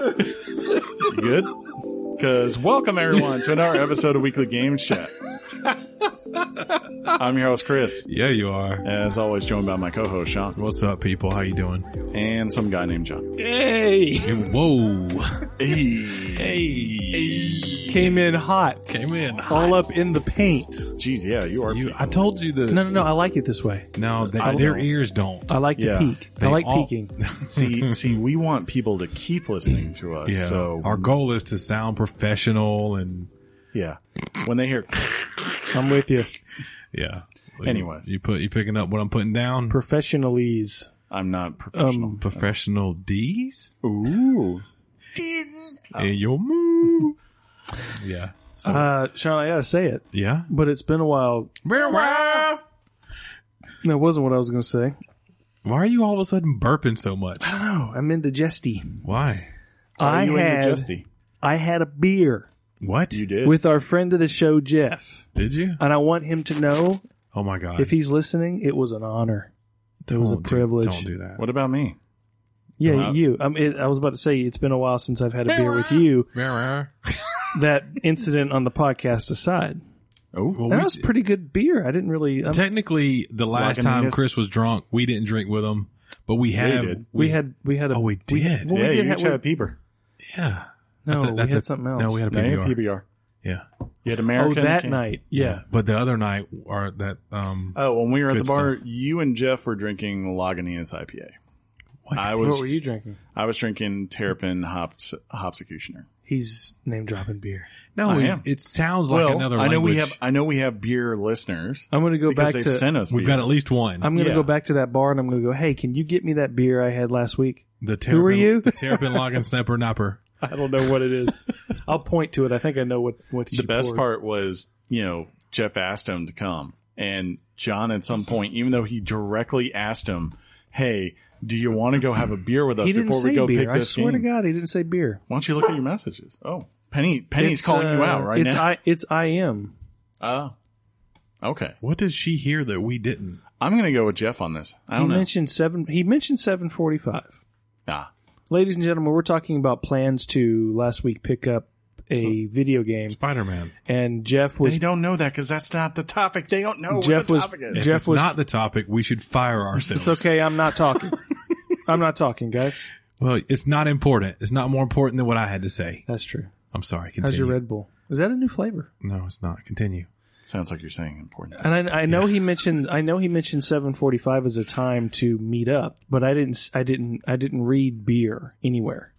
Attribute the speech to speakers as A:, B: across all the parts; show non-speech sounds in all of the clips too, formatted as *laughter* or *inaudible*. A: You good? Because welcome everyone to another episode of Weekly Games Chat. I'm your host Chris,
B: Yeah, you are.
A: as always joined by my co-host Sean
B: What's up, people? How you doing?
A: and some guy named John.
C: Hey,
B: Whoa!
A: Hey,
B: Hey,
C: came in hot,
B: came in.
C: all up in the paint.
A: jeez, yeah, you are.
B: You, I told you the
C: No, no, no. I like it this way.
B: No, they,
A: I don't
B: their
A: know.
B: ears don't.
C: I like
A: Yeah.
C: to peek.
B: They
C: I like
B: all-
C: *laughs* peeking.
A: *laughs* see, see, we want people to keep listening to us.
B: Yeah.
A: So
B: Our goal is to sound professional and
A: yeah, when they hear,
C: I'm with you.
B: yeah.
A: Anyways.
B: you put you picking up what I'm putting down.
C: Professionalese.
A: I'm not professional.
C: Um,
B: professional D's
A: Um, Ooh,
B: in your move. yeah. So
C: uh, Sean, I gotta say it,
B: yeah.
C: but it's been a while.
B: Why
C: That wasn't what I was gonna say.
B: are you all of a sudden burping so much?
C: Oh, I'm indigesty.
B: Why?
C: I
A: you and your
C: had
A: Justy.
C: I had a beer
B: What
A: You did.
C: with our friend of the show Jeff,
B: did you?
C: and I want him to know
B: Oh my god!
C: if he's listening, it was an honor. It was a
B: Don't do-
C: privilege.
B: Don't do that.
A: what about me?
C: Yeah,
A: Wow.
C: you. I, mean, I was about to say it's been a while since I've had a beer with you. That incident on the podcast aside,
A: Oh,
B: Well,
C: that
B: we-
C: was pretty good beer. I didn't really. um, I'm-
B: technically, the last
A: Locking
B: time
A: this-
B: Chris was drunk, we didn't drink with him, but we have.
A: did.
C: we had we had a.
B: Oh, we did.
C: well, we
A: yeah,
C: did
A: you
C: have-
A: each had a peeper.
B: yeah.
C: no,
B: That's a- that's
C: we
B: a-
C: had something else.
B: No, we had a
A: No, you had PBR.
B: PBR. Yeah.
A: You had
C: oh,
A: American.
C: that
A: King-
C: night. Yeah,
B: But the other night, or that um,
C: Uh,
A: Oh, when we were at
B: Good
A: the bar, you and Jeff were drinking Lagunitas IPA.
B: What?
A: I
C: What,
A: was
C: were you drinking?
A: I was drinking Terrapin Hops Hopsecutioner.
C: He's name dropping beer.
B: no,
A: I
B: it,
A: am.
B: it sounds like another.
A: I know
B: language.
A: we have I know we have beer listeners
C: I'm going to go
A: because
C: back
A: they've
C: to.
A: sent us.
B: We've
A: beer.
B: got at least one.
C: I'm going to
A: yeah.
C: go back to that bar and I'm going to go. Hey, can you get me that beer I had last
A: *laughs*
C: week?
B: the terrapin,
C: who were you?
B: the terrapin
C: *laughs*
B: logging snapper napper.
C: I don't know what it is. *laughs* I'll point to it. I think I know what what
A: the best part was you know Jeff asked him to come, and John at some point, even though he directly asked him, "Hey, do you want to go have a beer with us
C: He didn't
A: before we
C: say
A: go
C: beer.
A: pick
C: I
A: this
C: swear
A: game?"
C: to God, he didn't say beer.
A: Why don't you look at your messages? Oh, Penny, Penny's
C: It's,
A: calling you
C: uh,
A: out right
C: it's
A: now.
C: I, it's I am.
A: Oh, okay.
B: What did she hear that we didn't?
A: I'm gonna go with Jeff on this. I
C: He
A: don't know.
C: mentioned seven. He mentioned seven forty-five.
A: Nah.
C: Ladies and gentlemen, we're talking about plans to last week pick up a video game,
B: Spider Man.
C: and Jeff was
A: They don't know that because that's not the topic. They don't know what
C: Jeff
A: the
C: was
A: topic is.
C: Jeff
B: It's
C: was.
B: not the topic. We should fire ourselves.
C: it's okay. I'm not
B: *laughs*
C: talking. I'm not talking, guys.
B: Well, it's not important. It's not more important than what I had to say.
C: That's true.
B: I'm sorry. Continue.
C: How's your Red Bull? Is that a new flavor?
B: no, it's not. Continue.
A: Sounds like you're saying important.
C: And I, I know he mentioned. I know he mentioned seven forty-five as a time to meet up, but I didn't. s- I didn't. I didn't read beer anywhere.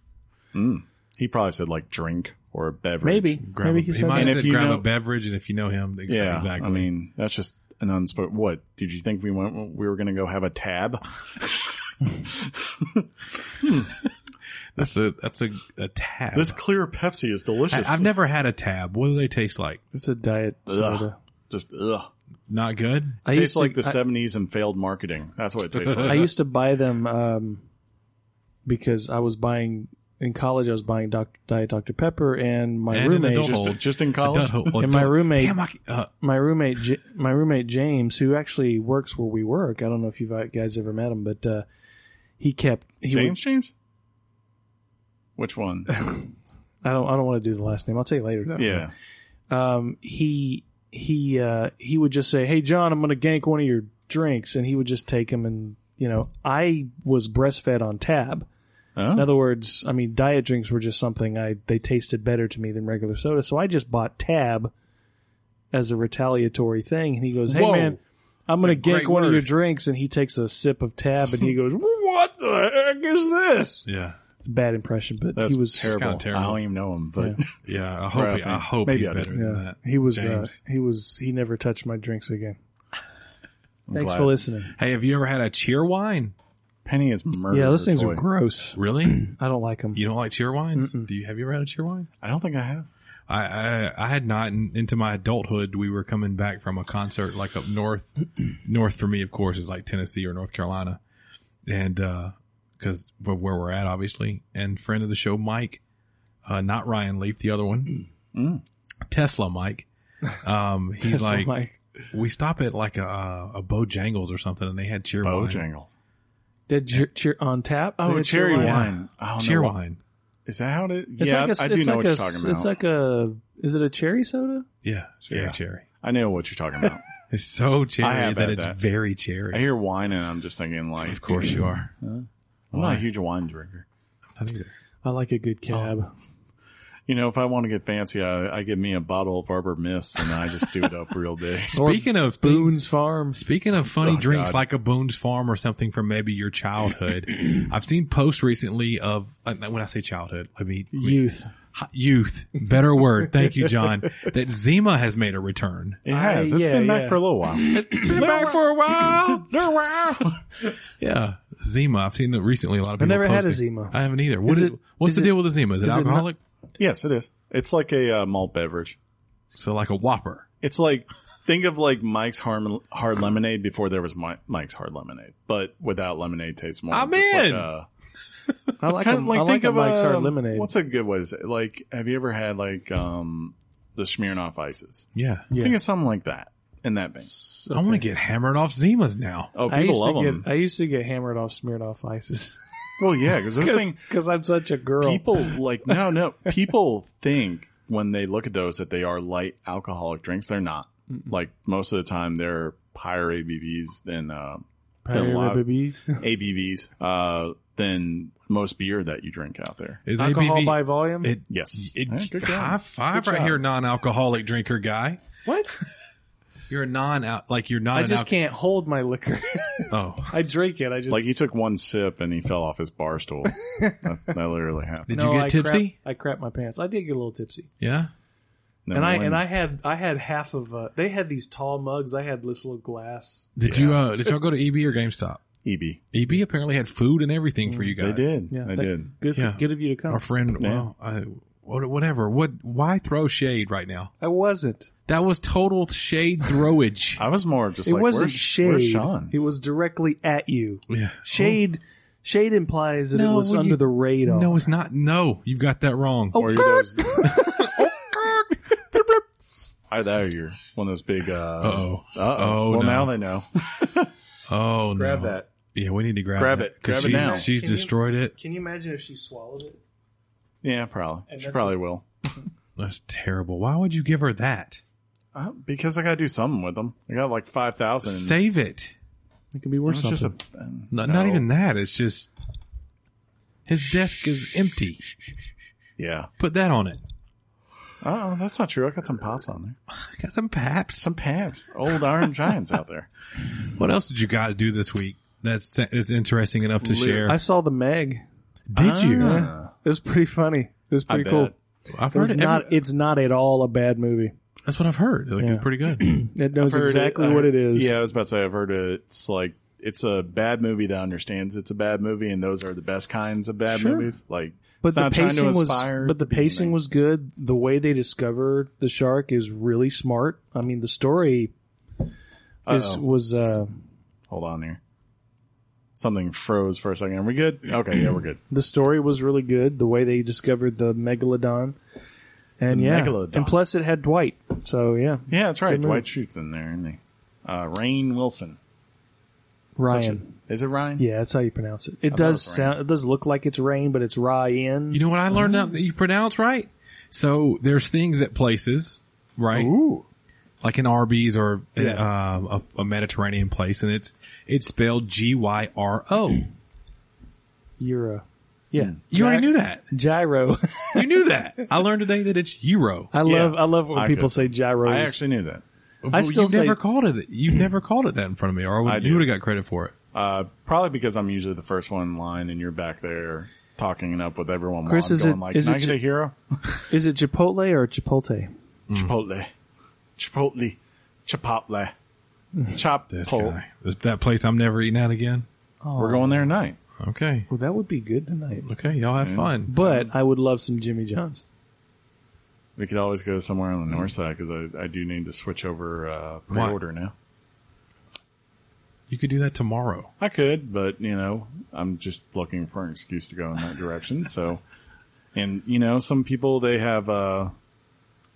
A: He probably said like drink or a beverage.
C: Maybe.
B: Grab
C: maybe
B: a,
C: he
B: he
C: said.
B: might
C: that.
A: And
B: have
A: if
B: said
A: you
B: grab
A: know-
B: a beverage, and if you know him, ex-
A: Yeah.
B: exactly.
A: I mean, that's just an unspoken. What did you think we went? We were going to go have a tab.
B: that's a that's a, a tab.
A: This clear Pepsi is delicious.
B: I, have never had a tab. What do they taste like?
C: It's a diet
A: Ugh.
C: soda.
A: just ugh.
B: Not good.
C: I
A: tastes
C: used
A: like
C: to,
A: the '70s and failed marketing. That's what it tastes
C: *laughs* I, I
A: like.
C: used to buy them um, because I was buying in college. I was buying Doc, Diet Dr Pepper, and my
B: And an
C: roommate,
B: adult
A: Just,
B: Old.
A: just in college.
B: Adult-
C: And my roommate-
B: Damn, I, uh,
C: my roommate, J- my roommate James, who actually works where we work. I don't know if you guys ever met him, but uh, he kept he would-
A: James, James. Which
C: *laughs*
A: one?
C: I don't I don't want to do the last name. I'll tell you later though.
A: Yeah.
C: um, he he uh, he would just say, "Hey, John, I'm going to gank one of your drinks," and he would just take them. And you know, I was breastfed on tab.
A: Oh.
C: In other words, I mean, diet drinks were just something I they tasted better to me than regular soda, so I just bought tab as a retaliatory thing. And he goes, "Hey,
B: Whoa.
C: man." I'm going to
B: a great
C: gank one of your
B: word.
C: drinks, and he takes a sip of tab, and he goes, "What the heck is this?"
B: yeah,
C: Bad impression, but
A: That's
C: he was
A: terrible.
B: kinda terrible.
A: I don't even know him, but
B: yeah. I hope. He, I hope
A: Maybe
B: he's
A: I
B: better
A: did.
B: than that.
C: He was uh,
B: James.
C: he was he never touched my drinks again.
A: *laughs* I'm
C: Thanks
A: glad.
C: for listening.
B: Hey, have you ever had a cheer wine?
A: Penny is murder.
C: Yeah, those things
A: toy.
C: are gross.
B: Really?
C: I don't like them.
B: you don't like cheer wines? Do you? Have you ever had a cheer wine?
A: I don't think I have.
B: I, I I had not in, into my adulthood. We were coming back from a concert like up north. *clears throat* north for me, of course, is like Tennessee or North Carolina, and because of where we're at, obviously. And friend of the show, Mike, uh, not Ryan Leaf, the other one, Tesla Mike. Um,
C: *laughs*
B: he's
C: That's
B: like,
C: like
B: we stop at like a uh, a Bojangles or something, and they had cheer wine.
A: Bojangles.
C: dead cheer, cheer on tap.
A: Oh,
C: They had
A: cherry
B: wine.
A: wine. I don't
B: Cheer
A: know why-
B: wine.
A: Is that how it is?
C: It's
A: yeah,
C: like a,
A: I do
C: it's
A: know
C: like
A: what
C: a,
A: you're talking about.
C: It's like a. Is it a cherry soda?
B: Yeah, it's very
A: Yeah.
B: cherry.
A: I know what you're talking
C: *laughs*
A: about.
B: It's so
A: I
B: cherry
A: have
B: that
A: had
B: it's
A: that.
B: very
A: I
B: cherry.
A: hear wine and I'm just thinking like,
B: Of course you are.
A: I'm not
B: Why?
A: a huge wine drinker.
B: Not either.
C: I like a good
A: Oh.
C: cab.
A: You know, if I want to get fancy, I, I give me a bottle of Arbor Mist and I just do it up real
C: *laughs*
A: big.
B: Speaking of things-
C: Boone's Farm.
B: Speaking of funny
A: Oh,
B: drinks
A: God.
B: like a Boone's Farm or something from maybe your childhood,
C: *clears throat*
B: I've seen posts recently of uh, when I say childhood, let me, let me-
C: Youth.
B: hi- youth, better word. Thank you, John. *laughs* That Zima has made a return.
A: It
C: I-
A: has. It's
C: yeah,
A: been
C: yeah.
A: back for a little while.
B: Been back for a *laughs* while. yeah, Zima. I've seen it recently. A lot of people.
C: I never had a
B: posting.
C: Zima.
B: I haven't either. What
C: Is
B: is
C: it-
B: what's
C: is
B: the
C: it-
B: deal with a Zima? Is it
C: is it not-
B: alcoholic?
A: yes, it is. It's like a uh, malt beverage.
B: so like a Whopper.
A: It's like think of like Mike's hard, hard lemonade before there was Mi- Mike's hard lemonade, but without lemonade tastes more.
B: I'm
A: just like
B: in!
A: a-
C: *laughs* I like, um,
A: kind
C: a,
A: of like
C: I
A: think
C: like a
A: of
C: Mike's
A: a,
C: Hard Lemonade.
A: What's a good way to say? it? Like, have you ever had like um the Smirnoff ices?
B: Yeah.
A: I think it's something like that in that vein.
B: I want to get hammered off Zimas now.
A: Oh,
C: I used
A: people love
C: to
A: them.
C: get I used to get hammered off smeared off ices *laughs*
A: well, yeah, because those thing
C: because I'm such a girl. *laughs*
A: people like no, no. People think when they look at those that they are light alcoholic drinks. They're not. Like most of the time, they're higher ABVs than uh,
C: Hey,
A: a lot-
C: baby.
A: ABVs uh, than most beer that you drink out there.
B: Is
C: alcohol
B: ABV?
C: by volume.
B: it,
A: Yes.
B: it-
A: Yeah, good
B: high
A: job.
B: five
A: Good
B: right
A: job.
B: here, non-alcoholic drinker guy.
C: what?
B: You're a non out like you're not.
C: I
B: an
C: just
B: alco-
C: can't hold my liquor. *laughs*
B: Oh,
C: I drink it. I just
A: Like he took one sip and he fell off his bar stool. that, that literally happened.
B: did
C: No,
B: you get
C: I
B: tipsy?
C: crap- I crap my pants. I did get a little tipsy.
B: Yeah.
C: and I and I had I had half of uh, they had these tall mugs. I had this little glass.
B: Did you? uh Did y'all go to EB or GameStop?
A: EB.
B: EB apparently had food and everything for you
A: E Mm, They
B: guys.
A: did.
C: Yeah,
A: they
C: that-
A: did.
C: Good,
B: Yeah.
C: good of you to come.
B: Our friend.
A: Yeah.
B: Well, I, what- whatever. What? Why throw shade right now?
C: I wasn't.
B: That was total shade
A: *laughs*
B: throwage.
A: I was more just
C: It
A: like,
C: wasn't
A: where's,
C: shade.
A: where's Sean? Oh.
C: It was directly at you.
B: yeah.
C: Shade. Shade implies that
B: No,
C: it was
B: would
C: under
B: you-
C: the radar.
B: No, it's not. No, you got that wrong.
A: Or you're those, *laughs* either that or you're one of those big. Uh,
B: Uh-oh.
A: uh-oh.
B: Oh,
A: Well,
B: no.
A: now they know.
B: Oh
A: Grab
B: no.
A: that.
B: Yeah, we need to grab,
A: Grab
B: that,
A: it.
B: 'cause
A: Grab it
B: she's-
A: now.
B: She's
C: Can you-
B: destroyed it.
C: Can you imagine if she swallowed it?
A: Yeah, probably.
C: And
A: She
C: that's
A: probably will.
B: That's terrible. Why would you give her that?
A: Uh, because I got to do something with them. I got like 5,000.
B: Save it.
C: It could be worth
A: It's just a,
C: something.
B: No,
A: No.
B: Not even that. It's just his desk is empty.
A: yeah.
B: Put that on it.
A: Oh, that's not true. I got some pops on there.
B: I got some paps.
A: Some paps. Old Iron Giants out
C: *laughs*
A: there.
B: What else did you guys do this week? That's that's interesting enough to
A: Lit-
B: share.
C: I saw the Meg.
B: did you?
A: Ah.
C: It was pretty funny. It was
A: I
C: pretty
A: bet.
C: cool.
B: I've
C: It was
B: heard it.
C: not.
B: every-
C: It's not at all a bad movie.
B: that's what I've heard. Like,
C: Yeah.
B: It's pretty good.
C: It knows
A: heard
C: exactly
A: I
C: what it
A: heard-
C: is.
A: Yeah, I was about to say I've heard it. It's like it's a bad movie that understands it's a bad movie, and those are the best kinds of bad
C: Sure.
A: movies. Like,
C: But
A: it's
C: the
A: not trying
C: pacing
A: to
C: was,
A: inspire
C: but the
A: being
C: pacing
A: made.
C: was good. The way they discover the shark is really smart. I mean, the story is,
A: Uh-oh.
C: was uh,
A: Hold on here. Something froze for a second. Are we good? Okay, yeah, we're
C: *clears throat*
A: good.
C: the story was really good. The way they discovered the megalodon, and
A: The
C: yeah,
A: megalodon.
C: and plus it had Dwight. So yeah,
A: Yeah, that's right.
C: Good move.
A: Dwight shoots in there, isn't he? Uh, Rain Wilson. Such
C: Ryan.
A: a- is it Ryan?
C: yeah, that's how you pronounce it. It
A: thought it
C: does
A: was Ryan.
C: sound. It does look like it's rain, but it's Ryan.
B: you know what I learned out that you pronounce right? So there's things at places, right?
A: Ooh.
B: Like an Arby's or
A: Yeah.
B: uh, a, a Mediterranean place, and it's it's spelled G Y R O.
C: You're a yeah.
B: You already knew that.
C: Gyro. *laughs*
B: You knew that. I learned today that it's Euro.
C: I
A: Yeah.
C: love. I love when
A: I
C: people
A: could-
C: say gyro.
A: I actually knew that.
B: Well,
C: still
B: you've
C: say-
B: never called it.
C: *clears throat*
B: You've never called it that in front of me, or I would,
A: I
B: you
A: do.
B: would have got credit for it.
A: Uh, probably because I'm usually the first one in line, and you're back there talking it up with everyone.
C: Chris,
A: while I'm
C: is
A: going
C: it-
A: like,
C: is
A: "Can
C: it
A: I get
C: ju-
A: a
C: *laughs*
A: hero?
C: Is it Chipotle or Chipotle? Hmm.
A: Chipotle. Chipotle. Chipotle. Chop
B: This
A: this
B: guy, this, that place I'm never eating at again.
C: Oh,
A: We're going there tonight.
B: Okay,
C: Well, that would be good tonight.
B: okay, y'all have fun.
C: But I would love some Jimmy John's.
A: We could always go somewhere on the north side because I, I do need to switch over uh,
B: Why?
A: pre-order now.
B: You could do that tomorrow.
A: I could, but you know, I'm just looking for an excuse to go in that direction. So, and you know, some people they have uh,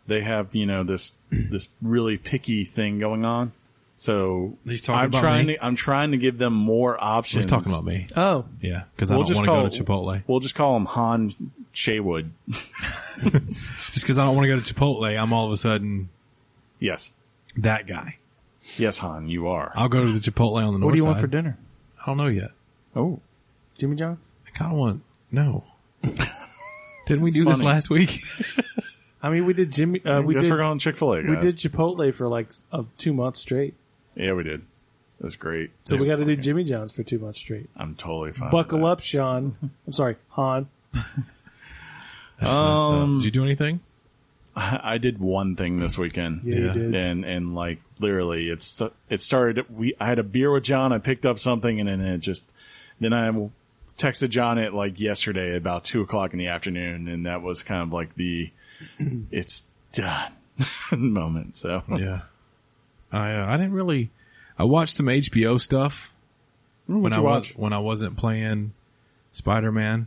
A: they have you know this this really picky thing going on. So
B: He's talking
A: I'm
B: about
A: trying
B: me?
A: to I'm trying to give them more options.
B: He's talking about me.
C: Oh,
B: Yeah, because
A: We'll
B: I don't
A: just
B: want
A: call
B: to go to Chipotle.
A: We'll just call them Han Shaywood.
B: Just because I don't want to go to Chipotle, I'm all of a sudden
A: Yes.
B: that guy.
A: Yes, Han, you are.
B: I'll go to the Chipotle on the north
C: What do you want
B: side.
C: for dinner?
B: I don't know yet.
A: Oh.
C: Jimmy John's?
B: I kind of want
C: *laughs*
B: no. Didn't we do this
A: funny.
B: last week? *laughs*
C: I mean, we did Jimmy. Uh, we
A: guess
C: did.
A: we're going Chick fil A,
C: We did Chipotle for like uh, two months straight.
A: Yeah, we did. It was great.
C: So we
A: Yeah, Oh,
C: got to do Jimmy John's for two months straight.
A: I'm totally fine.
C: Buckle up, Sean. I'm sorry, Han.
A: Um,
C: Um,
B: Did you do anything?
A: I did one thing this weekend.
C: Yeah, you
B: Yeah.
C: did.
A: and and like literally it's it started we I had a beer with John I picked up something and then it just then I texted John at like yesterday about two o'clock in the afternoon and that was kind of like
C: *clears throat*
A: the it's done *laughs* moment so
B: Yeah. I uh, I didn't really. I watched some HBO stuff when I
A: you
B: was when I wasn't playing Spider Man.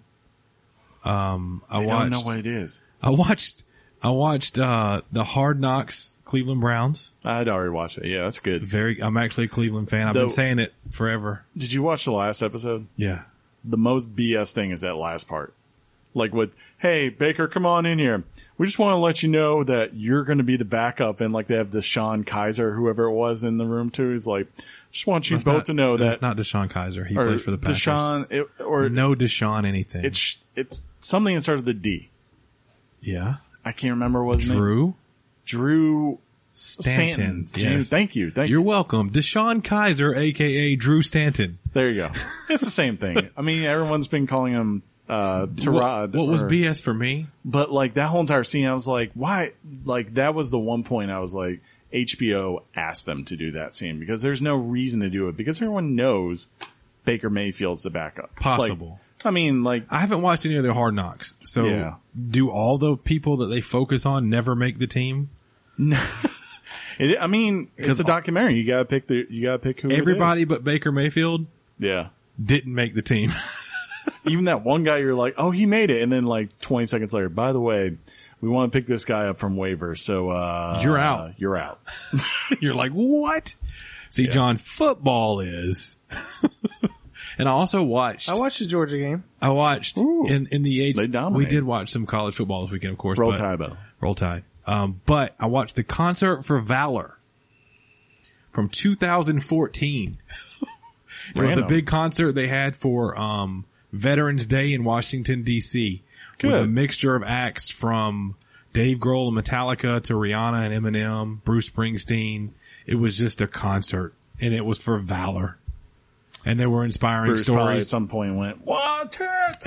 B: Um, I
A: I
B: watched.
A: don't know what it is
B: I watched. I watched uh the Hard Knocks Cleveland Browns.
A: I'd already watched it yeah that's good
B: Very. I'm actually a Cleveland fan. I've
A: Though-
B: been saying it forever.
A: did you watch the last episode
B: Yeah.
A: the most BS thing is that last part. Like with, hey, Baker, come on in here. We just want to let you know that you're going to be the backup. And like they have Deshaun Kaiser, whoever it was in the room too. He's like, just want you
B: That's
A: both
B: not-
A: to know that.
B: that's not Deshaun Kaiser. He
A: or
B: plays for the Packers.
A: Deshaun, it, or
B: no Deshaun anything.
A: it's, it's something that started with a D.
B: yeah.
A: I can't remember what his name.
B: Drew
A: Drew Stanton.
B: Stanton.
A: Drew-
B: Yes.
A: Thank you. Thank you.
B: You're welcome. Deshaun Kaiser, aka Drew Stanton.
A: There you go. It's the same thing. I mean, everyone's been calling him, uh, Tarod.
B: What, what was
A: or-
B: BS for me?
A: But like that whole entire scene, I was like, why? Like that was the one point I was like, HBO asked them to do that scene because there's no reason to do it because everyone knows Baker Mayfield's the backup.
B: Possible.
A: Like, I mean, like,
B: I haven't watched any of their Hard Knocks. So
A: Yeah.
B: do all the people that they focus on never make the team?
A: it, I mean, it's a documentary. You gotta pick the, you gotta pick who. it is.
B: Everybody but Baker Mayfield
A: Yeah.
B: didn't make the team. *laughs*
A: Even that one guy, you're like, oh, he made it. And then like 20 seconds later, by the way, we want to pick this guy up from waiver. So, uh,
B: You're out.
A: You're out.
B: You're like, what? See, John, football is. *laughs* and I also watched,
C: I watched the Georgia game.
B: I watched
A: Ooh.
B: in, in the age,
A: They dominate.
B: we did watch some college football this weekend, of course.
A: Roll
B: but-
A: Tybo.
B: Roll Tide. Um, but I watched the concert for Valor from 2014. *laughs* it was a
A: Random.
B: big concert they had for um, Veterans Day in Washington D.C. With a
A: Good.
B: mixture of acts from Dave Grohl and Metallica to Rihanna and Eminem, Bruce Springsteen. It was just a concert, and it was for Valor. And they were inspiring
A: Bruce probably at
B: stories.
A: some point went, what?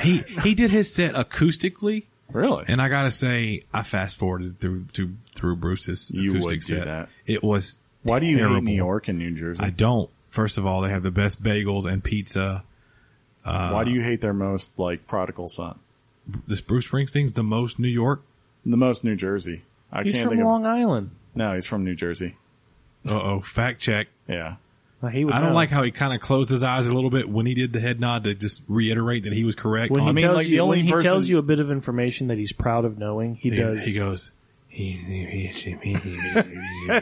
B: He he did his set acoustically.
A: Really?
B: And I gotta say, I fast forwarded through to through Bruce's
A: You
B: acoustic
A: would do
B: set.
A: that.
B: It was
A: Why do you
B: terrible.
A: hate New York and New Jersey?
B: I don't. First of all, they have the best bagels and pizza.
A: Why do
B: uh,
A: you hate their most like prodigal son?
B: This Bruce Springsteen's the most New York.
A: The most New Jersey. I
C: He's
A: can't
C: from
A: think
C: Long Island.
A: of No, he's from New Jersey.
B: Uh oh, fact check.
A: Yeah.
C: Now, he would
B: I don't
C: know.
B: like how he kind of closed his eyes a little bit when he did the head nod to just reiterate that he was correct.
C: when he
B: on-
A: mean,
C: tells
A: like, the
C: you
A: only
C: when he
A: person-
C: tells you a bit of information that he's proud of knowing. He,
B: he,
C: does.
B: he goes. "He's- he- he- he- he-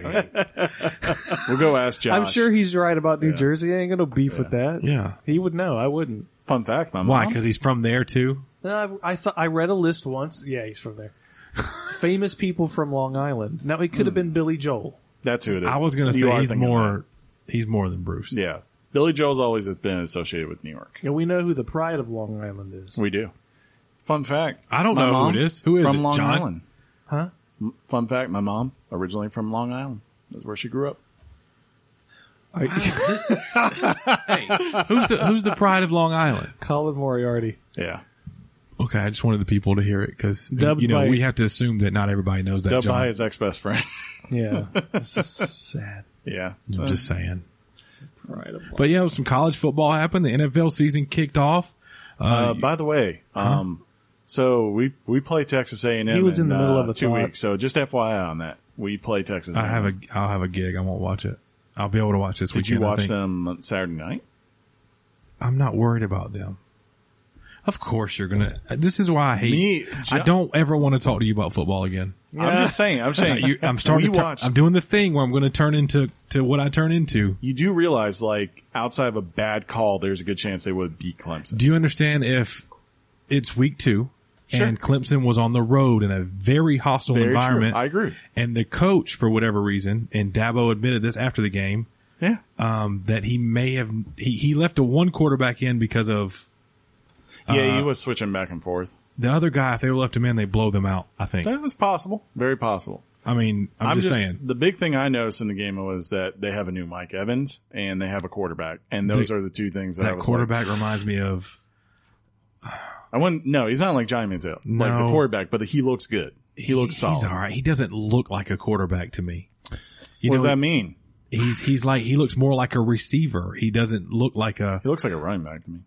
A: We'll go ask Josh.
C: I'm sure he's right about New Jersey. I ain't gonna beef with that.
B: yeah.
C: He would know. I wouldn't.
A: Fun fact, my
B: Why?
A: mom.
B: Because he's from there too.
C: No, I've, I thought I read a list once. Yeah, he's from there. Famous people from Long Island. Now it could have been Billy Joel.
A: That's who it is.
B: I was
A: You
B: gonna say
A: are
B: he's
A: thinking of
B: more. He's more than Bruce.
A: that. Yeah. Billy Joel's always been associated with New York.
C: And we know who the pride of Long Island is.
A: We do. Fun fact.
B: I don't
A: my
B: know who
A: mom
B: it is. Who is
A: from
B: it,
A: Long
B: John?
A: Island.
C: Huh?
A: Fun fact, my mom originally from Long Island. That's where she grew up.
C: All right,
B: hey, who's the who's the pride of Long Island?
C: *laughs* Colin Moriarty.
A: Yeah.
B: Okay, I just wanted the people to hear it because
C: Dubbed
B: you know
C: by-
B: we have to assume that not everybody knows that.
A: Dubbed
B: John.
A: by his ex best friend. *laughs*
C: Yeah, this is sad.
A: yeah.
B: I'm just saying.
C: Pride of Long.
B: But yeah, some college football happened. The NFL season kicked off.
A: Uh, by the way,
B: Uh-huh.
A: um, so we we play Texas A and M. uh,
C: He was in the middle of a
A: two
C: thought.
A: weeks. So just FYI on that, we play Texas.
B: I have a I'll have a gig. I won't watch it. I'll be able to watch this
A: Did you
B: weekend. I
A: watch
B: think.
A: them on Saturday night?
B: I'm not worried about them. Of course you're gonna. This is why I hate.
A: Me,
B: I don't ever want to talk to you about football
A: *laughs*
B: again.
A: I'm just saying. I'm saying.
B: *laughs* You, I'm starting.
A: We
B: To turn-
A: watched-
B: I'm doing the thing where I'm going to turn into to what I turn into.
A: you do realize, like, outside of a bad call, there's a good chance they would beat Clemson.
B: Do you understand if it's week two
A: Sure.
B: and Clemson was on the road in a very hostile
A: Very
B: environment.
A: true. I agree.
B: and the coach, for whatever reason, and Dabo admitted this after the game,
A: Yeah.
B: um, that he may have he, he left a one quarterback in because of
A: yeah,
B: Uh,
A: he was switching back and forth.
B: the other guy. If they left him in, they blow them out. I think.
A: That was possible. Very possible.
B: I mean, I'm, just, saying.
A: The big thing I noticed in the game was that they have a new Mike Evans and they have a quarterback, and those
B: They-
A: are the two things that, I
B: That
A: was
B: quarterback reminds me of
A: Like, I wouldn't. No, he's not like Johnny Manziel, like
B: No.
A: the quarterback, but he looks good. *sighs* He looks
B: He's
A: solid.
B: all right. He doesn't look like a quarterback to me.
A: what
B: You know,
A: does that mean?
B: he's he's like he looks more like a receiver. He doesn't look like a
A: He looks like a running back to me.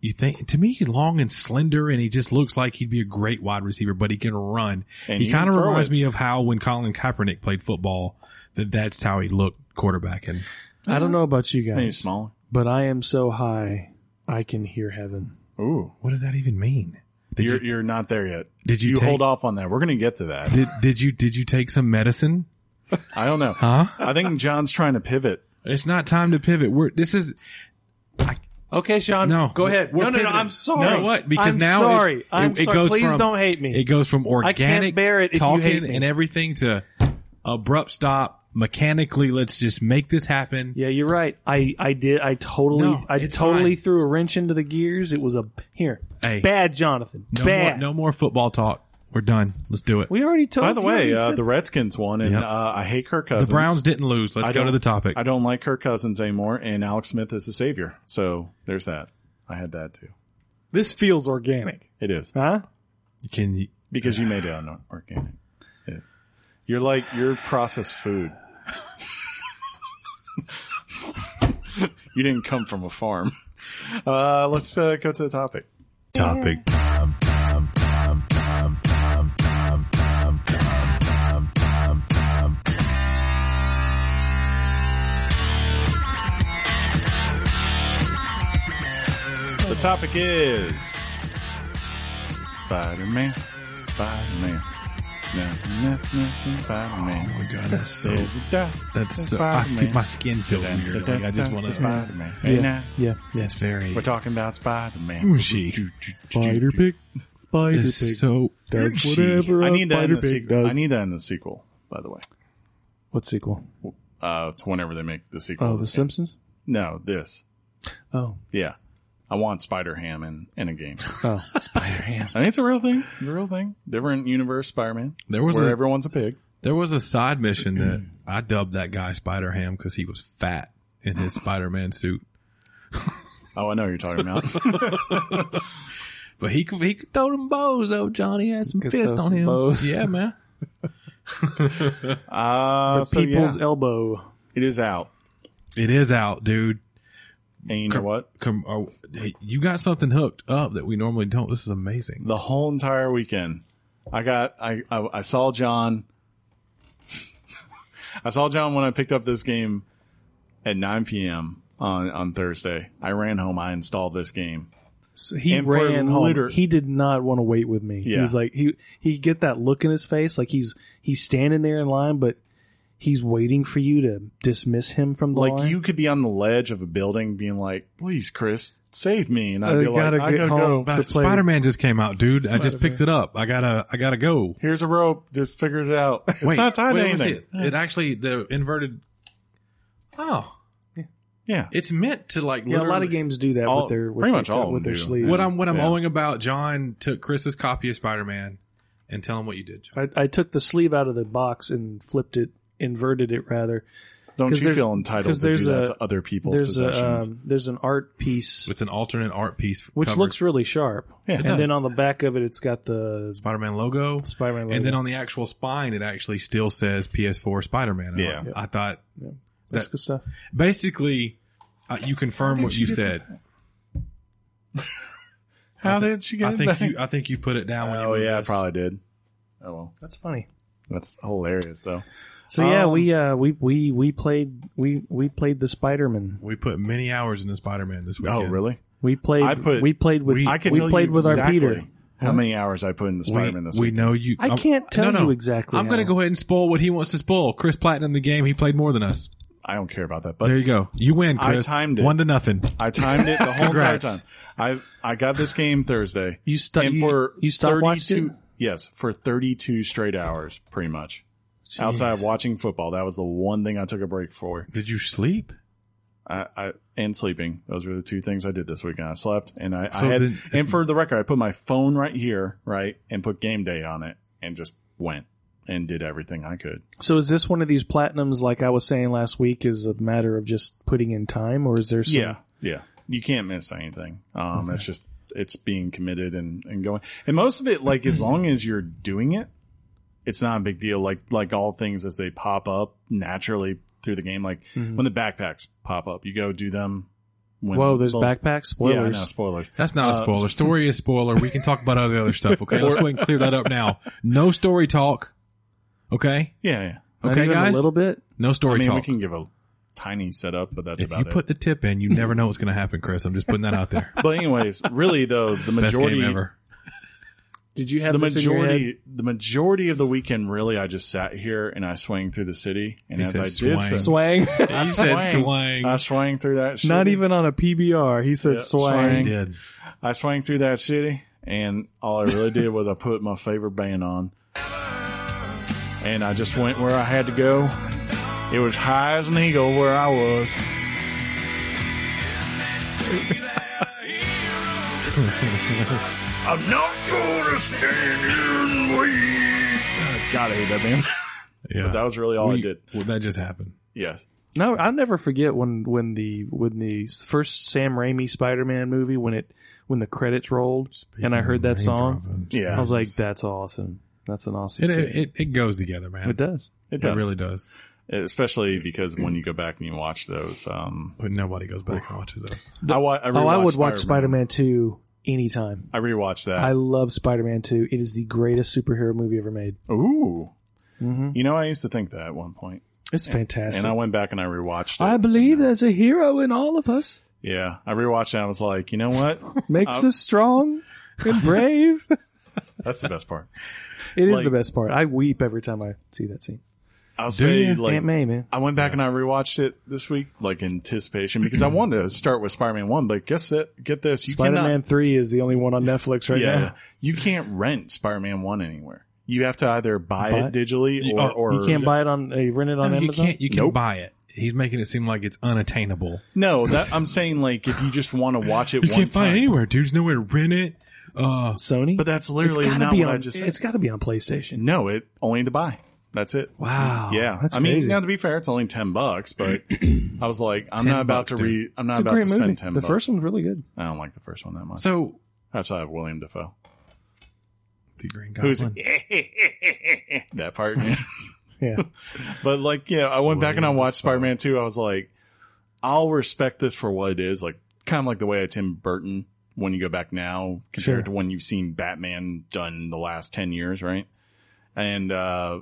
B: you think to me he's long and slender and he just looks like he'd be a great wide receiver, but he can run.
A: And
B: he
A: he can
B: kind of
A: throw
B: reminds
A: it.
B: me of how when Colin Kaepernick played football, that that's how he looked quarterbacking.
C: I don't know about you
A: And he's
C: guys,
A: smaller.
C: but I am so high I can hear heaven.
A: Ooh,
B: What does that even mean? Did
A: you're
B: you
A: you're not there yet.
B: did you,
A: You
B: take,
A: hold off on that. We're gonna get to that.
B: Did did you did you take some medicine?
A: I don't know.
B: Huh?
A: I think John's trying to pivot.
B: It's not time to pivot. We're this is
C: Okay, Sean.
B: No.
C: go ahead.
B: We're
C: No, no, no.
B: pivoting.
C: I'm sorry.
B: No, what? Because
C: I'm
B: now
C: sorry.
B: it's-
C: I'm
B: it- it
C: sorry.
B: goes
C: Please
B: from-
C: don't hate me.
B: it goes from
C: I
B: organic
C: can't bear it if you
B: talking
C: hate me.
B: and everything to abrupt stop mechanically. Let's just make this happen.
C: yeah, you're right. I, I did. I totally.
B: No,
C: I
B: it's
C: totally
B: fine.
C: threw a wrench into the gears. It was a here
B: Hey.
C: bad, Jonathan.
B: No more,
C: bad.
B: no more football talk. We're done. Let's do it.
C: We already told.
B: Oh,
A: By the
C: you already
A: way, uh,
C: said-
A: the Redskins won, and
B: Yep.
A: uh, I hate Kirk Cousins.
B: the Browns didn't lose. Let's
A: I
B: go to
A: don't-
B: the topic.
A: I don't like Kirk Cousins anymore, and Alex Smith is the savior. So there's that. I had that too.
C: this feels organic,
A: It is
C: huh?
B: Can you?
A: because you made it on organic. Yeah. You're like you're processed food. you didn't come from a farm. *laughs* Uh, let's uh, go to the topic.
B: Topic.
A: The topic is Spider Man. Spider Man. Nothing, nothing, nothing, Spider Man.
B: God, that's so. That's so. I
A: Spider-Man.
B: think my skin feels weird. Like I just want to.
A: Spider Man. Hey, now.
C: Yeah.
B: That's very.
A: We're talking about Spider Man.
B: Ooshy.
C: Spider pig. Spider
B: It's so.
C: Does
B: ooshy.
C: whatever
A: I
C: a
A: need that in
C: spider
A: the
C: pig
A: sequel. I
C: does.
A: need that in the sequel, by the way.
C: What sequel?
A: Uh, to whenever they make the sequel.
C: Oh, The Simpsons.
A: no, this.
C: Oh,
A: Yeah. I want Spider Ham in, in a game.
C: oh, *laughs* Spider Ham.
A: I think it's a real thing. It's a real thing. Different universe Spider Man.
B: There was
A: Where
B: a-
A: everyone's a pig.
B: There was a side mission that I dubbed that guy Spider Ham because he was fat in his Spider Man suit,
A: Oh, I know what you're talking
C: *laughs*
A: about.
B: but he could he could throw them bows. Oh, Johnny had some
C: Could
B: fist
C: throw
B: on
C: some
B: him.
C: bows.
B: Yeah, man.
A: Uh, so
C: People's
A: yeah,
C: elbow.
A: it is out.
B: It is out, dude.
A: And you know what?
B: Come, oh, hey, you got something hooked up that we normally don't. This is amazing.
A: The whole entire weekend, I got, I, I, I saw John. *laughs* I saw John when I picked up this game at 9 p.m. on, on Thursday. I ran home. I installed this game.
C: So he
A: And for
C: ran home.
A: liter-
C: he did not want to wait with me. He
A: Yeah.
C: was like he he could get that look in his face, like he's he's standing there in line, but he's waiting for you to dismiss him from the
A: Like
C: line.
A: you could be on the ledge of a building being like, please, Chris, save me. And I'd
C: I
A: be like,
C: Uh, gotta
A: I
C: get
A: gotta
C: home.
A: go.
C: to play-
B: Spider Man just came out, dude. I just picked it up. I gotta, I gotta go.
A: Here's a rope. Just figured it out. It's
B: wait,
A: not tied
B: wait,
A: to
B: let me see
A: anything.
B: It. It actually the inverted. Oh,
A: Yeah.
B: it's meant to like.
C: yeah, a lot
B: literally-
C: of games do that
A: All-
C: with their with
A: pretty
C: their,
A: much all of
C: with
A: them
C: their
A: do.
C: sleeves.
B: What I'm what I'm
A: Yeah.
B: owing about John took Chris's copy of Spider Man and tell him what you did. John.
C: I, I took the sleeve out of the box and flipped it, inverted it rather.
A: Don't
C: 'Cause
A: you
C: there's-
A: feel entitled
C: 'cause
A: to do
C: there's
A: that
C: a-
A: to other people's
C: There's a
A: possessions?
C: um, there's an art piece
B: It's an alternate art piece,
C: which looks really sharp,
A: Yeah, it
C: and
A: does.
C: then on the back of it, it's got the
B: Spider Man logo,
C: Spider-Man.
B: and
C: logo.
B: then on the actual spine, it actually still says PS4 Spider Man.
A: Yeah.
B: I thought
C: That's
B: that-
C: good stuff.
B: basically uh, you confirm
A: *laughs*
B: what you said.
A: How did she get
B: I
A: it
B: think
A: back?
B: you I think you put it down. when you
A: Oh
B: wrote
A: yeah, I
B: this.
A: probably did. Oh well,
C: That's funny.
A: that's hilarious though.
C: So yeah,
A: Um,
C: we uh we we we played we we played the Spider Man.
B: We put many hours into Spider Man this weekend.
A: Oh really?
C: We played
A: I put-
C: we played with
B: we-
A: I can
C: we
A: tell
C: played
A: you
C: with our
A: exactly
C: Peter.
A: How many hours I put in the
B: We,
A: Spider-Man this
B: we
A: week?
B: know you.
C: I can't tell you exactly
B: I'm going to
C: how.
B: go ahead and spoil what he wants to spoil. Chris Platinum, the game, he played more than us.
A: I don't care about that.
B: there
A: But
B: you go. You win,
A: I
B: Chris.
A: timed it.
B: One to nothing.
A: I timed it the whole entire
B: Congrats.
A: time. I I got this game Thursday.
C: You stu-
A: and
C: you-
A: for
C: you stopwatched
A: 32
C: it?
A: Yes, for 32 straight hours, pretty much. Outside of watching football, that was the one thing I took a break for.
B: Did you sleep?
A: I, I and sleeping. Those were the two things I did this weekend. I slept and I,
B: So
A: I had
B: then-
A: and for the record, I put my phone right here, right, and put game day on it and just went and did everything I could.
C: So is this one of these platinums, like I was saying last week, is a matter of just putting in time, or is there some?
A: yeah. Yeah. You can't miss anything. Um it's just it's being committed and, and going and most of it like as long as you're doing it, it's not a big deal. Like like all things as they pop up naturally through the game. Like when the backpacks pop up, you go do them when
C: Whoa, there's
A: the-
C: backpack
A: Yeah, I
C: spoilers.
A: know, spoilers.
B: That's not a spoiler. Story is spoiler. We can talk about all the other stuff. Okay, let's go ahead and clear that up now. No story talk. Okay,
A: Yeah, yeah.
C: Not
B: okay,
C: even
B: guys.
C: a little bit.
B: no
A: I
B: story
A: mean, we
B: talk.
A: can give a tiny setup, but that's
B: if
A: about
B: you
A: it.
B: put the tip in, you never know what's going to happen, Chris. I'm just putting that
A: *laughs*
B: out there.
A: but anyways, really though, the
B: Best
A: majority,
B: game ever.
C: Did you have
A: the
C: this in your head?
A: majority, the majority of the weekend, really, I just sat here and I swang through the city, and
B: He
A: as
B: said
A: I
B: swang.
A: did, so,
C: swang? *laughs*
A: I
B: said swang.
A: I swang through that. City.
C: Not even on a PBR. He said
A: Yeah,
B: I
C: swang.
A: swang.
B: did.
A: I swang through that city, and all I really did was I put my favorite band on, and I just went where I had to go. It was high as an eagle where I was. I'm not gonna stand and wait. God, I hate that band.
B: Yeah,
A: But that was really all I
B: We-
A: did.
B: Well, that just happened.
A: Yes.
C: No, I'll never forget when when the when the first Sam Raimi Spider Man movie when it when the credits rolled and I heard that song.
A: Yeah.
C: I was like, "That's awesome. That's an awesome."
B: It,
C: tune."
B: it, it goes together, man.
C: It does.
A: It
B: It
A: does.
B: really does.
A: Especially because when you go back and you watch those, um,
B: But nobody goes back and watches those.
A: I, wa- I
C: Oh, I
A: rewatched
C: would watch Spider Man two anytime.
A: I rewatched that.
C: I love Spider Man two. It is the greatest superhero movie ever made.
A: Ooh.
C: Mm-hmm.
A: You know, I used to think that at one point,
C: It's fantastic.
A: and I went back and I rewatched it.
C: I believe there's a hero in all of *laughs* us.
A: yeah, I rewatched it. And I was like, you know what?
C: Makes
A: Uh,
C: us strong
A: *laughs*
C: and brave.
A: That's the best
C: *laughs*
A: part.
C: It is
A: Like-
C: the best part. I weep every time I see that scene.
A: I'll say,
B: ya?
A: like,
C: Aunt May, man.
A: I went back and I rewatched it this week, like in anticipation, because I
C: *clears throat*
A: wanted to start with Spider Man One, but guess it, get this, you
C: Spider Man
A: cannot,
C: three is the only one on Netflix right
A: yeah,
C: now.
A: you can't rent Spider Man One anywhere. You have to either buy,
C: Buy
A: it digitally
B: You-
A: or,
B: oh,
A: or
C: You can't buy it on. Uh, you rent it on
B: No, you
C: Amazon.
B: can't. You can
A: Nope.
B: buy it. He's making it seem like it's unattainable.
A: no. That, I'm saying like if you just want to watch
C: *laughs*
A: it,
B: You
A: one
B: can't find
A: time.
B: it anywhere, dude. There's nowhere to rent it. Uh,
C: Sony.
A: But that's
C: it's
A: literally
C: got to
A: not
C: be
A: what
C: on.
A: I just said.
C: It's got to be on PlayStation.
A: No, it only to buy. That's it.
C: Wow.
A: Yeah,
C: That's
A: I mean,
C: crazy.
A: now to be fair, it's only ten bucks,
C: *clears throat*
A: but I was like, I'm
B: 10
A: not about
B: bucks,
A: to
B: dude.
A: re, I'm not
C: it's a
A: about to
C: great
A: spend
C: movie.
A: ten.
C: The
A: bucks.
C: first one's really good.
A: I don't like the first one that much.
B: so
A: Outside of William Defoe,
B: the Green
A: who's
B: Goblin.
A: *laughs* that part. yeah.
C: *laughs* Yeah.
A: *laughs* but like, yeah, I went back and I
B: William
A: watched Spider Man Two. I was like, I'll respect this for what it is, like kind of like the way I Tim Burton when you go back now compared
C: Sure.
A: to when you've seen Batman done in the last ten years, right? And uh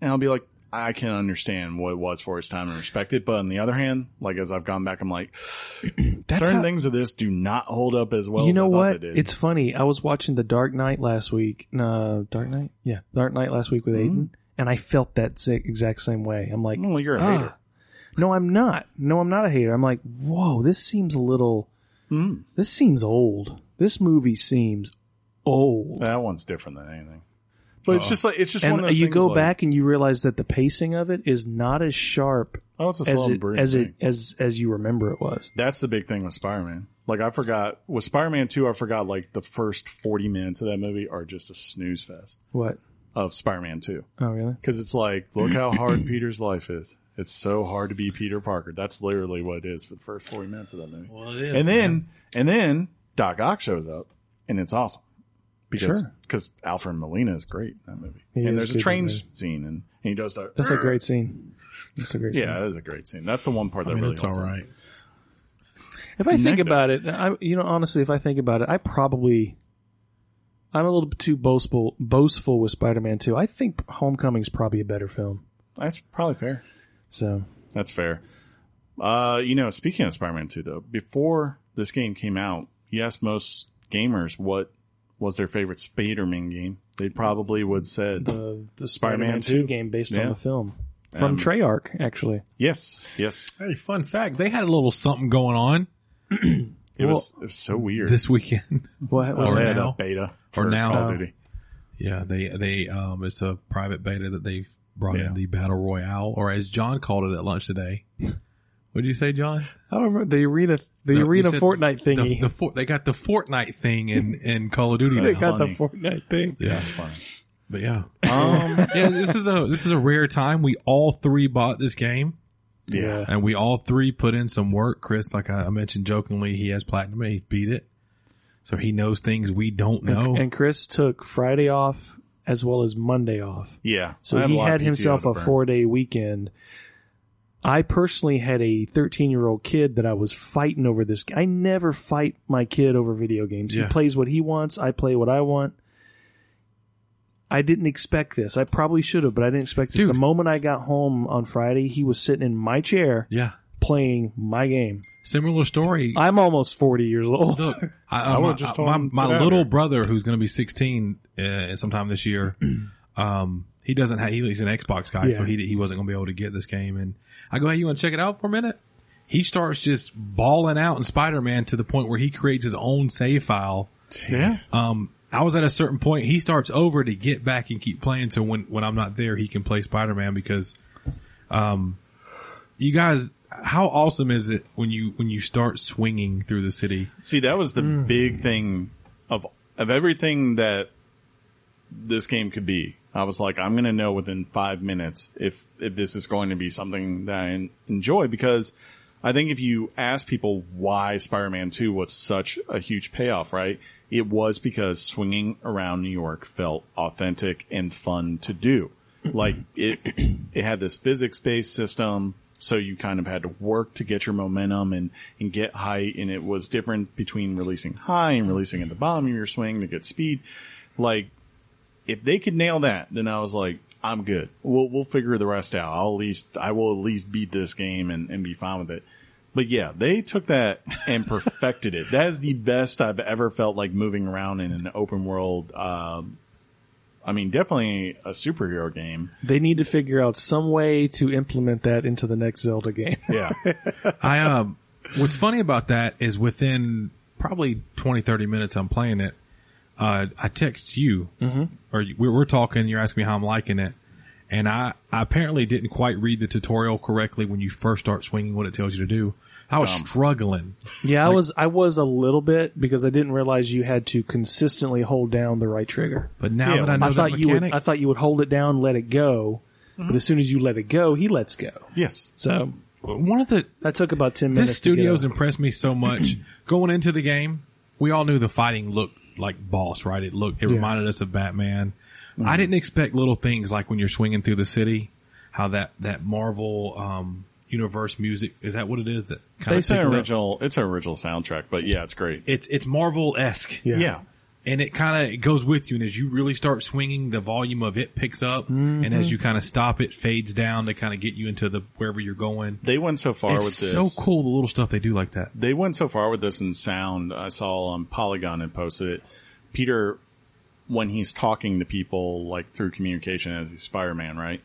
A: and I'll be like, I can understand what it was for its time and respect it, but on the other hand, like as I've gone back, I'm
C: *clears throat*
A: like, certain
C: how-
A: things of this do not hold up as well.
C: you
A: as
C: know
A: I thought
C: what?
A: They did.
C: It's funny. I was watching The Dark Knight last week. No, Dark Knight. Yeah, Dark Knight last week with
A: Mm-hmm.
C: Aiden, and I felt that sa- exact same way. I'm like,
A: well, Mm, you're a
C: ah.
A: hater.
C: No, I'm not. No, I'm not a hater. I'm like, whoa, this seems a little.
A: Mm.
C: This seems old. This movie seems old.
A: That one's different than anything. Oh. But it's just like it's just one of
C: and
A: those
C: you
A: things
C: go
A: like-
C: back and you realize that the pacing of it is not as sharp
A: Oh, it's a slow
C: as
A: and
C: it
A: brooding
C: as
A: thing.
C: it as as you remember it was.
A: That's the big thing with Spider Man. Like I forgot with Spider Man Two, I forgot like the first forty minutes of that movie are just a snooze fest
C: What?
A: of Spider Man Two
C: Oh, really?
A: because it's like look how
C: *clears throat*
A: hard Peter's life is. It's so hard to be Peter Parker. That's literally what it is for the first forty minutes of that movie.
B: Well, it is,
A: and then and then Doc Ock shows up and it's awesome because
C: Sure.
A: because Alfred Molina is great in that movie.
C: He
A: and
C: is
A: there's a
C: good in
A: train
C: that
A: scene and, and he does that.
C: That's a great scene. That's a great scene.
A: Yeah, that is a great scene. That's the one part that
B: I mean,
A: really
B: it's all
A: holds up.
B: right.
C: If I think
A: Negative.
C: about it, I you know honestly, if I think about it, I probably I'm a little bit too boastful boastful with Spider-Man 2. I think Homecoming's probably a better film.
A: That's probably fair.
C: So
A: That's fair. Uh, you know, speaking of Spider-Man 2 though, before this game came out, you asked most gamers what was their favorite Spider-Man game. They probably would said
C: uh, the the
A: Spider-Man
C: Spider-Man
A: 2
C: 2 game based
A: Yeah.
C: on the film. from
A: Um,
C: Treyarch, actually.
A: Yes, yes.
B: Hey, fun fact: they had a little something going on
A: It,
C: Well,
A: was, it was so weird.
B: this weekend. *laughs*
C: What,
A: Or
B: or
A: they had
B: now.
A: a beta
B: Or
A: for
B: now.
A: Call
C: Oh.
A: of Duty.
B: yeah, they they um, it's a private beta that they've brought
A: Yeah.
B: in the battle royale, or as John called it at lunch today. *laughs* What did you say, John?
C: I don't remember the arena, the
B: No, you
C: arena
B: said
C: Fortnite
B: The,
C: thingy.
B: the Fort, they got the Fortnite thing in in Call of Duty.
A: They
C: *laughs* they
B: now.
C: got the
A: funny.
C: Fortnite thing.
B: yeah,
A: That's funny.
B: but yeah,
A: Um,
B: yeah. This is a this is a rare time. We all three bought this game.
A: yeah.
B: And we all three put in some work. Chris, like I I mentioned jokingly, he has platinum and he's beat it. So he knows things we don't know.
C: And Chris took Friday off as well as Monday off.
A: *laughs* Yeah. I
C: So
A: a
C: he
A: lot of
C: had
A: PTO
C: himself
A: to
C: a
A: burn.
C: four day weekend. I personally had a 13 year old kid that I was fighting over this. I never fight my kid over video games.
B: Yeah.
C: He plays what he wants. I play what I want. I didn't expect this. I probably should have, but I didn't expect this.
B: Dude.
C: The moment I got home on Friday, he was sitting in my chair
B: yeah.
C: playing my game.
B: Similar story.
C: I'm almost 40 years old.
B: Look, I,
A: I
B: uh,
A: would've
B: my,
A: just
B: uh,
A: told
B: my,
A: him,
B: my
A: "Get out
B: little
A: of here."
B: brother who's going to be 16 uh, sometime this year. *clears throat* um, he doesn't have, he, he's an Xbox guy, so
C: Yeah.
B: he, he wasn't going to be able to get this game. And I go, Hey, you want to check it out for a minute? He starts just bawling out in Spider-Man to the point where he creates his own save file.
A: Yeah.
C: Uh,
B: Um, I was at a certain point. He starts over to get back and keep playing. So when, when I'm not there, he can play Spider Man because, um, you guys, how awesome is it when you when you start swinging through the city?
A: See, that was the big thing of of everything that this game could be. I was like, I'm going to know within five minutes if if this is going to be something that I en- enjoy because I think if you ask people why Spider-Man 2 was such a huge payoff, right? It was because swinging around New York felt authentic and fun to do. Like it, it had this physics based system. So you kind of had to work to get your momentum and, and get height. And it was different between releasing high and releasing at the bottom of your swing to get speed. Like if they could nail that, then I was like, I'm good. We'll we'll figure the rest out. I'll at least I will at least beat this game and, and be fine with it. But yeah, they took that and perfected it. That is the best I've ever felt like moving around in an open world. Um, I mean, definitely a superhero game.
C: They need to figure out some way to implement that into the next Zelda game. *laughs*
A: Yeah,
B: I um, what's funny about that is within probably 20, 30 minutes I'm playing it. Uh, I text you,
C: Mm-hmm.
B: or you- we're, we're talking. You're asking me how I'm liking it, and I, I apparently didn't quite read the tutorial correctly when you first start swinging. What it tells you to do, I was struggling.
C: Yeah, I was I was a little bit because I didn't realize you had to consistently hold down the right trigger.
B: But now
A: Yeah,
B: that I know
C: I
B: that
C: thought you would
B: mechanic, Mm-hmm.
C: I thought you would hold it down, let it go, but as soon as you let it go, he lets go.
A: *laughs* yes,
C: So
B: one of the
C: that took about ten minutes.
B: this studio's
C: to
B: impressed me so
C: *clears throat*
B: much. Going into the game, we all knew the fighting looked like boss, right? It looked it reminded us of Batman.
C: Mm-hmm.
B: I didn't expect little things like when you're swinging through the city, how that that Marvel um, universe music is that what it is that kind
A: it's an
B: of
A: original. It's an original soundtrack, but yeah, it's great.
B: it's it's Marvel esque.
C: Yeah.
A: Yeah,
B: And it kind of it goes with you, and as you really start swinging, the volume of it picks up, and
C: Mm-hmm.
B: as you kind of stop, it fades down to kind of get you into the wherever you're going.
A: they went so far
B: It's
A: with this.
B: so cool the little stuff they do like that.
A: they went so far with this in sound. I saw on Polygon and posted it. Peter, when he's talking to people like through communication as he's Spider Man, right?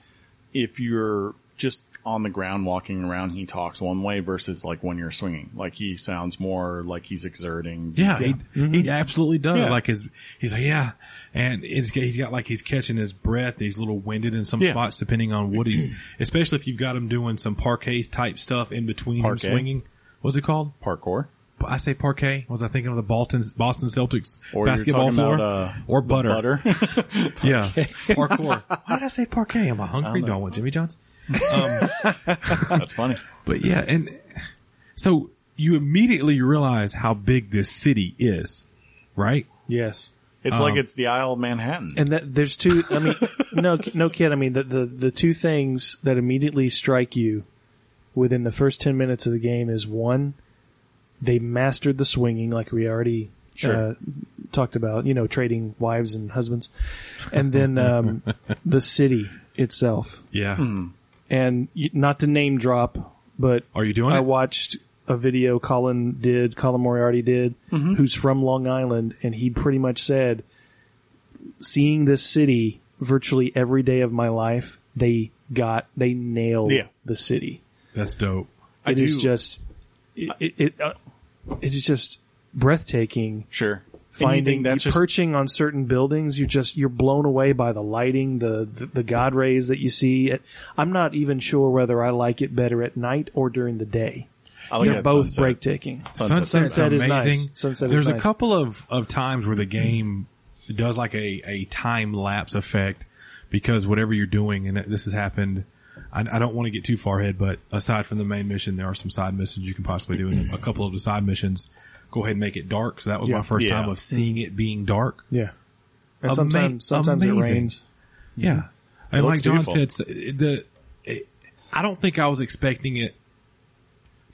A: If you're just on the ground walking around, he talks one way versus like when you're swinging. Like he sounds more like he's exerting.
B: Yeah, he he absolutely does.
A: Mm-hmm. Yeah.
B: Like his, he's like yeah, and it's, he's got like he's catching his breath. He's a little winded in some
A: Yeah.
B: spots, depending on what he's. *clears throat* Especially if you've got him doing some parquet type stuff in between him
A: Parquet?
B: swinging. What's it called?
A: parkour.
B: I say parquet. Was I thinking of the Boston Boston Celtics
A: Or you're
B: basketball
A: talking
B: floor
A: about, uh,
B: or butter?
A: Butter. *laughs*
B: Yeah, parkour. Why did I say parquet? Am I hungry? Don't want Jimmy John's.
A: That's funny.
B: But yeah, and so you immediately realize how big this city is, right?
C: yes.
A: It's
B: Um,
A: like it's the Isle of Manhattan.
C: And that there's two I mean no no kid, I mean the, the the two things that immediately strike you within the first ten minutes of the game is one, they mastered the swinging like we already
A: Sure.
C: uh, talked about, you know, trading wives and husbands. And then um, the city itself.
B: Yeah.
A: Hmm.
C: and y- not to name drop, but
B: Are you
A: Uh,
B: doing
C: I
B: it?
C: watched a video Colin did, Colin Moriarty did,
A: Mm-hmm.
C: who's from Long Island, and he pretty much said, seeing this city virtually every day of my life, they got they nailed
A: Yeah.
C: the city.
B: That's dope.
A: I
C: It is
A: do-
C: just it it, it, uh, it is just breathtaking.
A: Sure.
C: Finding
A: that's
C: you
A: just
C: perching on certain buildings, you just you're blown away by the lighting, the the, the god rays that you see. It- I'm not even sure whether I like it better at night or during the day.
A: I like
C: They're
A: that
C: both
A: sunset.
C: breatheaking.
A: Sunset.
B: Sunset's
C: Sunset is
B: amazing.
C: nice. Sunset is
B: There's a
C: nice.
B: couple of, of times where the game does like a, a time lapse effect because whatever you're doing, and this has happened. I, I don't want to get too far ahead, but aside from the main mission, there are some side missions you can possibly do. And a couple of the side missions, go ahead and make it dark. So that was
C: Yeah.
B: my first
A: Yeah.
B: time of seeing it being dark.
C: Yeah. And
B: Ama-
C: sometimes sometimes it
B: amazing.
C: rains.
B: Yeah. And
A: looks
B: like John
A: beautiful.
B: said, s- the, it, I don't think I was expecting it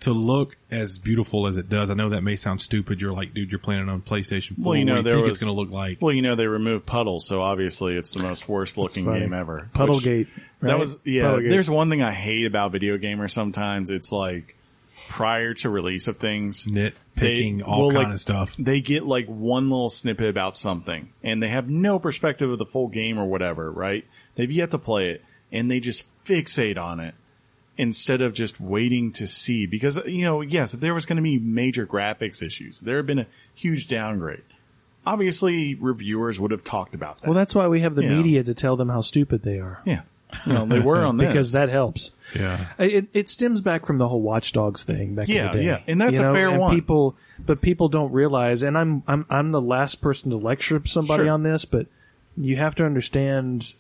B: to look as beautiful as it does. I know that may sound stupid. You're like, dude, you're playing it on PlayStation 4.
A: Well, you know,
B: what do
A: there
B: think
A: was-
B: it's going to look like.
A: Well, you know they removed puddle, so obviously it's the most worst looking
C: funny.
A: game ever. Which-
C: Puddlegate.
A: That was yeah.
C: Puddlegate.
A: There's one thing I hate about video gamers. Sometimes it's like prior to release of things,
B: nitpicking,
A: they-
B: Mm-hmm. all
A: well,
B: kind
A: like,
B: of stuff.
A: They get like one little snippet about something and they have no perspective of the full game or whatever, right? They've yet to play it and they just fixate on it instead of just waiting to see because, you know, yes, if there was going to be major graphics issues, there had been a huge downgrade. Obviously reviewers would have talked about that.
C: well, that's why we have the
A: Yeah.
C: media to tell them how stupid they are
A: yeah. Well, they were on this.
C: because that helps.
B: Yeah.
C: It, it stems back from the whole watchdogs thing back in
A: Yeah,
C: the day.
A: yeah, and that's
C: You
A: a
C: know,
A: fair
C: and
A: one.
C: People, but people don't realize, and I'm I'm I'm the last person to lecture somebody
A: Sure.
C: on this, but you have to understand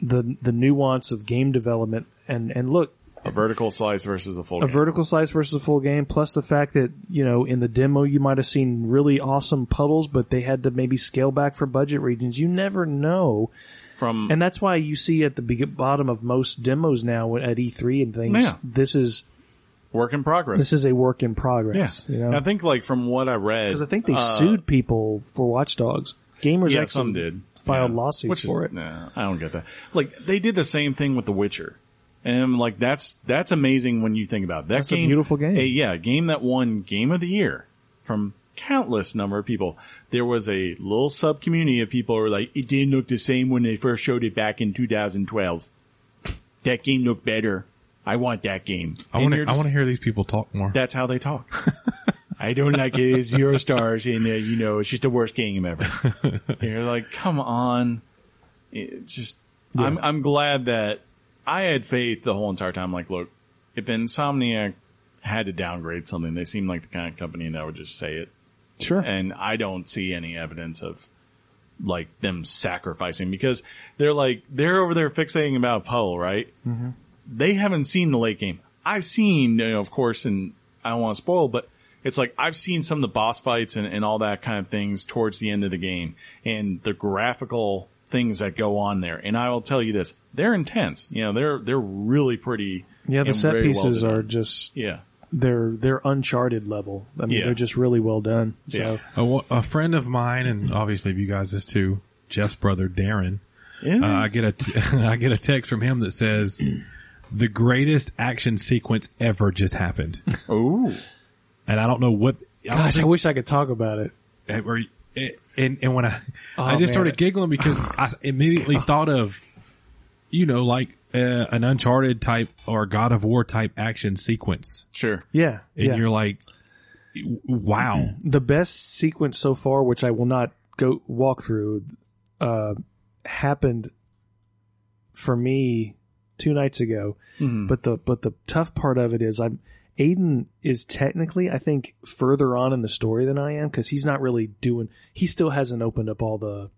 C: the the nuance of game development. And and look,
A: a vertical slice versus a full
C: a
A: game.
C: vertical slice versus a full game, plus the fact that you know in the demo you might have seen really awesome puddles, but they had to maybe scale back for budget regions. You never know.
A: from
C: And that's why you see at the be- bottom of most demos now at E3 and things,
A: Yeah.
C: this is
A: work in progress.
C: this is a work in progress.
A: yeah.
C: you know,
A: I think like from what I read,
C: because I think they
A: uh,
C: sued people for watchdogs. Gamers
A: yeah,
C: actually
A: some did
C: filed
A: Yeah.
C: lawsuits
A: Which is-
C: for it.
A: Nah, I don't get that. Like they did the same thing with The Witcher, and like that's that's amazing when you think about it. that
C: a
A: game.
C: beautiful game.
A: a- yeah, a game that won Game of the Year from countless number of people. There was a little sub community of people who were like, it didn't look the same when they first showed it back in 2012. That game looked better. I want that game.
B: I
A: And
B: want to,
A: you're
B: I
A: just-
B: want to hear these people talk more.
A: that's how they talk. *laughs* I don't like it. It's zero stars, and uh, you know it's just the worst game ever. And you're like, come on. It's just, I'm I'm glad that I had faith the whole entire time. Like, look, if Insomniac had to downgrade something, they seem like the kind of company that would just say it.
C: Sure,
A: And I don't see any evidence of like them sacrificing because they're like they're over there fixating about Powell, right? Mm-hmm. They haven't seen the late game. I've seen, you know, of course, and I don't want to spoil, but it's like I've seen some of the boss fights and, and all that kind of things towards the end of the game and the graphical things that go on there. And I will tell you this, they're intense. You know, they're they're really pretty.
C: yeah. The
A: and
C: set
A: very well
C: pieces
A: done.
C: are just
A: yeah.
C: they're they're uncharted level. I mean,
A: Yeah.
C: they're just really well done. So
A: Yeah.
B: A, wa- a friend of mine, and obviously you guys is too, Jeff's brother, Darren, uh,
A: Yeah.
B: I get a, t- *laughs* I get a text from him that says, the greatest action sequence ever just happened.
A: Ooh.
B: and I don't know what. I
C: gosh, I
B: don't
C: wish I could talk about it.
B: think, or- eh, and and when I I
C: Oh,
B: just
C: man.
B: started giggling
C: *sighs*
B: because I immediately thought of you know like uh, an Uncharted type or God of War type action sequence,
A: Sure.
C: Yeah,
B: and
C: yeah.
B: you're like, wow,
C: the best sequence so far, which I will not go walk through, uh, happened for me two nights ago.
B: Mm-hmm.
C: But the but the tough part of it is I'm Aiden is technically I think further on in the story than I am because he's not really doing. He still hasn't opened up all the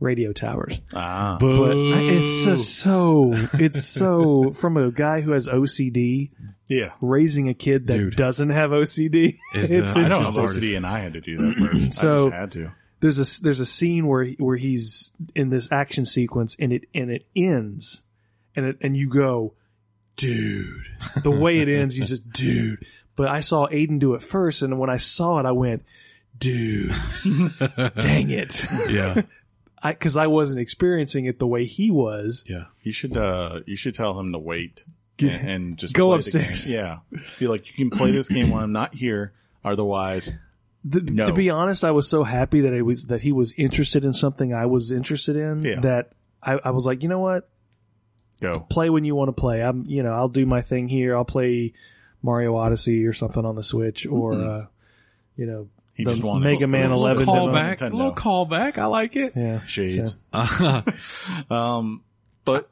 C: radio towers.
A: Ah.
C: But
B: Boo.
C: I- it's just so it's so from a guy who has OCD
A: Yeah.
C: raising a kid that
B: Dude.
C: doesn't have OCD.
B: Is the-
C: it's
B: I
A: I don't have
B: Interesting.
A: OCD, and I had to do *clears throat* that first. I
C: So-
A: just had to.
C: there's a there's a scene where where he's in this action sequence and it and it ends and it and you go dude the way it ends he's just dude but i saw aiden do it first and when i saw it i went
A: *laughs*
C: dude dang it *laughs*
B: yeah,
C: i because i wasn't experiencing it the way he was
B: yeah.
A: You should uh you should tell him to wait
C: Yeah.
A: and, and just
C: Go
A: play the game.
C: upstairs.
A: Yeah, be like you can play this game while I'm not here. Otherwise,
C: Th
A: No.
C: To be honest, I was so happy that it was that he was interested in something I was interested in
A: Yeah.
C: that I, I was like, you know what?
A: Go.
C: play when you want to play. I'm, you know, I'll do my thing here. I'll play Mario Odyssey or something on the Switch, or
A: Mm-hmm.
C: uh, you know,
A: He
C: the
A: just wanted
C: Mega Man
A: Let's-
B: little
C: 11 demo.
B: callback,
A: Nintendo.
B: little callback. I like it.
C: yeah,
A: Shades.
C: So,
A: Um, but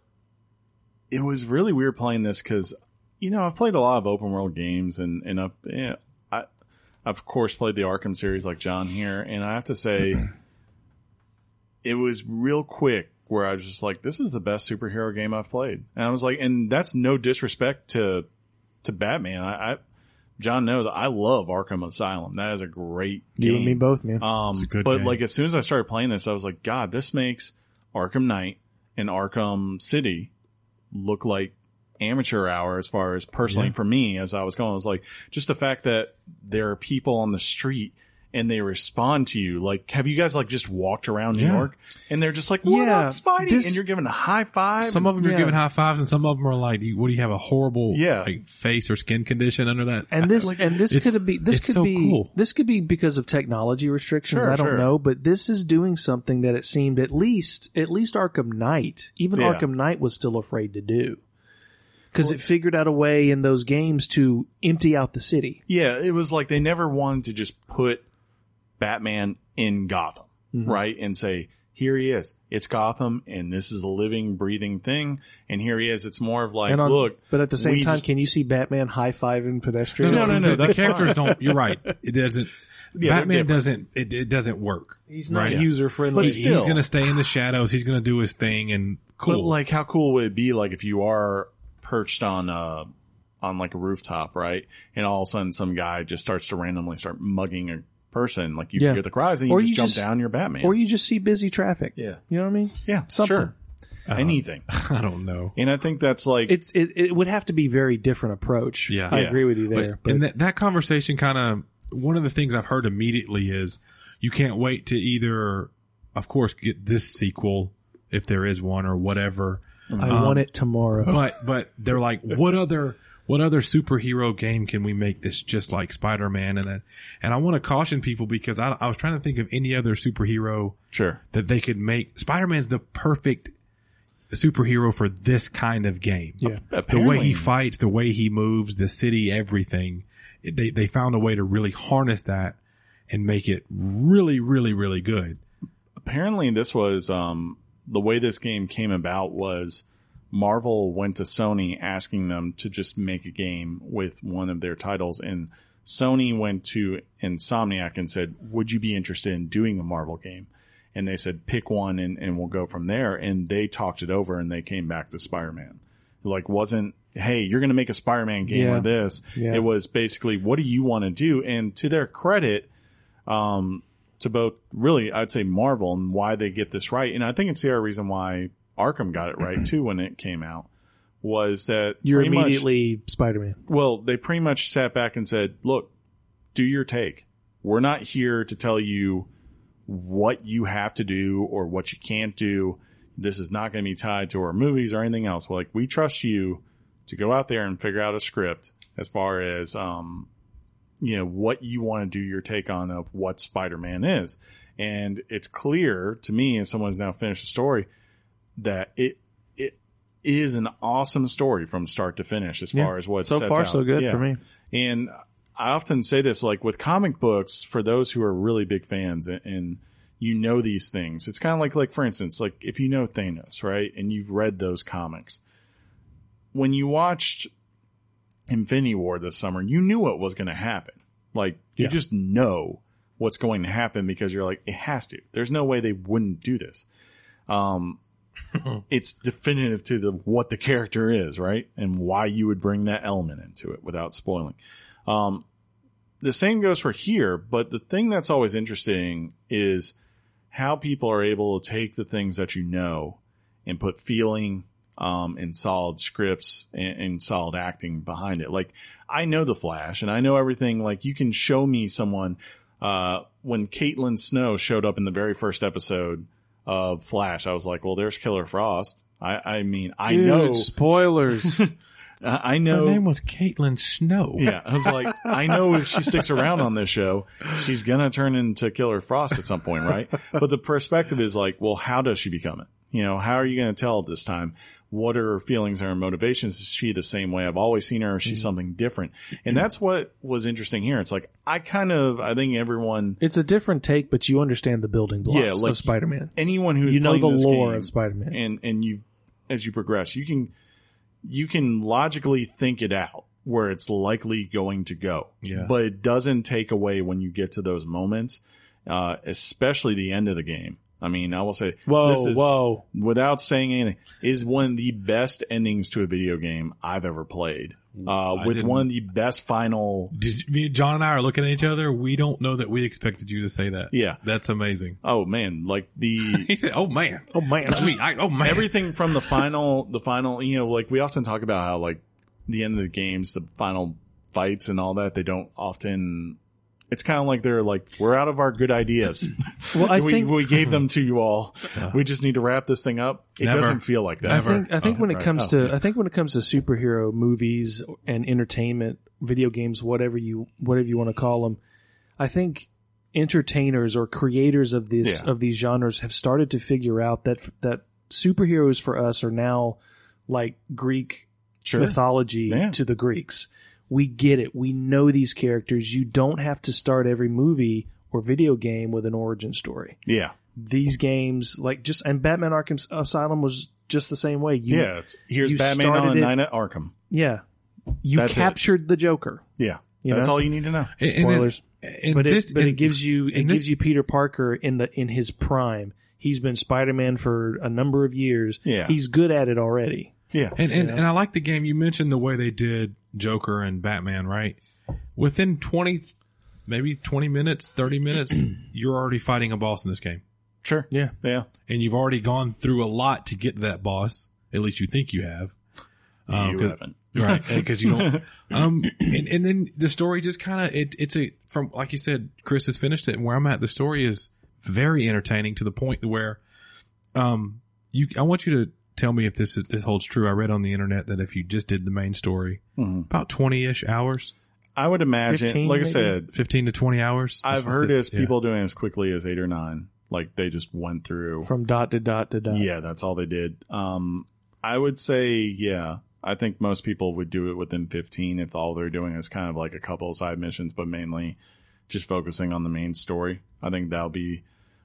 A: it was really weird playing this because you know I've played a lot of open world games and and I've, yeah, I I've of course played the Arkham series like John here, and I have to say *clears throat* it was real quick where I was just like, this is the best superhero game I've played, and I was like, and that's no disrespect to to Batman. I, I John knows I love Arkham Asylum. That is a great
C: you
A: game.
C: and me both, man.
A: Um,
B: It's a good
A: but
B: game.
A: like as soon as I started playing this, I was like, God, this makes Arkham Knight and Arkham City look like amateur hour as far as personally for me as I was going. I was like, just the fact that there are people on the street and they respond to you. Like, have you guys like just walked around New
B: Yeah.
A: York and they're just like, what
C: Yeah,
A: up, Spidey?
C: this-
A: and you're giving a high five.
B: *laughs* Some of them
C: Yeah.
B: are giving high fives, and some of them are like, do you, "What do you have a horrible
A: Yeah.
B: like, face or skin condition under that?"
C: and this
B: Like,
C: and this
B: it's-
C: could be this
B: it's
C: could
B: so
C: be
B: cool.
C: this could be because of technology restrictions.
A: Sure,
C: I don't
A: sure.
C: know, but this is doing something that it seemed at least at least Arkham Knight, even
A: Yeah.
C: Arkham Knight was still afraid to do because it figured out a way in those games to empty out the city.
A: Yeah, it was like they never wanted to just put Batman in Gotham,
C: Mm-hmm.
A: right? And say, here he is. It's Gotham and this is a living, breathing thing. And here he is. It's more of like,
C: And on,
A: look,
C: but at the same
A: we
C: time,
A: just-
C: can you see Batman high fiving
B: no,
C: pedestrians?
B: no, no,
A: no,
B: no, the
A: that's
B: characters don't. You're right. It doesn't.
A: they're
B: Batman
A: different.
B: doesn't. It, it doesn't work.
C: He's not
B: Right.
C: user friendly.
A: But
B: He's
A: still.
B: going to stay in the shadows. He's going to do his thing and cool.
A: but like, how cool would it be? Like if you are perched on, uh, on like a rooftop, right? And all of a sudden some guy just starts to randomly start mugging a person. Like you
C: Yeah.
A: hear the cries and you
C: Or
A: just
C: you
A: jump
C: just-
A: down your Batman.
C: Or you just see busy traffic.
A: Yeah.
C: You know what I mean?
A: yeah.
C: something.
A: Sure.
B: Uh-huh.
A: Anything.
B: *laughs* I don't know.
A: And I think that's like,
C: It's it, it would have to be very different approach.
B: Yeah.
C: I
A: Yeah.
C: agree with you there. But,
B: and that, that conversation kind of one of the things I've heard immediately is you can't wait to either, of course, get this sequel if there is one or whatever.
C: I
A: um,
C: want it
A: *laughs*
C: tomorrow.
B: But but they're like, what other what other superhero game can we make that's just like Spider Man and that? And I want to caution people because I, I was trying to think of any other superhero
A: sure.
B: that they could make. Spider Man's the perfect superhero for this kind of game.
C: Yeah.
B: The way
A: Apparently.
B: he fights, the way he moves, the city, everything. It- They they found a way to really harness that and make it really, really, really good.
A: apparently this was um, the way this game came about was Marvel went to Sony asking them to just make a game with one of their titles and Sony went to Insomniac and said, would you be interested in doing a Marvel game? And they said, pick one and, and we'll go from there. And they talked it over and they came back to Spider-Man. Like wasn't, hey, you're going to make a Spider-Man game
C: Yeah.
A: or this.
C: Yeah.
A: It was basically, what do you want to do? And to their credit, to both really I'd say Marvel and why they get this right. And I think it's the other reason why Arkham got it right too when it came out was that
C: Mm-hmm. You're
A: pretty much-
C: immediately Spider Man.
A: well, they pretty much sat back and said, look, do your take. We're not here to tell you what you have to do or what you can't do. This is not going to be tied to our movies or anything else. We're like, we trust you to go out there and figure out a script as far as, um, you know, what you want to do your take on of what Spider-Man is. And it's clear to me, and someone's now finished the story, that it, it is an awesome story from start to finish as
C: Yeah.
A: far as what it
C: So
A: sets
C: far,
A: out.
C: so good
A: Yeah.
C: for me.
A: And I often say this, like with comic books, for those who are really big fans and, and you know these things, it's kind of like, like for instance, like if you know Thanos, right, and you've read those comics, when you watched Infinity War this summer, you knew what was going to happen. Like you
C: Yeah.
A: just know what's going to happen because you're like, it has to. There's no way they wouldn't do this. Um, it's definitive to the what the character is, right, and why you would bring that element into it without spoiling. Um, the same goes for here, but the thing that's always interesting is how people are able to take the things that you know and put feeling um, and solid scripts and, and solid acting behind it. Like I know the Flash and I know everything. Like you can show me someone. Uh, when Caitlin Snow showed up in the very first episode of Flash, I was like, "Well, there's Killer Frost." I, I mean, I know,
C: spoilers.
A: I I
B: Her
A: know.
B: name was Caitlin Snow.
A: Yeah, I was like, I know if she sticks around on this show, she's gonna turn into Killer Frost at some point, right? But the perspective is like, well, how does she become it? You know, how are you gonna tell this time? what are her feelings and her motivations? Is she the same way I've always seen her? Or is
C: Mm-hmm.
A: she something different? And that's what was interesting here. It's like, I kind of, I think everyone,
C: *laughs* It's a different take, but you understand the building blocks
A: Yeah, like-
C: of Spider-Man.
A: anyone who's
C: You know
A: playing
C: the
A: this
C: lore
A: game,
C: of Spider-Man.
A: and and you as you progress you can you can logically think it out where it's likely going to go
B: Yeah.
A: but it doesn't take away when you get to those moments uh especially the end of the game i mean i will say
C: Whoa,
A: this is
C: whoa.
A: without saying anything is one of the best endings to a video game i've ever played uh
B: I
A: with
B: didn't-
A: one of the best final
B: Did you- me, John and I are looking at each other. We don't know that we expected you to say that.
A: Yeah.
B: that's amazing.
A: oh man like
B: *laughs*
A: the
B: He said, "Oh man,
A: *laughs*
C: Oh man.
B: I mean, I, oh man,
A: everything from the final the final you know like we often talk about how like the end of the games the final fights and all that they don't often it's kind of like they're like we're out of our good ideas
C: well, *laughs* I
A: we,
C: think
A: we gave them to you all we just need to wrap this thing up it
B: Never.
A: doesn't feel like that
C: I
B: Never.
C: think I think
B: Oh,
C: when it
A: right.
C: comes
A: Oh.
C: to I think when it comes to superhero movies and entertainment, video games, whatever you whatever you want to call them, I think entertainers or creators of this
A: Yeah.
C: of these genres have started to figure out that that superheroes for us are now like Greek
A: sure
C: mythology
A: Yeah.
C: to the Greeks. We get it. We know these characters. You don't have to start every movie or video game with an origin story
A: yeah
C: these games, like just and Batman Arkham Asylum was just the same way. You,
A: yeah it's, here's
C: you
A: batman on
C: started
A: a
C: it-
A: nine at arkham
C: yeah. You
A: That's it.
C: captured the Joker,
A: yeah
C: You
A: that's
C: know?
A: all you need to know
B: And- and it-
C: spoilers.
B: and
C: but
B: this-
C: it, but it
B: and-
C: gives you it
B: and
C: gives
B: this-
C: you Peter Parker in the in his prime. He's been Spider Man for a number of years.
A: Yeah.
C: he's good at it already.
A: yeah
B: And and, and I like the game. You mentioned the way they did Joker and Batman, right? Within twenty, maybe twenty minutes,
A: *clears throat*
B: thirty minutes, you're already fighting a boss in this game,
A: sure
C: Yeah,
A: yeah
B: and you've already gone through a lot to get to that boss. At least you think you have. Um,
C: Oh,
A: you
B: *laughs* 'cause-
A: haven't
B: right? Because you don't. Um, and, and then the story just kind of it, it's a from like you said, Chris has finished it, and where I'm at, the story is very entertaining to the point where, um, you I want you to tell me if this is, this holds true. I read on the internet that if you just did the main story,
A: Mhm.
B: about twenty ish hours,
A: i would imagine
C: 15
A: like i
C: maybe?
A: said
B: fifteen to twenty hours.
A: i've
B: That's what
A: heard
B: it-
A: as
B: yeah.
A: people doing as quickly as eight or nine like they just went through
C: from dot to dot to dot.
A: Yeah, that's all they did. Um, I would say, yeah, I think most people would do it within 15 if all they're doing is kind of like a couple of side missions, but mainly just focusing on the main story. I think that'll be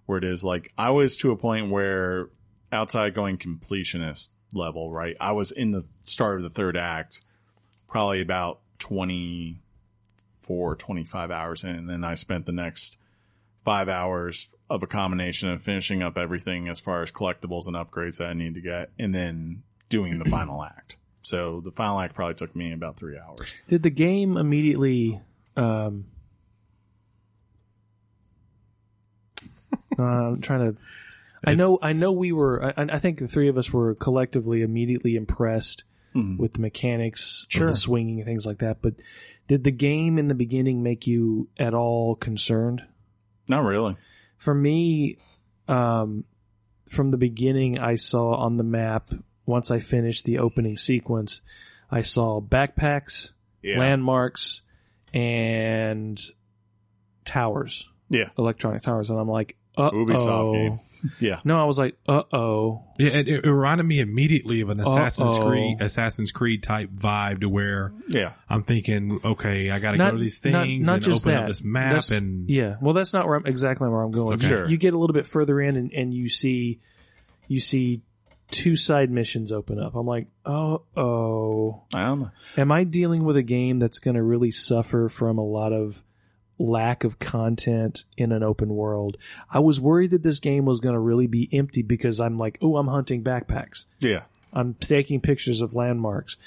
A: where it is. Like, I was to a point where outside going completionist level, right? I was in the start of the third act, probably about 24, 25 hours in, and then I spent the next five hours of a combination of finishing up everything as far as collectibles and upgrades that I need to get, and then doing the final act. So the final act probably took me about three hours.
C: Did the game immediately? Um, *laughs* uh, I'm trying to. I know. I know. We were. I, I think the three of us were collectively immediately impressed
A: Mhm.
C: with the mechanics, of
A: Sure.
C: the swinging, and things like that. But did the game in the beginning make you at all concerned?
A: Not really.
C: for me, um, from the beginning, I saw on the map once I finished the opening sequence, I saw backpacks,
A: Yeah.
C: landmarks, and towers,
A: Yeah.
C: electronic towers, and I'm like, uh
A: Ubisoft game.
C: oh.
A: Yeah.
C: No, I was like, uh oh.
B: Yeah, it, it reminded me immediately of an Assassin's
C: Uh-oh.
B: Creed, Assassin's Creed type vibe to where
A: Yeah.
B: I'm thinking, okay, I got to go
C: Not-
B: to these
C: not-
B: things
C: not
B: and
C: just
B: open up
C: that.
B: this map
C: That's-
B: and
C: Yeah. Well, that's not where I'm exactly where I'm going.
B: Okay.
A: Sure.
C: You get a little bit further in and, and you see, you see two side missions open up. I'm like, uh oh.
A: I don't know.
C: Am I dealing with a game that's going to really suffer from a lot of lack of content in an open world? I was worried that this game was going to really be empty because I'm like, oh, I'm hunting backpacks.
A: Yeah.
C: I'm taking pictures of landmarks.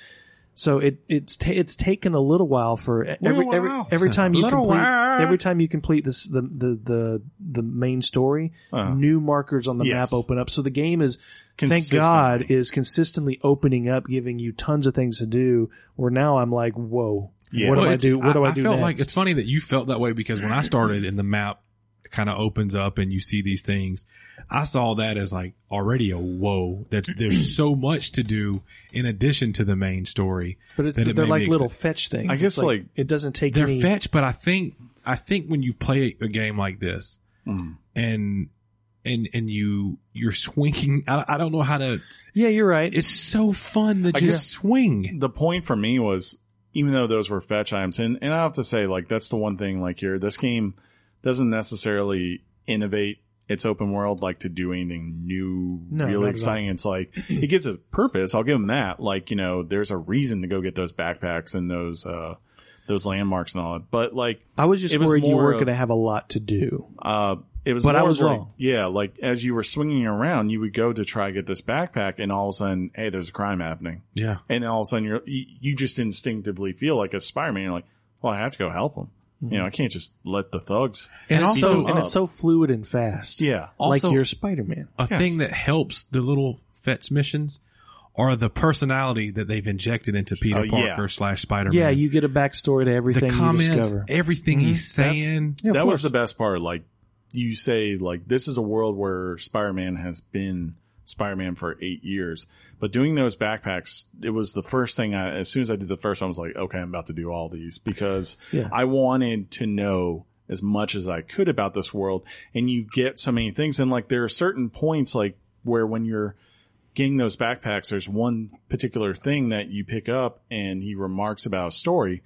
C: So it it's ta- it's taken a little while for e, every
B: Little
C: every
B: while.
C: every time you
B: Little
C: complete
B: while.
C: every time you complete this the the the, the main story,
A: Uh-huh.
C: new markers on the
A: Yes.
C: map open up. So the game is thank God is consistently opening up, giving you tons of things to do. Where now I'm like, whoa,
A: Yeah.
C: what
A: Well,
C: do I
B: it's-
C: do? What do I, do
B: felt
C: next?
B: like it's funny that you felt that way because when I started and the map kind of opens up and you see these things, I saw that as like already a whoa that there's so much to do in addition to the main story.
C: but it's
B: that it
C: they're
B: made
C: like
B: me
C: little
B: excited.
C: fetch things.
A: I
C: It's
A: guess, like,
C: it doesn't take
B: They're
C: any.
A: Mm-hmm.
B: fetch, but I think I think when you play a game like this
A: Mhm.
B: and and and you you're swinging. I, I don't know how to.
C: Yeah, you're right.
B: It's so fun to
A: I
B: just swing.
A: the point for me was even though those were fetch items, and, and I have to say, like, that's the one thing, like, here, this game doesn't necessarily innovate its open world, like, to do anything new,
C: No, not at all.
A: really exciting. It's like, it gives it purpose. I'll give them that. Like, you know, there's a reason to go get those backpacks and those, uh, those landmarks and all that. But, like,
C: I was just
A: it was
C: worried you
A: more
C: weren't
A: of-
C: going to have a lot to do.
A: uh, it was,
C: But I
A: more
C: was
A: like-
C: wrong.
A: Yeah, like as you were swinging around, you would go to try to get this backpack, and all of a sudden, hey, there's a crime happening.
B: Yeah.
A: and all of a sudden you're, you you just instinctively feel like a Spider-Man. You're like, well, I have to go help him.
C: Mm-hmm.
A: You know, I can't just let the thugs.
B: And
A: beat
B: also- uh,
A: them
C: and it's
A: up.
C: so fluid and fast.
A: yeah,
C: like
B: Also-
C: you're Spider Man.
B: a
A: Yes.
B: thing that helps the little fetch missions are the personality that they've injected into Peter
A: Oh, yeah.
B: Parker slash Spider Man.
C: Yeah, you get a backstory to
B: the
C: everything you
B: comments,
C: discover.
B: everything he's
A: Mm-hmm.
B: saying.
C: Yeah, of
A: that
C: course.
A: was the best part. Like you say, like this is a world where Spider-Man has been Spider-Man for eight years, but doing those backpacks, it was the first thing I, as soon as I did the first one, I was like, okay, I'm about to do all these because
C: Yeah.
A: I wanted to know as much as I could about this world. And you get so many things. And like there are certain points like where when you're, getting those backpacks, there's one particular thing that you pick up and he remarks about a story.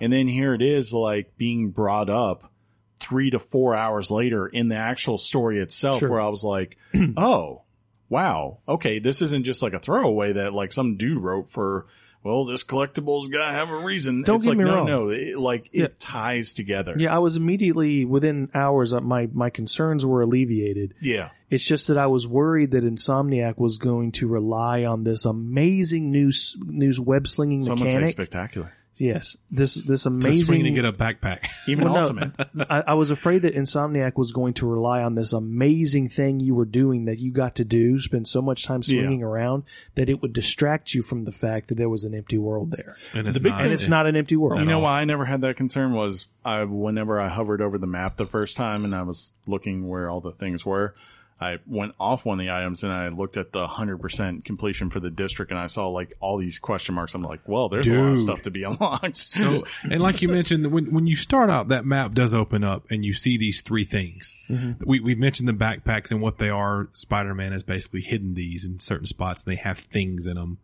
A: And then here it is like being brought up three to four hours later in the actual story itself
C: Sure.
A: where I was like, *clears throat* Oh, wow. Okay. This isn't just like a throwaway that like some dude wrote for, well, this collectible's gotta have a reason.
C: Don't
A: it's
C: get
A: like,
C: me
A: no,
C: wrong.
A: no, it, like it
C: Yeah.
A: ties together.
C: Yeah, I was immediately within hours. uh, My my concerns were alleviated.
A: Yeah.
C: It's just that I was worried that Insomniac was going to rely on this amazing news news web slinging
A: Someone say
C: mechanic.
A: spectacular.
C: yes, this this
B: To swing
C: amazing.
B: to get a backpack. *laughs*
A: Even
C: Well, no. *laughs*
A: ultimate.
C: I, I was afraid that Insomniac was going to rely on this amazing thing you were doing that you got to do, spend so much time
A: Yeah.
C: swinging around that it would distract you from the fact that there was an empty world there,
B: And it's
A: The big-
B: not.
C: and it's not an empty world.
A: You know why I never had that concern was I whenever I hovered over the map the first time and I was looking where all the things were, I went off one of the items and I looked at the hundred percent completion for the district and I saw like all these question marks. I'm like, well, there's a lot of
B: Dude.
A: stuff to be *laughs* unlocked.
B: So, and like you mentioned, when when you start out, that map does open up, and you see these three things.
C: Mm-hmm.
B: We we mentioned the backpacks and what they are. Spider Man has basically hidden these in certain spots, and they have things in them.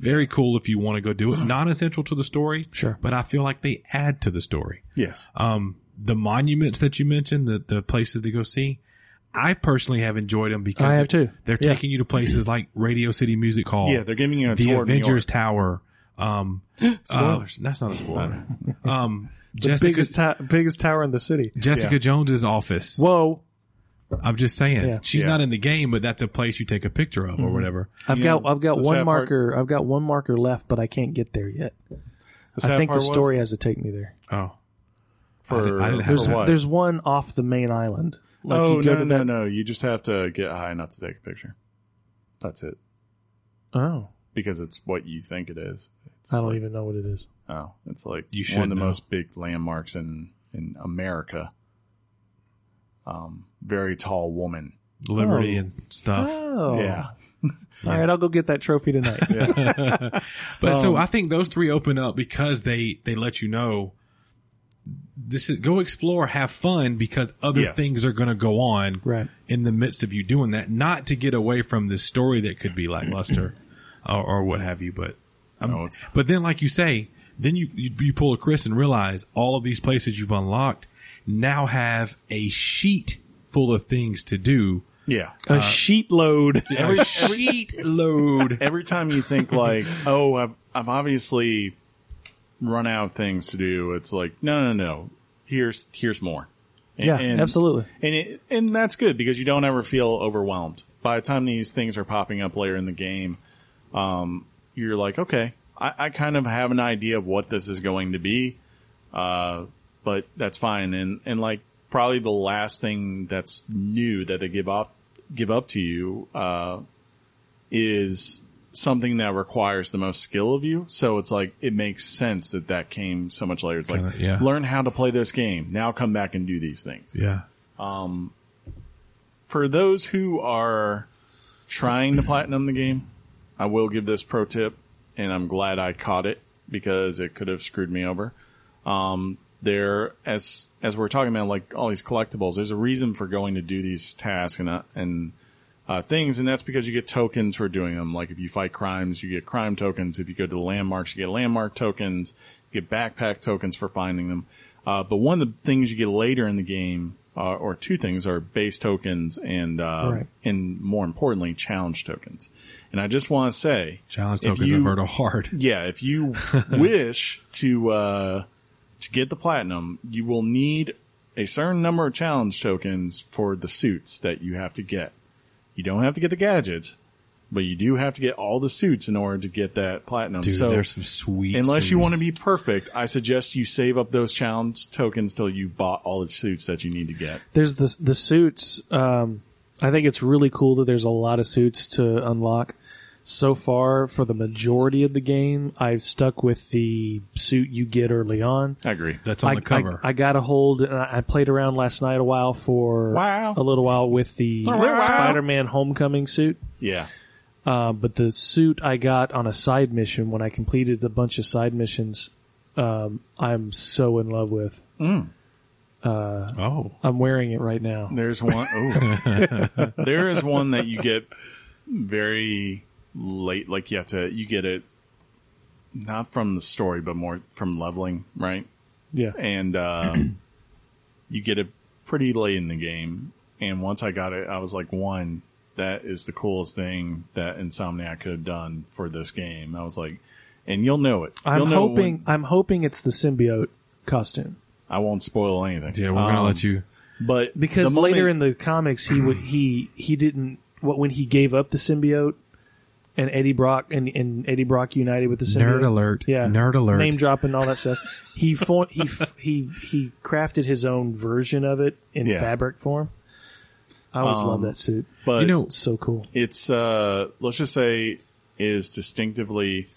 B: Very cool if you want to go do it.
C: *clears throat*
B: Non essential to the story,
C: Sure.
B: but I feel like they add to the story.
A: yes,
B: Um, the monuments that you mentioned, the the places to go see. I personally have enjoyed them because
C: I have
B: they're,
C: too.
B: they're
C: Yeah.
B: taking you to places like Radio City Music Hall
C: Oh.
A: yeah, they're giving you a
B: the
A: tour. of New York.
B: Avengers Tower. Um,
A: *gasps* Spoilers.
B: uh, that's not a spoiler. *laughs* um,
C: The
B: Jessica
C: biggest ta- biggest tower in the city.
B: Jessica
A: yeah.
B: Jones's office.
C: Whoa.
B: I'm just saying,
C: Yeah. Mm-hmm.
B: she's
A: Yeah.
B: not in the game, but that's a place you take a picture of or whatever.
C: I've
A: You know,
C: got I've got
A: the
C: one
A: sad part-
C: marker I've got one marker left, but I can't get there yet.
A: The
C: I
A: sad
C: think the
A: part was-
C: story has to take me there.
B: Oh,
A: for
B: I didn't- I didn't have
A: for
B: that.
A: what?
C: There's one off the main island. Like
A: oh
C: you go
A: no
C: to
A: no
C: that-
A: no! You just have to get high enough to take a picture. That's it
C: Oh,
A: because it's what you think it is. It's
C: I don't even know what it is.
A: Oh, it's like
B: You should
A: one of the
B: know.
A: most big landmarks in in America. Um, very tall woman.
B: Liberty
C: Oh.
B: and
C: *gasps*
B: stuff. *laughs*
C: Oh,
A: Yeah,
C: All right, I'll go get that
A: *laughs*
C: trophy tonight.
B: *laughs* But so I think those three open up because they, they let you know this is go explore, have fun because other
A: Yes.
B: things are going to go on
C: Right.
B: in the midst of you doing that, not to get away from this story that could be lackluster or, or what have you. But um,
A: no, it's,
B: But then, like you say, then you, you you pull a Chris and realize all of these places you've unlocked now have a sheet full of things to do.
A: yeah.
C: A sheet load.
B: *laughs* a sheet
A: *laughs*
B: load.
A: Every time you think like, *laughs* oh, I've I've obviously run out of things to do. It's like, no, no, no. Here's here's more. And-
C: *laughs* yeah,
A: and-
C: absolutely.
A: and it, and that's good because you don't ever feel overwhelmed. By the time these things are popping up later in the game, um, you're like, okay, I, I kind of have an idea of what this is going to be, uh, but that's fine. And and like probably the last thing that's new that they give up give up to you uh, is something that requires the most skill of you. So it's like it makes sense that that came so much later. It's like
B: Kinda, yeah.
A: learn how to play this game now. Come back and do these things
B: Yeah.
A: for those who are trying to platinum the game, I will give this pro tip, and I'm glad I caught it because it could have screwed me over. Um, there as as we're talking about like all these collectibles there's a reason for going to do these tasks and uh, and uh, things and that's because you get tokens for doing them like if you fight crimes you get crime tokens if you go to the landmarks you get landmark tokens you get backpack tokens for finding them uh, but one of the things you get later in the game uh, or two things are base tokens and uh,
C: Right.
A: and more importantly challenge tokens and i just want to say
B: Challenge
A: if
B: tokens
A: you-
B: I've heard are hard.
A: yeah, if you wish to uh, to get the platinum, you will need a certain number of challenge tokens for the suits that you have to get. You don't have to get the gadgets, but you do have to get all the suits in order to get that platinum.
D: Dude,
A: so
D: there's some sweet.
A: unless you
D: suits.
A: want to be perfect, I suggest you save up those challenge tokens till you bought all the suits that you need to get.
C: There's the the suits. Um, I think it's really cool that there's a lot of suits to unlock. So far, for the majority of the game, I've stuck with the suit you get early on.
A: I agree.
B: That's on
C: I,
B: the cover.
C: I, I got a hold. And I I played around last night a while for
A: Wow.
C: a little while with the
A: Wow.
C: Spider-Man Homecoming suit.
A: Yeah.
C: Uh, but the suit I got on a side mission when I completed a bunch of side missions, um, I'm so in love with.
B: oh,
C: I'm wearing it right now.
A: There's
B: *laughs*
A: one. ooh. there is one that you get very late. Like you have to, you get it not from the story, but more from leveling, right?
C: Yeah.
A: And um, *clears throat* you get it pretty late in the game. And once I got it, I was like, one, that is the coolest thing that Insomniac could have done for this game. I was like, and you'll know it.
C: I'm
A: You'll know when-
C: hoping I'm hoping it's the symbiote costume
A: I won't spoil anything.
B: yeah, we're gonna
A: Um,
B: let you.
A: But
C: because
A: the
C: later
A: moment-
C: in the comics he would he he didn't what when he gave up the symbiote and Eddie Brock and, and Eddie Brock united with the symbiote.
B: Nerd alert!
C: Yeah.
B: Nerd alert!
C: Name dropping all that stuff. He for, he f- he he crafted his own version of it in
A: Yeah.
C: fabric form. I always
A: Um,
C: love that suit.
A: but
B: you know,
C: It's so cool.
A: it's uh let's just say is distinctively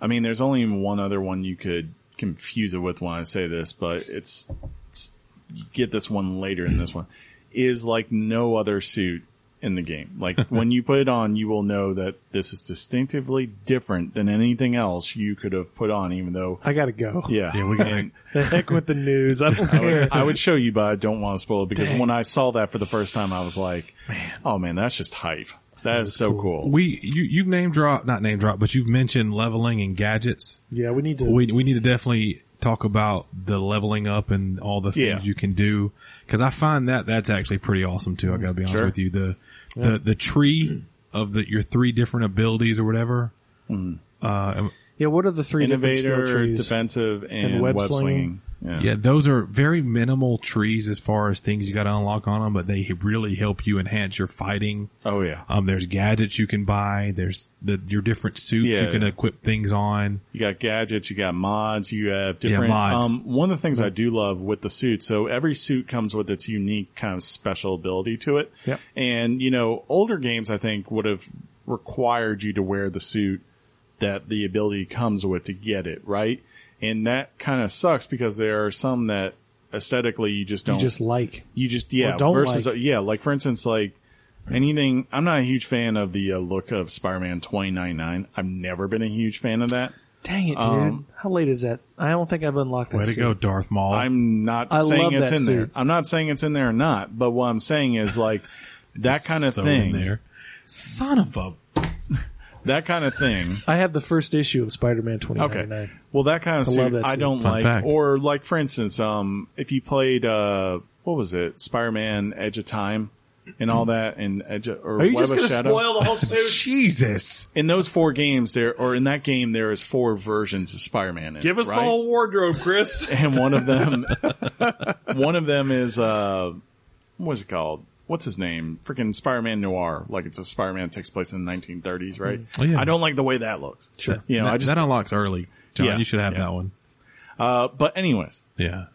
A: I mean there's only one other one you could confuse it with when I say this, but it's, it's you get this one later in this one is like no other suit in the game. *laughs* Like when you put it on, you will know that this is distinctively different than anything else you could have put on even though
C: I gotta go.
A: yeah.
B: Yeah, we gotta-
A: And
C: The *laughs* heck with the news. I
A: *laughs*
C: don't
A: I
C: care.
A: would- I would show you, but I don't want to spoil it because when I saw that for the first time, I was like, "Oh man, that's just hype. That is so cool."
B: we you you've name drop not name drop, but you've mentioned leveling and gadgets.
C: yeah, we need to.
B: we we need to definitely talk about the leveling up and all the things
A: Yeah.
B: you can do because I find that that's actually pretty awesome too. I got to be honest
A: Sure.
B: with you the the the tree of the your three different abilities or whatever.
A: Hmm.
B: Uh,
C: yeah, what are the three different skill
A: innovator,
C: trees?
A: defensive, and,
C: web
A: web, slinging.
C: slinging.
B: yeah, those are very minimal trees as far as things you got to unlock on them, but they really help you enhance your fighting.
A: Oh yeah.
B: Um, there's gadgets you can buy. There's the your different suits
A: Yeah.
B: you can equip things on.
A: You got gadgets. You got mods. You have different.
B: mods.
A: Um, one of the things I do love with the suit. So every suit comes with its unique kind of special ability to it.
C: Yep.
A: And you know, older games I think would have required you to wear the suit that the ability comes with to get it right. And that kind of sucks because there are some that aesthetically you just don't
C: you just like.
A: you just yeah
C: Or don't
A: versus
C: like.
A: yeah like for instance like anything i'm not a huge fan of the uh, look of spider-man 2099 i've never been a huge fan of that
C: Dang it, dude!
A: Um,
C: How late is that? I don't think I've unlocked that.
B: Way to
C: suit.
B: go, Darth Maul!
A: i'm not
C: I
A: saying
C: love
A: it's
C: that
A: in there
C: suit.
A: i'm not saying it's in there or not but what i'm saying is
C: *laughs*
A: like that kind of
B: So in
A: thing
B: there. Son of a
A: that kind of
C: *laughs*
A: thing
C: I have the first issue of Spider-Man
A: okay
C: 2099.
A: well that kind of
C: love
A: suit
C: that
A: i
C: suit.
A: don't
B: Fun
A: like
B: fact.
A: or like for instance um if you played uh what was it spider-man edge of time and all that and edge of, or
C: Hmm. Are you
A: Web
C: just
A: of
C: gonna
A: Shadow.
C: spoil the whole suit?
B: Jesus.
A: in those four games there or in that game there is four versions of spider-man in, it, right?
C: wardrobe, Chris.
A: *laughs* and one of them one of them is uh what's it called what's his name freaking spider-man noir like it's a spider-man that takes place in the 1930s right
B: Oh, yeah.
A: i don't like the way that looks
B: Sure.
A: you know
B: that,
A: i just
B: that unlocks early. John,
A: Yeah,
B: you should have
A: yeah.
B: that one.
A: uh, but anyways
B: Yeah.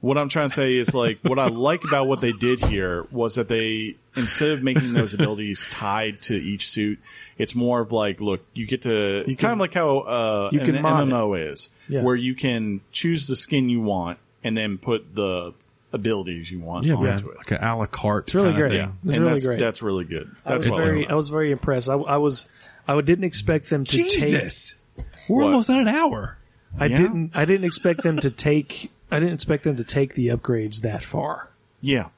A: what i'm trying to say is like what i like about what they did here was that they instead of making those abilities tied to each suit it's more of like look you get to
C: You
A: kind
C: can-
A: of like how uh
C: you
A: an
C: can mod it.
A: mmo is
C: Yeah.
A: where you can choose the skin you want and then put the abilities you want
B: Yeah,
A: onto
B: man.
A: it
B: Like an a la carte. It's
C: really
B: kind
C: great.
B: Of
A: Yeah,
B: thing.
C: It's
A: and
C: really
A: that's
C: great.
A: that's really good.
C: I was
A: That's what I
C: very,
A: like.
C: I was very impressed. I, I was, I didn't expect them to take.
B: We're
A: What?
B: almost at an hour.
C: I
A: Yeah.
C: didn't, I didn't expect them to take I didn't expect them to take the upgrades that far.
A: Yeah.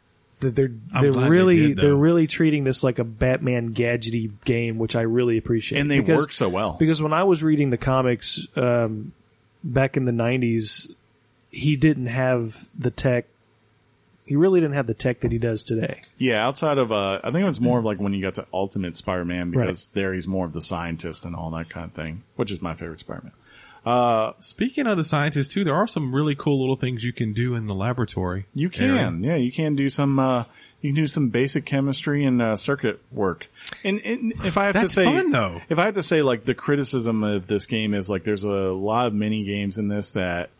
C: That they're
B: I'm
C: they're
B: glad they
C: really
B: did, though.
C: they are really treating this like a Batman gadgety game, which I really appreciate.
A: And they
C: Because-
A: work so well.
C: because when I was reading the comics um, back in the '90s, he didn't have the tech. He really didn't have the tech that he does today.
A: Yeah, outside of uh, I think it was more of like when you got to Ultimate Spider-Man because there he's more of the scientist and all that kind of thing, which is my favorite Spider-Man.
B: Speaking of the scientists too, there are some really cool little things you can do in the laboratory.
A: You can,
B: area.
A: yeah, you can do some uh, you can do some basic chemistry and uh, circuit work. And, and if I have
B: That's
A: to say,
B: fun, though.
A: if I have to say, like the criticism of this game is like there's a lot of mini games in this that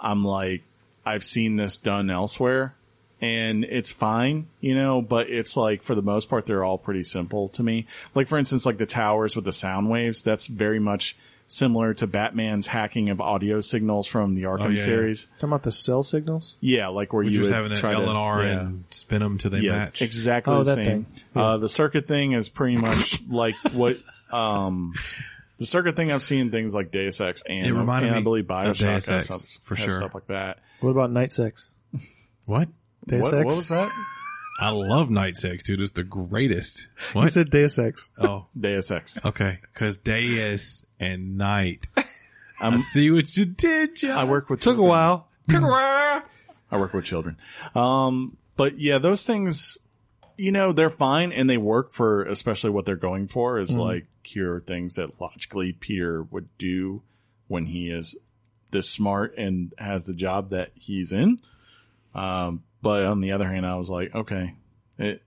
A: I'm like I've seen this done elsewhere, and it's fine, you know. But it's like for the most part, they're all pretty simple to me. Like for instance, like the towers with the sound waves. That's very much similar to Batman's hacking of audio signals from the Arkham
B: Oh, yeah, yeah.
A: series.
C: Talking about the cell signals.
A: Yeah, like where
B: Which
A: you
B: is
A: would
B: having an
A: try
B: L
A: to-
B: and R
A: yeah.
B: and spin them till they match.
A: Exactly
C: Oh,
A: the
C: that
A: same.
C: thing.
A: Uh, the circuit thing is pretty
C: *laughs*
A: much like what, um, the circuit thing I've seen things like Deus Ex and,
B: It reminded
A: and I
B: me
A: believe
B: of
A: Bioshock
B: Deus
A: has
B: Ex,
A: stuff,
B: for
A: has
B: sure.
A: stuff like that.
C: What about night sex?
B: What?
C: Deus
A: what, what
C: Ex? *laughs*
A: was that?
B: I love night sex, dude. It's the greatest.
C: You
B: What?
C: said Deus Ex.
B: oh,
A: Deus Ex.
B: okay. Because day is and night. I
A: I'm-
B: see what you did, John.
A: I work with
C: Took a
A: children.
C: while.
A: I work with children. Um, but yeah, those things, you know, they're fine and they work for especially what they're going for is like cure things that logically Peter would do when he is this smart and has the job that he's in. Um, but on the other hand, I was like, okay, it,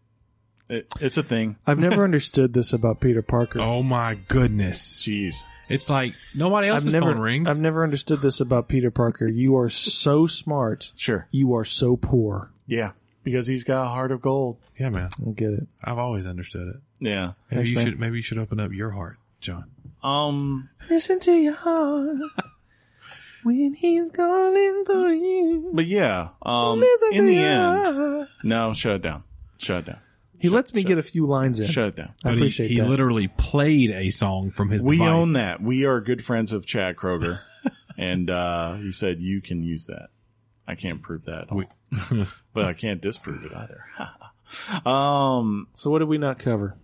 A: it it's a thing.
C: I've never understood this about Peter Parker.
B: Oh my goodness.
A: Jeez.
B: It's like nobody
C: I've
B: else's
C: never
B: phone rings.
C: I've never understood this about Peter Parker. You are so smart.
A: Sure.
C: You are so poor.
A: Yeah. Because he's got a heart of gold.
B: yeah, man.
C: I don't get it.
B: I've always understood it.
A: Yeah.
B: Maybe
C: Thanks,
B: you
C: man.
B: should maybe you should open up your heart, John.
A: Um,
C: Listen to your heart when he's calling through you.
A: but yeah, um, in the end, no, shut it down. Shut it down.
C: he lets me get a few lines in.
A: Shut it down.
C: I
B: But
C: appreciate
B: he, he
C: that.
B: literally played a song from his
A: We
B: device.
A: own that. We are good friends of Chad *laughs* Kroger, and uh, he said you can use that. I can't prove that, at all,
B: We- *laughs*
A: but I can't disprove it either. *laughs* um,
C: so what did we not cover?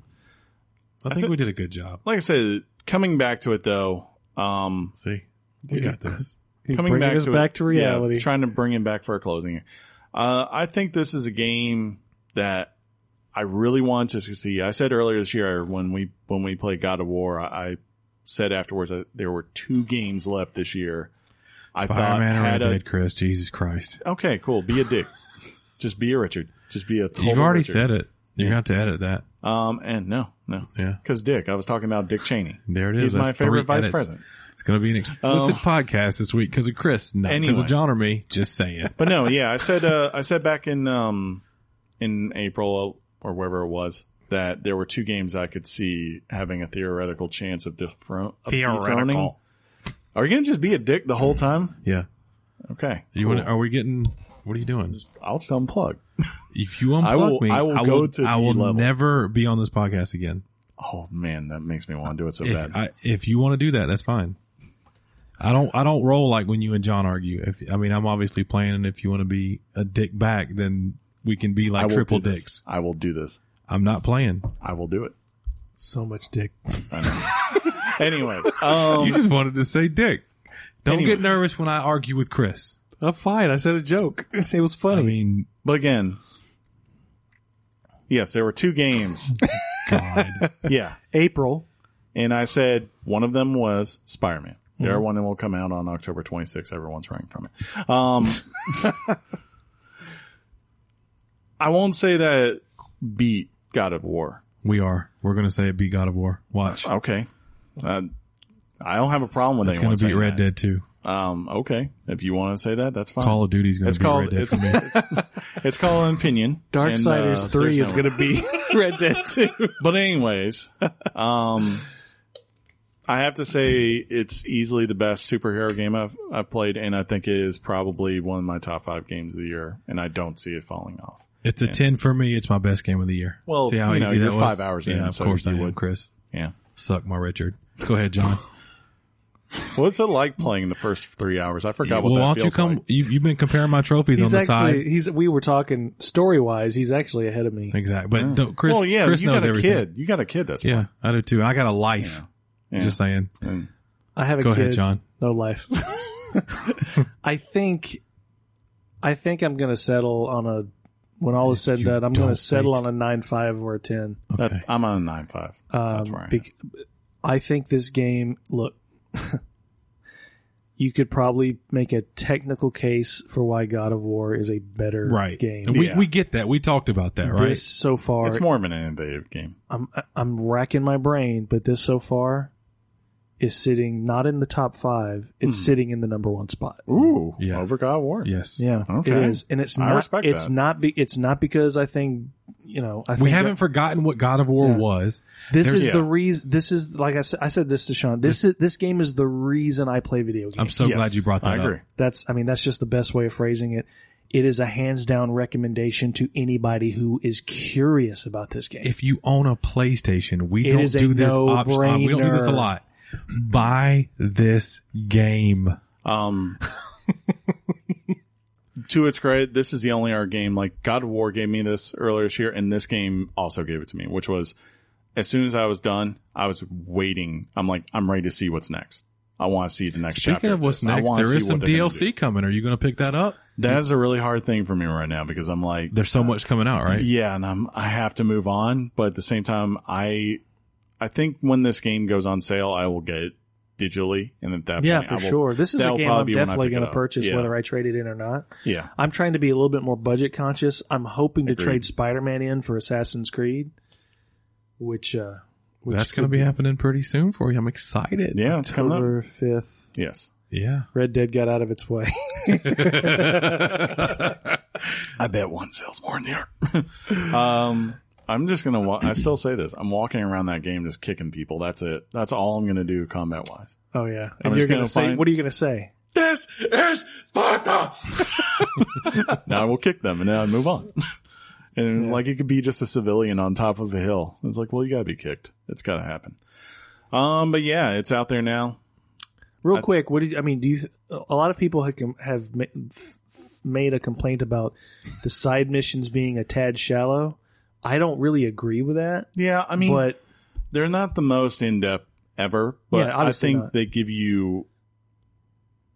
B: I think we did a good job.
A: like I said, coming back to it though, um,
B: See? We got this.
C: He's
A: coming
C: bringing
A: back
C: us
A: to
C: back
A: it,
C: to reality.
A: yeah, trying to bring him back for a closing. here. Uh, I think this is a game that I really want to succeed. I said earlier this year when we when we played God of War, I, I said afterwards that there were two games left this year. I thought
B: Fireman and Red
A: had a
B: Dead, Chris. Jesus Christ.
A: Okay, cool. Be a
B: *laughs*
A: dick. Just be a Richard. Just be a total.
B: You've already
A: Richard.
B: said it. You're going to have to edit that.
A: Um, and no, no,
B: Yeah.
A: because Dick. I was talking about Dick Cheney.
B: There it is.
A: He's my
B: That's
A: favorite
B: three
A: vice
B: edits.
A: president.
B: It's going to be an explicit
A: Oh.
B: podcast this week because of Chris, not because
A: Anyway.
B: of John or me. Just saying.
A: But no, yeah, I said. Uh, I said back in um, in April uh, or wherever it was that there were two games I could see having a theoretical chance of dethron- of dethroning.
B: Theoretical.
A: Are you gonna just be a dick the whole time?
B: Yeah.
A: Okay.
B: You want? Are we getting? What are you doing?
A: I'll just unplug.
B: If you unplug
A: I will-
B: me,
A: I will go to
B: I
A: the
B: will
A: level.
B: never be on this podcast again.
A: Oh man, that makes me want to do it so bad.
B: If, I, if you want to do that, that's fine. I don't. I don't roll like when you and John argue. If I mean, I'm obviously playing, and if you want to be a dick back, then we can be
A: I
B: like
A: will
B: triple
A: do this.
B: dicks.
A: I will do this.
B: I'm not playing.
A: I will do it.
C: so much dick.
A: Anyway, *laughs* um,
B: you just wanted to say dick. Don't
A: Anyway.
B: get nervous when I argue with Chris.
C: I'm fine. I said a joke. *laughs* It was
B: I
C: funny.
B: mean,
A: But again, yes, there were two games.
B: *laughs* God,
A: yeah.
C: April.
A: And I said one of them was Spider Man. The
B: Mm-hmm.
A: other one will come out on October 26th. Everyone's running from it. Um, *laughs* I won't say that it beat God of War.
B: we are. We're gonna say it be God of War. Watch.
A: Okay. Uh, I don't have a problem with
B: It's
A: anyone
B: gonna be
A: saying
B: Red
A: that.
B: Dead 2.
A: Um, okay. If you want to say that, that's fine.
B: Call of Duty's gonna
A: it's
B: be
A: called,
B: Red Dead
A: it's,
B: for me.
A: *laughs* it's called an opinion. And, uh,
C: Darksiders
A: there's
C: 3
A: no
C: is going to
B: *laughs*
C: be *laughs* Red Dead 2.
A: *laughs* But anyways, um, I have to say it's easily the best superhero game I've, I've played, and I think it is probably one of my top five games of the year, and I don't see it falling off.
B: It's a ten for me. It's my best game of the year.
A: Well,
B: see how
A: you know,
B: easy
A: you're
B: that was?
A: five hours
B: yeah,
A: in,
B: Of
A: so
B: course
A: you
B: I would,
A: would.
B: Chris.
A: Yeah. *laughs*
B: Suck my Richard. Go ahead, John.
A: What's it like playing the first three hours? I forgot what
B: well,
A: that
B: why don't you
A: feels
B: come?
A: like.
B: You, you've been comparing my trophies
C: He's
B: on the
C: actually
B: side.
C: he's we were talking story wise. He's actually ahead of me.
B: Exactly. But don't, Chris,
A: well, yeah,
B: Chris
A: you
B: knows
A: got a
B: everything.
A: kid. You got a kid. That's
B: Yeah, I do too. I got a life.
A: Yeah.
B: Just saying.
A: And-
C: I have a
B: Go
C: kid.
B: ahead, John.
C: No life. *laughs* I think I think I'm going to settle on a when all is said and
B: You
C: done, I'm
B: don't
C: going to settle
B: think-
C: on a nine five or a ten.
A: that-
B: Okay.
A: I'm on a nine five. That's where I am.
C: Um, bec- I think this game, look, *laughs* you could probably make a technical case for why God of War is a better
B: Right.
C: game.
B: And we,
A: Yeah.
B: we get that. We talked about that, right?
C: This so far,
A: it's more of an innovative game.
C: I'm I'm racking my brain, but this so far is sitting not in the top five.
A: Hmm.
C: It's sitting in the number one spot.
A: Ooh,
B: Yeah.
A: over God of War.
B: yes.
C: Yeah, it
A: Okay.
C: is, and it's
A: I
C: not.
A: respect
C: it's
A: that.
C: not. Be, it's not because I think you know. I think
B: We haven't forgotten what God of War
C: Yeah.
B: was.
C: This
B: there's-
C: is the
A: Yeah.
C: reason. This is like I said. I said this to Sean. This is this game is the reason I play video games.
B: I'm so
A: Yes,
B: glad you brought that
A: I
B: up.
A: agree.
C: That's, I mean, that's just the best way of phrasing it. It is a hands down recommendation to anybody who is curious about this game.
B: If you own a PlayStation, we
C: It
B: don't
C: is a
B: do this option. uh, We don't do this a
C: no-brainer.
B: lot. Buy this game.
A: Um, *laughs* to its credit, this is the only art game. Like God of War gave me this earlier this year, and this game also gave it to me, which was as soon as I was done, I was waiting. I'm like, I'm ready to see what's next. I want to see the next chapter.
B: Speaking of what's
A: this. I
B: next,
A: wanna
B: there
A: see
B: is
A: what
B: some
A: they're gonna do.
B: DLC coming. Are you going to pick that up?
A: That is a really hard thing for me right now because I'm like,
B: There's so much coming out, right?
A: yeah, and I'm I have to move on, but at the same time, I I think when this game goes on sale, I will get it digitally, and at that
C: yeah,
A: point,
C: for
A: I will-
C: sure. This is a
A: that'll
C: game
A: probably
C: I'm
A: be when I
C: definitely
A: pick it
C: going to
A: up.
C: purchase
A: Yeah.
C: whether I trade it in or not.
A: Yeah,
C: I'm trying to be a little bit more budget conscious. I'm hoping to
A: Agreed.
C: trade Spider-Man in for Assassin's Creed, which, uh, which
B: That's going to
C: could
B: be happening pretty soon for you. I'm excited.
A: yeah, it's coming up.
C: October 5th.
A: Yes,
B: Yeah.
C: Red Dead got out of its way. *laughs*
A: I bet one sells more than the other. *laughs* um, I'm just gonna. Wa- I still say this. I'm walking around that game just kicking people. That's it. That's all I'm gonna do combat wise.
C: oh yeah.
A: I'm
C: And you're
A: just
C: going
A: gonna
C: to say,
A: find-
C: what are you going to say?
A: This is Sparta. now I will kick them and then I move on. *laughs* And like it could be just a civilian on top of a hill. It's like, well, you gotta be kicked. It's gotta happen. Um, but yeah, it's out there now.
C: Real quick, what did you, I mean? Do you? A lot of people have com- have ma- f- f- made a complaint about the side missions being a tad shallow. I don't really agree with that,
A: Yeah, I mean,
C: but
A: they're not the most in depth ever, but
C: Yeah,
A: I
C: obviously
A: think
C: not.
A: they give you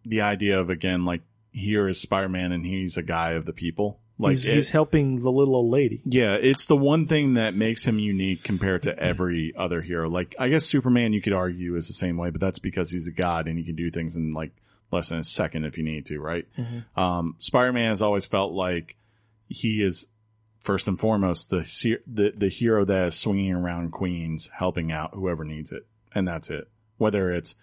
A: the idea of again, like here is Spider Man and he's a guy of the people. Like
C: he's,
A: it-
C: he's helping the little old lady.
A: yeah, it's the one thing that makes him unique compared to every other hero. Like I guess Superman, you could argue is the same way, but that's because he's a god and he can do things in like less than a second if you need to, right? Um, Spider Man has always felt like he is first and foremost the, se- the the hero that is swinging around Queens, helping out whoever needs it, and that's it. Whether it's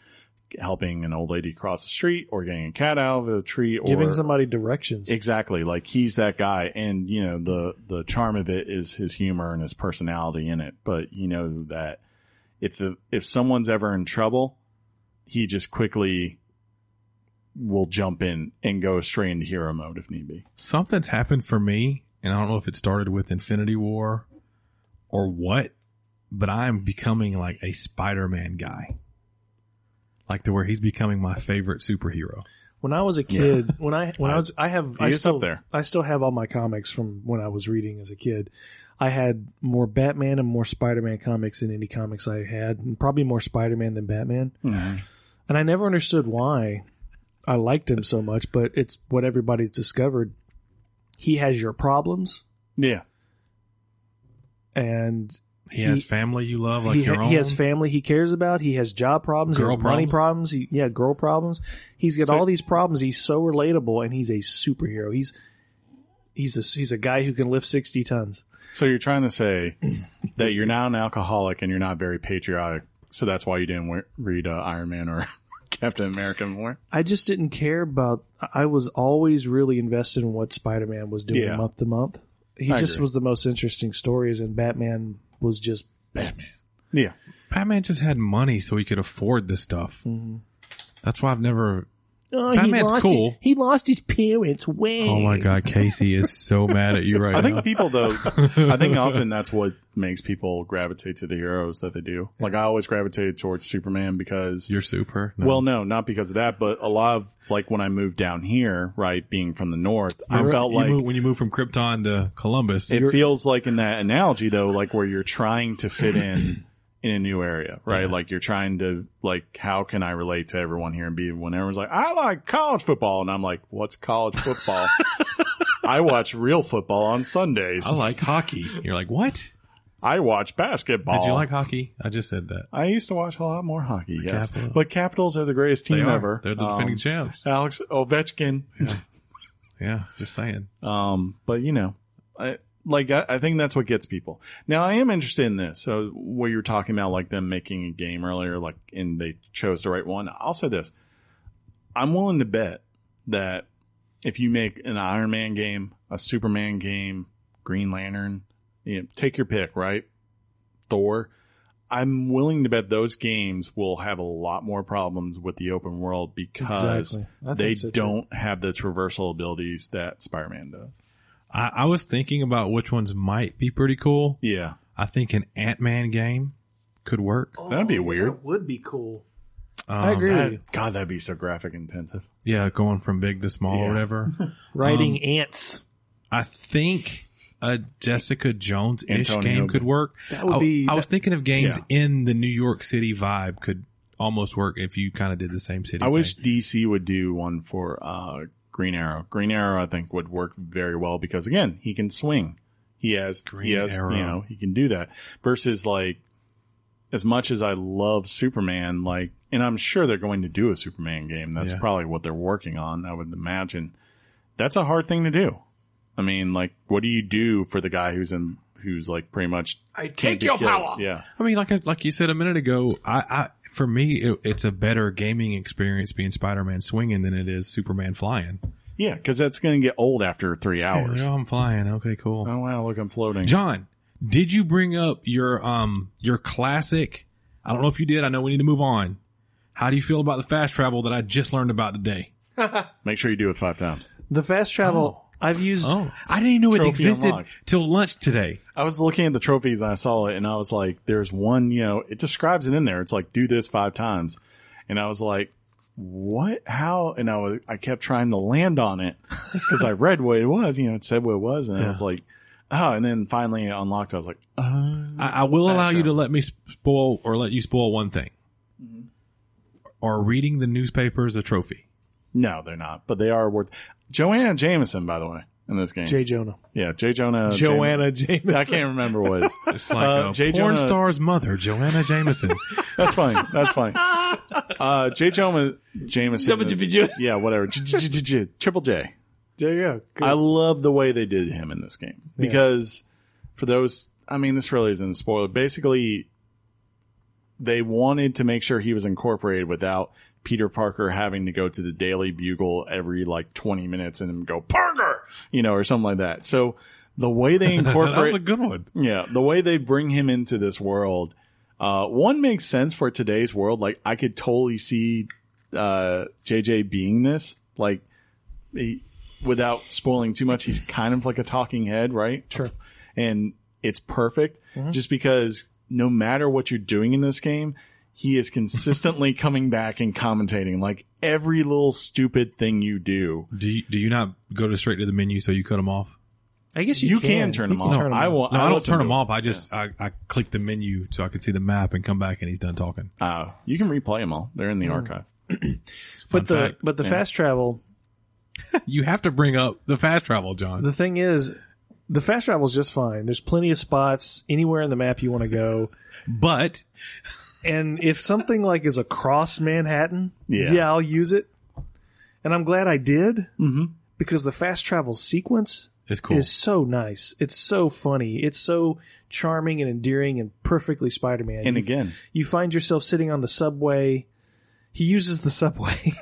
A: helping an old lady cross the street, or getting a cat out of a tree, or
C: Giving somebody directions.
A: Exactly. Like he's that guy. And, you know, the, the charm of it is his humor and his personality in it. But you know that if the, if someone's ever in trouble, he just quickly will jump in and go straight into hero mode if need be.
B: something's happened for me, and I don't know if it started with Infinity War or what, but I'm becoming like a Spider-Man guy. Like to where he's becoming my favorite superhero.
C: when I was a kid, when I when I, was I have I
A: is up
C: still
A: there.
C: I still have all my comics from when I was reading as a kid. I had more Batman and more Spider-Man comics than any comics I had, and probably more Spider-Man than Batman. And I never understood why I liked him so much, but it's what everybody's discovered. He has your problems,
A: Yeah.
C: and
B: He, has family you love, like
C: he,
B: your own.
C: he has family he cares about. He has job problems,
B: Girl
C: he has money
B: problems?
C: problems. He, yeah, girl problems. He's got all these problems. He's so relatable, and he's a superhero. He's he's a he's a guy who can lift sixty tons.
A: So you're trying to say *clears throat* that you're now an alcoholic and you're not very patriotic. So that's why you didn't we- read uh, Iron Man or *laughs* Captain America more.
C: I just didn't care about. I was always really invested in what Spider Man was doing
A: Yeah.
C: month to month. He
A: I
C: just
A: agree.
C: was the most interesting stories, and Batman was just Batman.
A: Yeah.
B: Batman just had money so he could afford this stuff. That's why I've never
C: Oh,
B: Batman's
C: lost
B: cool.
C: His, he lost his parents. Way.
B: Oh my god, Casey is so mad at you right
A: I
B: now.
A: think people
B: *laughs*
A: though, I think often that's what makes people gravitate to the heroes that they do. Like I always gravitated towards Superman because
B: You're super. No.
A: Well, no, not because of that, but a lot of like when I moved down here, right, being from the north, I
B: You're-
A: felt
B: you
A: like
B: move- when you move from Krypton to Columbus,
A: it feels like in that analogy though, like where you're trying to fit
B: *clears throat*
A: in in a new area, right? Like you're trying to like how can I relate to everyone here and be when everyone's like, I like college football and I'm like, What's college
B: *laughs*
A: football? I watch real football on Sundays.
B: I like hockey. You're like, what?
A: I watch basketball.
B: Did you like hockey? I just said that.
A: I used to watch a lot more hockey, yes.
B: Capitals.
A: But Capitals are the greatest
B: They
A: team
B: are.
A: ever.
B: They're the
A: Um,
B: defending champs.
A: Alex Ovechkin.
B: Yeah, just saying.
A: Um, but you know, I, like I, I think that's what gets people. Now I am interested in this. So what you were talking about, like them making a game earlier, like and they chose the right one. I'll say this: I'm willing to bet that if you make an Iron Man game, a Superman game, Green Lantern, you know, take your pick, right? Thor. I'm willing to bet those games will have a lot more problems with the open world because
C: Exactly. I think
A: they
C: so, too.
A: don't have the traversal abilities that Spider-Man does.
B: I, I was thinking about which ones might be pretty cool.
A: Yeah.
B: I think an Ant Man game could work.
A: That'd be weird.
C: That would be cool.
B: Um,
C: I agree.
A: That- God, that'd be so graphic intensive.
B: Yeah, going from big to small
A: Yeah.
B: or whatever.
C: Riding ants.
B: I think a Jessica Jones ish
A: Antonio
B: game could work.
C: That would
B: I,
C: be-
B: I was thinking of games
A: Yeah.
B: in the New York City vibe could almost work if you kind of did the same city.
A: I wish
B: thing.
A: DC would do one for uh, Green Arrow. Green Arrow, I think, would work very well because again, he can swing. He has, he
B: Green
A: has,
B: Arrow.
A: you know, he can do that. Versus like, as much as I love Superman, like, and I'm sure they're going to do a Superman game. That's
B: Yeah.
A: probably what they're working on. I would imagine. That's a hard thing to do. I mean, like, what do you do for the guy who's in, who's like pretty much
C: I
A: can't be killed? Yeah.
B: I mean, like I- like you said a minute ago, I, I for me it, it's a better gaming experience being Spider Man swinging than it is Superman flying.
A: Yeah, because that's going to get old after three hours.
B: Oh, I'm flying. Okay,
C: Uh,
B: cool.
A: Oh wow, look, I'm floating.
B: John, did you bring up your um your classic? I don't know if you did. I know we need to move on. How do you feel about the fast travel that I just learned about today?
A: Make sure you do it five times.
C: The fast travel. I've used.
B: I didn't even know
A: Trophy
B: it existed
A: unlocked.
B: till lunch today.
A: I was looking at the trophies and I saw it and I was like, there's one, you know, it describes it in there. It's like, do this five times. And I was like, what? How? And I was, I kept trying to land on it *laughs* because I read what it was, you know, it said what it was. And I was like, oh, and then finally it unlocked. I was like, uh,
B: I, I will allow you
A: travel.
B: to let me spoil or let you spoil one thing.
A: Mm-hmm.
B: Or reading the newspaper is a trophy.
A: no, they're not, but they are worth Joanna Jameson, by the way, in this game.
C: J. Jonah.
A: yeah. Uh, J. Jonah.
C: Joanna Jameson.
A: I can't remember what
B: *laughs*
A: it is.
B: It's like
A: Uh,
B: a
A: J.
B: porn
A: Jonah-
B: star's mother,
A: *laughs*
B: Joanna Jameson.
A: That's fine. That's fine. Uh, J. Jonah Jameson. is- yeah, whatever. J- J- J- J- Triple J.
C: There you go. Good.
A: I love the way they did him in this game because for those, I mean, this really isn't a spoiler. Basically, they wanted to make sure he was incorporated without Peter Parker having to go to the Daily Bugle every like 20 minutes and go Parker, you know, or something like that. So the way they
B: that was
A: incorporate,
B: a good one.
A: yeah, the way they bring him into this world, uh, one makes sense for today's world. Like I could totally see, uh, JJ being this, like he, without spoiling too much, he's kind of like a talking head, right?
C: Sure.
A: And it's perfect just because no matter what you're doing in this game, he is consistently coming back and commentating like every little stupid thing you do.
B: Do you, do you not go to straight to the menu so you cut them off?
C: I guess you,
A: You, can, turn
C: You
A: him off.
C: turn 'em
A: I will.
B: No, I, don't
A: listen
B: turn
A: to
B: them
A: it.
B: off. I just I, I click the menu so I can see the map and come back and he's
A: *laughs*
B: done talking.
A: Uh, you can replay them all. They're in the archive.
B: Fun
C: But the
B: fact.
C: but the
A: Yeah.
C: fast travel.
B: You have to bring up the fast travel, John.
C: The thing is, the fast travel is just fine. There's plenty of spots anywhere in the map you want to go.
B: but
C: And if something like is across Manhattan,
A: Yeah.
C: I'll use it. And I'm glad I did because the fast travel sequence
B: it's cool.
C: is so nice. It's so funny. It's so charming and endearing and perfectly Spider-Man.
A: And
C: You-
A: again,
C: you find yourself sitting on the subway. He uses the subway.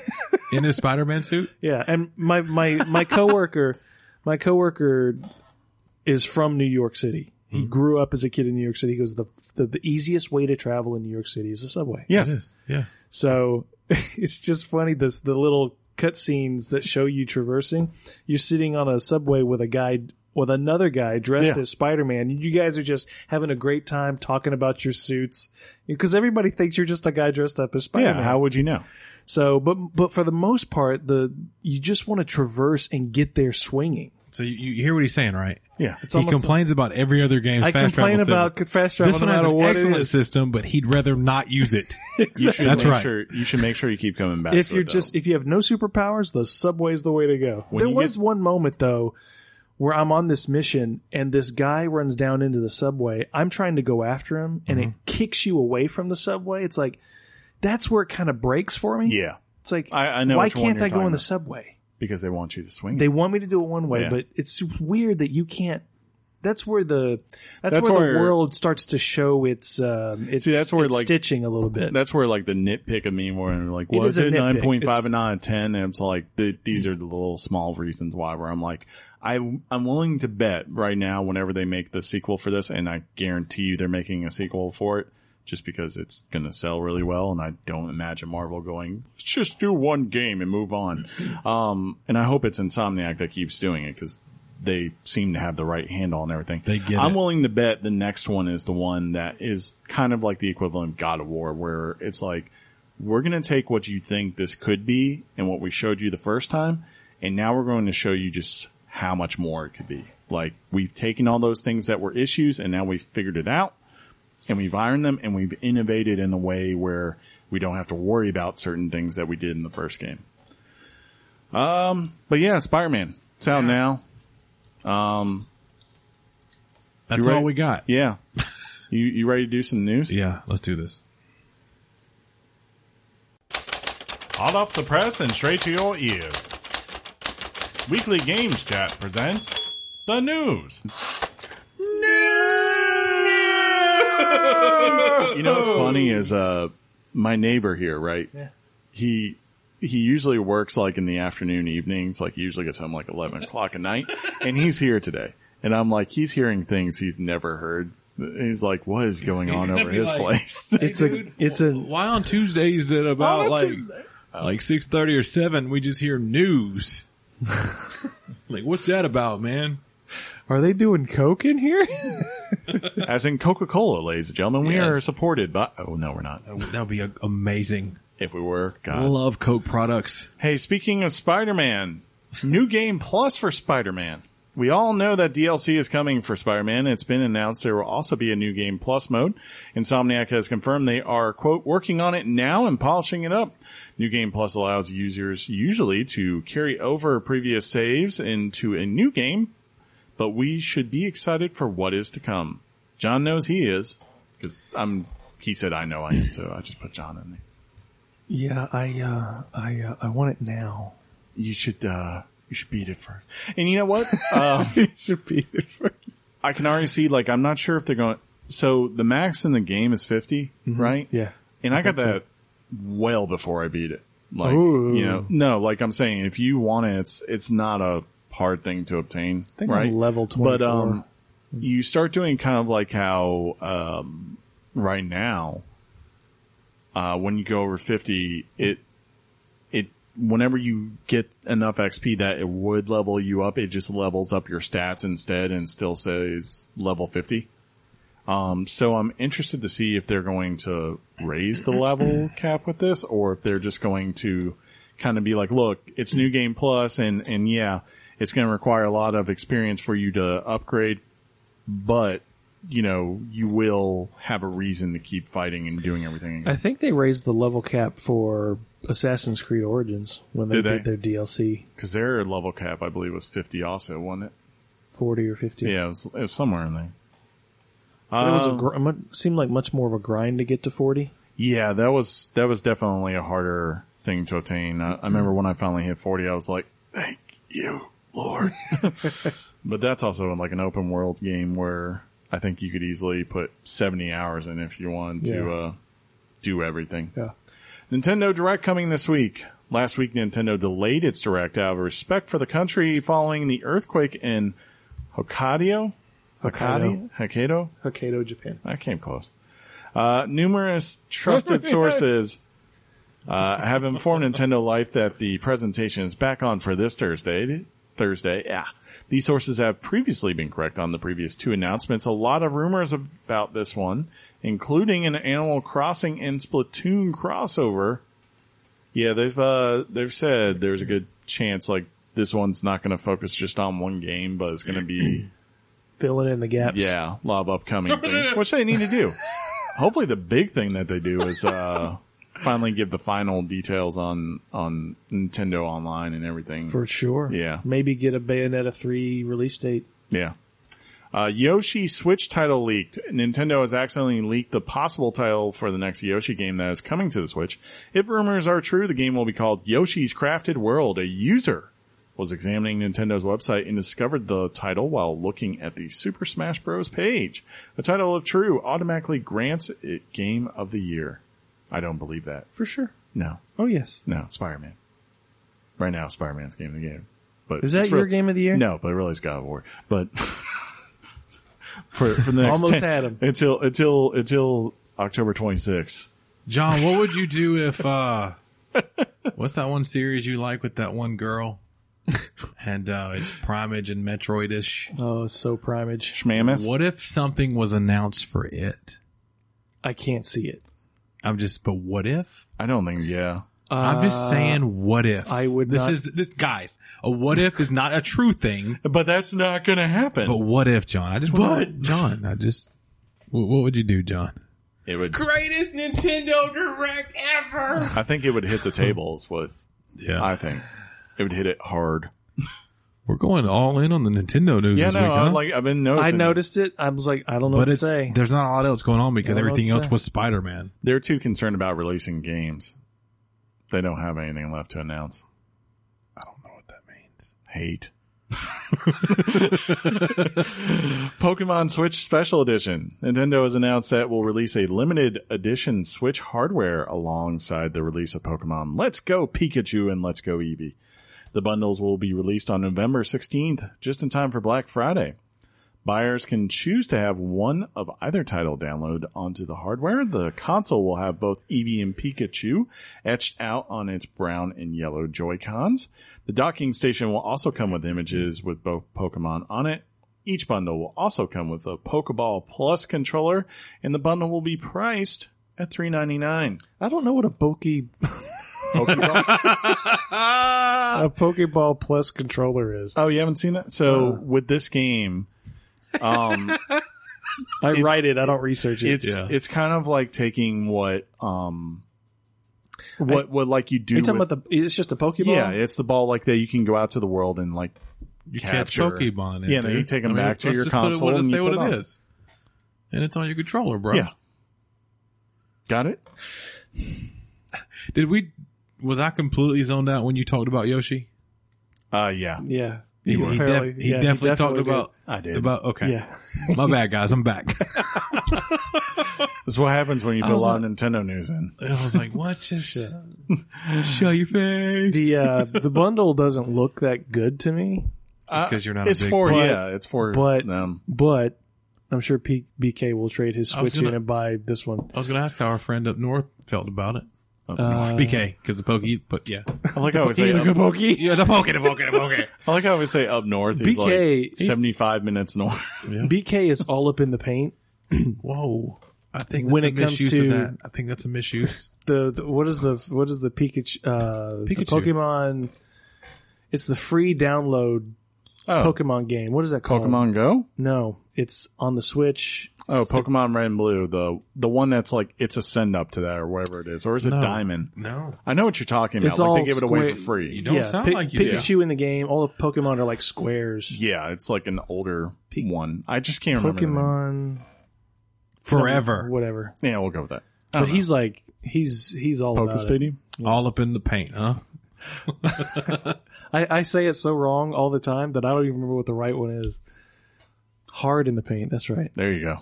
C: *laughs*
B: In his Spider
A: *laughs*
B: Man suit?
C: Yeah, and my my my coworker, my coworker is from New York City. He
A: Mm-hmm.
C: grew up as a kid in New York City. He goes the, the the easiest way to travel in New York City is the subway.
A: yes,
C: *laughs*
B: Yeah.
C: So it's just funny this the little cutscenes that show you traversing. You're sitting on a subway with a guy with another guy dressed
A: Yeah.
C: as Spider-Man. You guys are just having a great time talking about your suits because everybody thinks you're just a guy dressed up as Spider-Man.
A: Yeah, how would you know?
C: so, but but for the most part, the you just want to traverse and get there swinging.
B: So you, you hear what he's saying, right?
A: Yeah,
C: It's
B: He
C: almost
B: complains about every other game's
C: I
B: fast
C: complain
B: travel
C: about
B: system.
C: fast travel
B: This
C: no
B: one has
C: matter
B: an
C: what it
B: excellent
C: is.
B: system, but he'd rather not use
C: *laughs*
B: it.
A: you should
B: That's
A: make
B: right.
A: sure you should make sure you keep coming back.
C: if
A: to
C: you're
A: it, though.
C: just if you have no superpowers, the subway's the way to go.
A: When
C: there
A: you
C: was
A: get-
C: one moment though where I'm on this mission and this guy runs down into the subway. I'm trying to go after him and
A: Mm-hmm.
C: it kicks you away from the subway. It's like that's where it kind of breaks for me.
A: yeah,
C: It's like
A: I- I know
C: why
A: which one
C: can't
A: you're
C: I go
A: talking
C: in the
A: about.
C: subway?
A: because they want you to swing.
C: They want me to do it one way,
A: Yeah.
C: but it's weird that you can't that's where the that's,
A: That's
C: where, the
A: where-
C: world starts to show its um its,
A: See, that's where,
C: its
A: like-
C: stitching a little bit.
A: That's where like the nitpick of me where I'm like,
C: It
A: was
C: is a
A: it
C: nitpick.
A: nine point
C: It's-
A: five and not a ten? And it's like th- these are the little small reasons why. Where I'm like, I I'm willing to bet right now whenever they make the sequel for this, and I guarantee you they're making a sequel for it. Just because it's gonna sell really well, and I don't imagine Marvel going, let's just do one game and move
C: *laughs*
A: on. Um, and I hope it's Insomniac that keeps doing it because they seem to have the right handle on everything.
B: They get
A: I'm
B: it.
A: willing to bet the next one is the one that is kind of like the equivalent of God of War, where it's like we're going to take what you think this could be and what we showed you the first time, and now we're going to show you just how much more it could be. Like we've taken all those things that were issues and now we've figured it out and we've ironed them and we've innovated in a way where we don't have to worry about certain things that we did in the first game. Um, but yeah, Spider-Man. It's out now.
B: That's
A: You
B: all
A: ready?
B: we got.
A: Yeah. you, you ready to do some news?
B: Yeah, let's do this.
D: Hot off the press and straight to your ears. Weekly Games Chat presents the news.
A: You know what's funny
B: Oh.
A: is uh my neighbor here, right? Yeah. He he usually works like in the afternoon, evenings, like he usually gets home like eleven o'clock at night. And he's here today. And I'm like, he's hearing things he's never heard. He's like, what is going on
B: gonna
A: over
B: be
A: his
B: like-
A: place? *laughs*
C: it's a it's a
B: Why on Tuesdays at about
A: Oh, that's
B: like like six thirty or seven we just hear
C: *laughs*
B: news? like what's that about, man?
C: are they doing coke in here?
A: As in Coca Cola, ladies and gentlemen, we
B: Yes.
A: are supported by. Oh no, we're not.
B: That would be a- amazing.
A: If we were,
B: I
A: God.
B: love Coke products.
A: Hey, speaking of Spider-Man, new game plus for Spider-Man. We all know that DLC is coming for Spider-Man. It's been announced there will also be a new game plus mode. Insomniac has confirmed they are, quote, working on it now and polishing it up. New game plus allows users usually to carry over previous saves into a new game, but we should be excited for what is to come. John knows he is, because I'm, he said I know I am, so I just put John in there.
C: Yeah, I uh, I uh, I want it now.
A: you should uh you should beat it first. And you know
C: *laughs*
A: what? Um, you should beat it first. I can already see like I'm not sure if they're going. So the max in the game is 50, right?
C: Mm-hmm. Yeah,
A: And I, got
C: think so.
A: that well before I beat it. Like
C: Ooh.
A: you know, no, like I'm saying, if you want it, it's it's not a hard thing to obtain,
C: think I'm
A: right?
C: level
A: but
C: 24.
A: um, you start doing kind of like how um right now, uh, when you go over 50, it it whenever you get enough XP that it would level you up, it just levels up your stats instead and still says level 50. Um, so I'm interested to see if they're going to raise the level cap with this or if they're just going to kind of be like, look, it's new game plus and, and yeah, it's going to require a lot of experience for you to upgrade, but you know, you will have a reason to keep fighting and doing everything. again.
C: I think they raised the level cap for Assassin's Creed Origins when
A: Did
C: they did,
A: they?
C: their DLC
A: Cause their level cap, I believe, was 50 also, wasn't it?
C: forty or fifty.
A: Yeah, it was, it was somewhere in there.
C: But it was a
A: Um,
C: gr- mu- seemed like much more of a grind to get to forty.
A: yeah, that was, that was definitely a harder thing to obtain. I, I remember when I finally hit 40, I was like, thank you, Lord. *laughs* but that's also like an open world game where I think you could easily put 70 hours in if you wanted to,
C: Yeah.
A: uh, do everything.
C: Yeah.
A: Nintendo Direct coming this week. Last week, Nintendo delayed its Direct out of respect for the country following the earthquake in Hokkaido. Hokkaido? Hokkaido?
C: Hokkaido, Japan.
A: I came close. Uh, numerous trusted sources Uh, I have informed Nintendo Life that the presentation is back on for this Thursday. Thursday, yeah. These sources have previously been correct on the previous two announcements. A lot of rumors about this one, including an Animal Crossing and Splatoon crossover. Yeah, they've uh, they've said there's a good chance like this one's not going to focus just on one game, but it's going to be
C: filling in the gaps.
A: yeah, a lot of upcoming things, which they need to do. Hopefully, the big thing that they do is uh, finally give the final details on on Nintendo Online and everything.
C: For sure.
A: Yeah.
C: Maybe get a Bayonetta 3 release date.
A: yeah. Uh, Yoshi Switch title leaked. Nintendo has accidentally leaked the possible title for the next Yoshi game that is coming to the Switch. If rumors are true, the game will be called Yoshi's Crafted World. A user was examining Nintendo's website and discovered the title while looking at the Super Smash Bros. page. The title, of true, automatically grants it Game of the Year. I don't believe that.
C: For sure.
A: No,
C: Oh, yes.
A: no, Spider Man. Right now, Spider Man's game of the game. But
C: Is that
A: it's
C: your
A: real-
C: game of the year?
A: No, but really, it's God of War. But *laughs* for, for the next
C: Almost
A: 10
C: had him.
A: until until until October 26th.
B: John, what would you do if uh what's that one series you like with that one girl? And uh it's Primage and Metroidish.
C: Oh, it's so primage.
A: Schmammoth.
B: What if something was announced for it?
C: I can't see it.
B: I'm just but what if?
A: I don't think. Yeah,
B: I'm
C: Uh,
B: just saying what if.
C: I would
B: This
C: not-
B: is this guys, a what if is not a true thing,
A: but that's not going to happen.
B: but what if, John? I just wanna- John, I just wh- what would you do, John?
A: it would.
B: Greatest Nintendo Direct ever.
A: I think it would hit the table. Is what
B: Yeah.
A: I think. It would hit it hard.
B: We're going all in on the Nintendo news
A: Yeah,
B: this
A: no,
B: week, huh?
A: I'm like I've been
C: I
A: noticing.
C: noticed it. I was like, I don't know what
B: but
C: to
B: it's
C: say.
B: there's not a lot else going on because
C: Yeah, I don't
B: everything
C: know what
B: else
C: to say.
B: was Spider Man.
A: they're too concerned about releasing games. They don't have anything left to announce.
B: I don't know what that means.
A: hate. *laughs* Pokemon Switch Special Edition. Nintendo has announced that will release a limited edition Switch hardware alongside the release of Pokemon Let's Go Pikachu and Let's Go Eevee. The bundles will be released on November 16th, just in time for Black Friday. Buyers can choose to have one of either title download onto the hardware. The console will have both Eevee and Pikachu etched out on its brown and yellow Joy-Cons. The docking station will also come with images with both Pokemon on it. Each bundle will also come with a Pokeball Plus controller, and the bundle will be priced at three ninety nine.
C: I don't know what a pokey
A: Ah.
C: a Pokeball Plus controller is.
A: Oh, you haven't seen that? So with this game, um,
C: I write it. I don't research it.
A: it's
B: Yeah.
A: it's kind of like taking what um what what like you do
C: You're talking
A: with-
C: about the. It's just a Pokeball.
A: yeah it's the ball like that you can go out to the world and like
B: You
A: Capture.
B: catch Pokemon. in
A: Yeah, then
B: there.
A: you take 'em back to
B: let's
A: your
B: just put it-
A: console
B: What
A: and
B: say
A: you
B: what
A: put it
B: it
A: on.
B: is, and it's on your controller, bro.
A: yeah got it
B: Did we? Was I completely zoned out when you talked about Yoshi?
A: uh yeah
C: yeah.
B: He,
A: were.
B: he, def-
C: Apparently,
B: he
C: yeah, he
B: definitely,
C: definitely
B: talked about
A: I did
B: about okay.
C: Yeah.
B: *laughs* My bad, guys.
A: *laughs*
B: I'm back.
A: that's what happens when you put a
B: was
A: lot of Nintendo news in
B: I was
A: *laughs*
B: like, what? Just show your face.
C: The uh, the bundle doesn't look that good to me,
A: Uh,
B: 'cause you're not a
A: it's
B: big-
A: for
C: But-
A: yeah it's for
C: but-
A: them
C: but I'm sure P- BK will trade his
B: I was
C: Switch in
B: gonna-
C: and buy this one.
B: I was going to ask how our friend up north felt about it. *laughs*
C: Uh,
B: BK, because the pokey, but yeah,
A: I like how I would say up,
C: Pokey.
B: yeah, the pokey, the pokey, the pokey.
A: I like how I would say up north is
C: BK
A: like 75 minutes north
C: BK is all up in the paint.
B: Whoa, I think
C: When
B: when
C: it
B: it
C: comes
B: misuse
C: to-
B: of that, I think that's a misuse.
C: The, the what is the what is the Pikachu? Uh, the
B: Pikachu.
C: Pokemon. It's the free download
A: oh
C: Pokemon game. What is that called?
A: Pokemon Go
C: No, it's on the Switch.
A: oh Pokemon Red and Blue the the one that's like it's a send up to that or whatever it is or is it
B: No.
A: Diamond
B: *laughs* No,
A: I know what you're talking about
C: It's
A: like
C: all
A: they give it away
C: square-
A: for free
B: you don't sound
C: Pi-
B: like you.
C: Pikachu in the game. All the Pokemon are like squares.
A: Yeah, it's like an older
C: Pe-
A: one. I just can't remember. the name.
C: Pokemon,
B: forever,
C: whatever.
A: Yeah, we'll go with that.
C: But he's like he's he's all about it.
A: Stadium.
B: all up in the paint, huh?
C: I, I say it so wrong all the time that I don't even remember what the right one is. Hard in the paint. That's right.
A: There you go.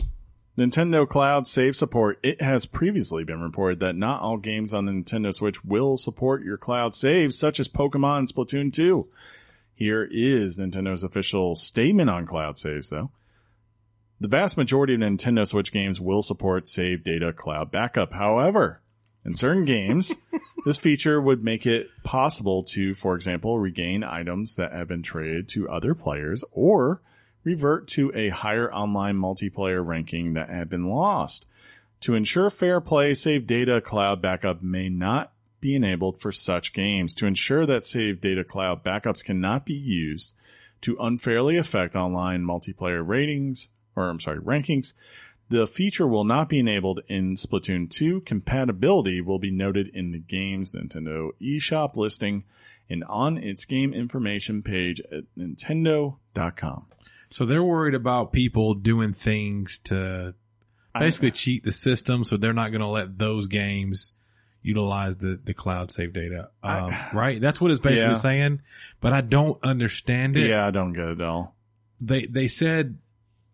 A: Nintendo Cloud Save support. It has previously been reported that not all games on the Nintendo Switch will support your cloud saves, such as Pokemon and Splatoon 2. Here is Nintendo's official statement on cloud saves, though. The vast majority of Nintendo Switch games will support save data cloud backup. However, In certain games, this feature would make it possible to, for example, regain items that have been traded to other players or revert to a higher online multiplayer ranking that had been lost. To ensure fair play, save data cloud backup may not be enabled for such games. To ensure that save data cloud backups cannot be used to unfairly affect online multiplayer ratings, or I'm sorry, rankings, the feature will not be enabled in Splatoon 2. Compatibility will be noted in the game's Nintendo eShop listing and on its game information page at nintendo.com.
B: So they're worried about people doing things to basically cheat the system, so they're not going to let those games utilize the, the cloud save data. Um, right? That's what it's basically
A: Yeah.
B: saying. But I don't understand it.
A: Yeah, I don't get it at all.
B: They they said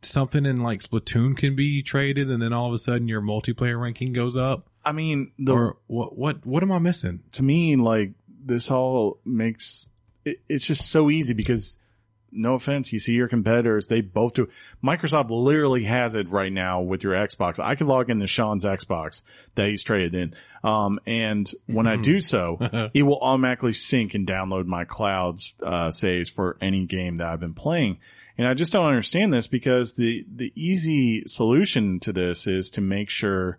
B: something in like Splatoon can be traded, and then all of a sudden your multiplayer ranking goes up.
A: I mean, the
B: or what what what am I missing?
A: to me, like this all makes it, it's just so easy because no offense, you see your competitors, they both do. Microsoft literally has it right now with your Xbox. I could log into Sean's Xbox that he's traded in. Um, and when I *laughs* do so, it will automatically sync and download my cloud's, uh, saves for any game that I've been playing. And I just don't understand this because the, the easy solution to this is to make sure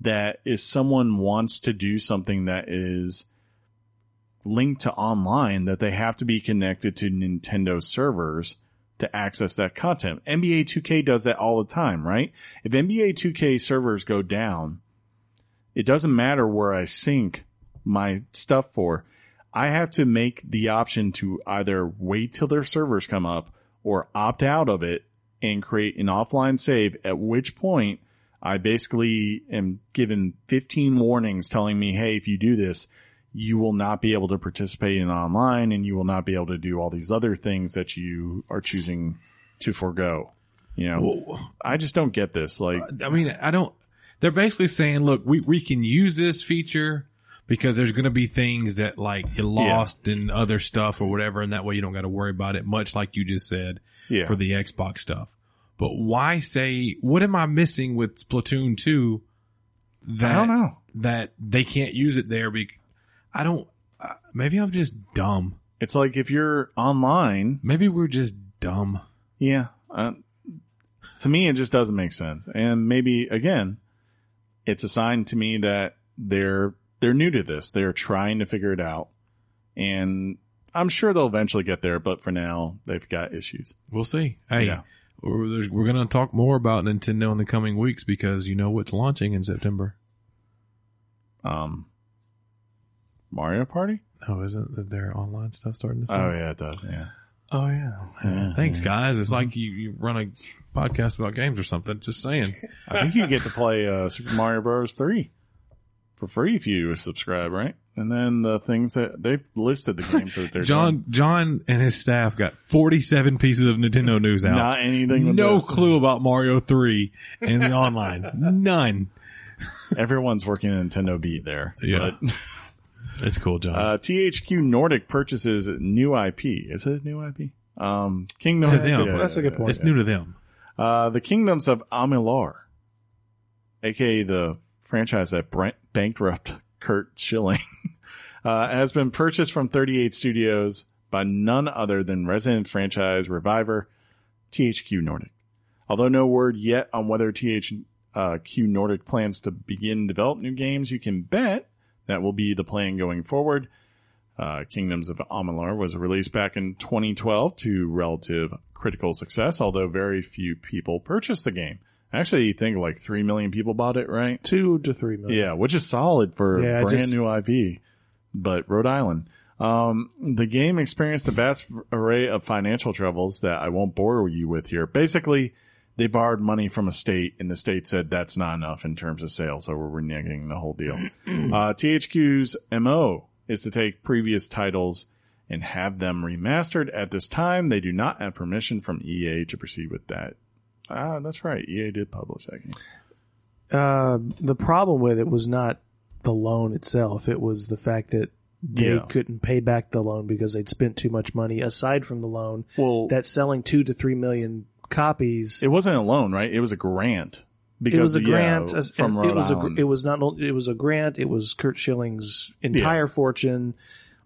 A: that if someone wants to do something that is linked to online, that they have to be connected to Nintendo servers to access that content. NBA 2K does that all the time, right? If NBA 2K servers go down, it doesn't matter where I sync my stuff for. I have to make the option to either wait till their servers come up or opt out of it and create an offline save, at which point I basically am given 15 warnings telling me, hey, if you do this, you will not be able to participate in online and you will not be able to do all these other things that you are choosing to forego. You know, I just don't get this. Like,
B: I mean, I don't. They're basically saying, look, we, we can use this feature because there's going to be things that like you lost and other stuff or whatever, and that way you don't got to worry about it. Much like you just said
A: Yeah.
B: for the Xbox stuff. But why say what am I missing with Splatoon two? That
A: I don't know.
B: that they can't use it there. Be I don't. Uh, maybe I'm just dumb.
A: It's like if you're online,
B: Maybe we're just dumb.
A: yeah. Uh, to me, it just doesn't make sense. And maybe again, it's a sign to me that they're they're new to this. They're trying to figure it out, and I'm sure they'll eventually get there. But for now, they've got issues.
B: We'll see. Hey,
A: Yeah.
B: we're, there's- we're going to talk more about Nintendo in the coming weeks because you know what's launching in September.
A: Um, Mario Party.
B: Oh, isn't that their online stuff starting this
A: Oh
B: month?
A: yeah, it does. Yeah.
B: Oh, yeah. Mm-hmm. Thanks, guys. It's like you, you run a podcast about games or something. Just saying.
A: I think you get to play uh, Super Mario Bros. Three for free if you subscribe, right? And then the things that they've listed the games that they're doing.
B: John, John and his staff got 47 pieces of Nintendo news out.
A: Not anything. With
B: no
A: this.
B: clue about Mario 3
A: *laughs*
B: and the online. None.
A: Everyone's working at Nintendo Beat there.
B: Yeah. That's cool, John.
A: Uh, THQ Nordic purchases new IP. Is it new IP? Um, Kingdom.
B: To them.
C: That's a good point.
B: Oh, it's new to them.
A: Uh, the kingdoms of Amilar, aka the franchise that brent- bankrupt *laughs* Kurt Schilling, *laughs* uh, has been purchased from 38 Studios by none other than resident franchise reviver THQ Nordic. Although no word yet on whether THQ Nordic plans to begin develop new games, you can bet that will be the plan going forward. Uh, Kingdoms of Amalur was released back in 2012 to relative critical success, although very few people purchased the game. Actually, you think like 3 million people bought it, right?
C: Two to three million.
A: Yeah, which is solid for
C: Yeah, I
A: brand
C: just-
A: new IP, but Rhode Island. Um, the game experienced a vast array of financial troubles that I won't bore you with here. Basically, they borrowed money from a state and the state said that's not enough in terms of sales. So we're reneging the whole
C: *clears throat*
A: deal. uh, THQ's MO is to take previous titles and have them remastered at this time. They do not have permission from EA to proceed with that. Ah, that's right. EA did publish that game.
C: Uh, the problem with it was not the loan itself; it was the fact that they
A: Yeah.
C: couldn't pay back the loan because they'd spent too much money. Aside from the loan,
A: Well,
C: that selling two to three million copies.
A: It wasn't a loan, right? It was a grant because
C: it was a
A: yeah,
C: grant as-
A: from
C: and
A: Rhode
C: it was
A: Island.
C: a it was not only- it was a grant it was Kurt Schilling's entire fortune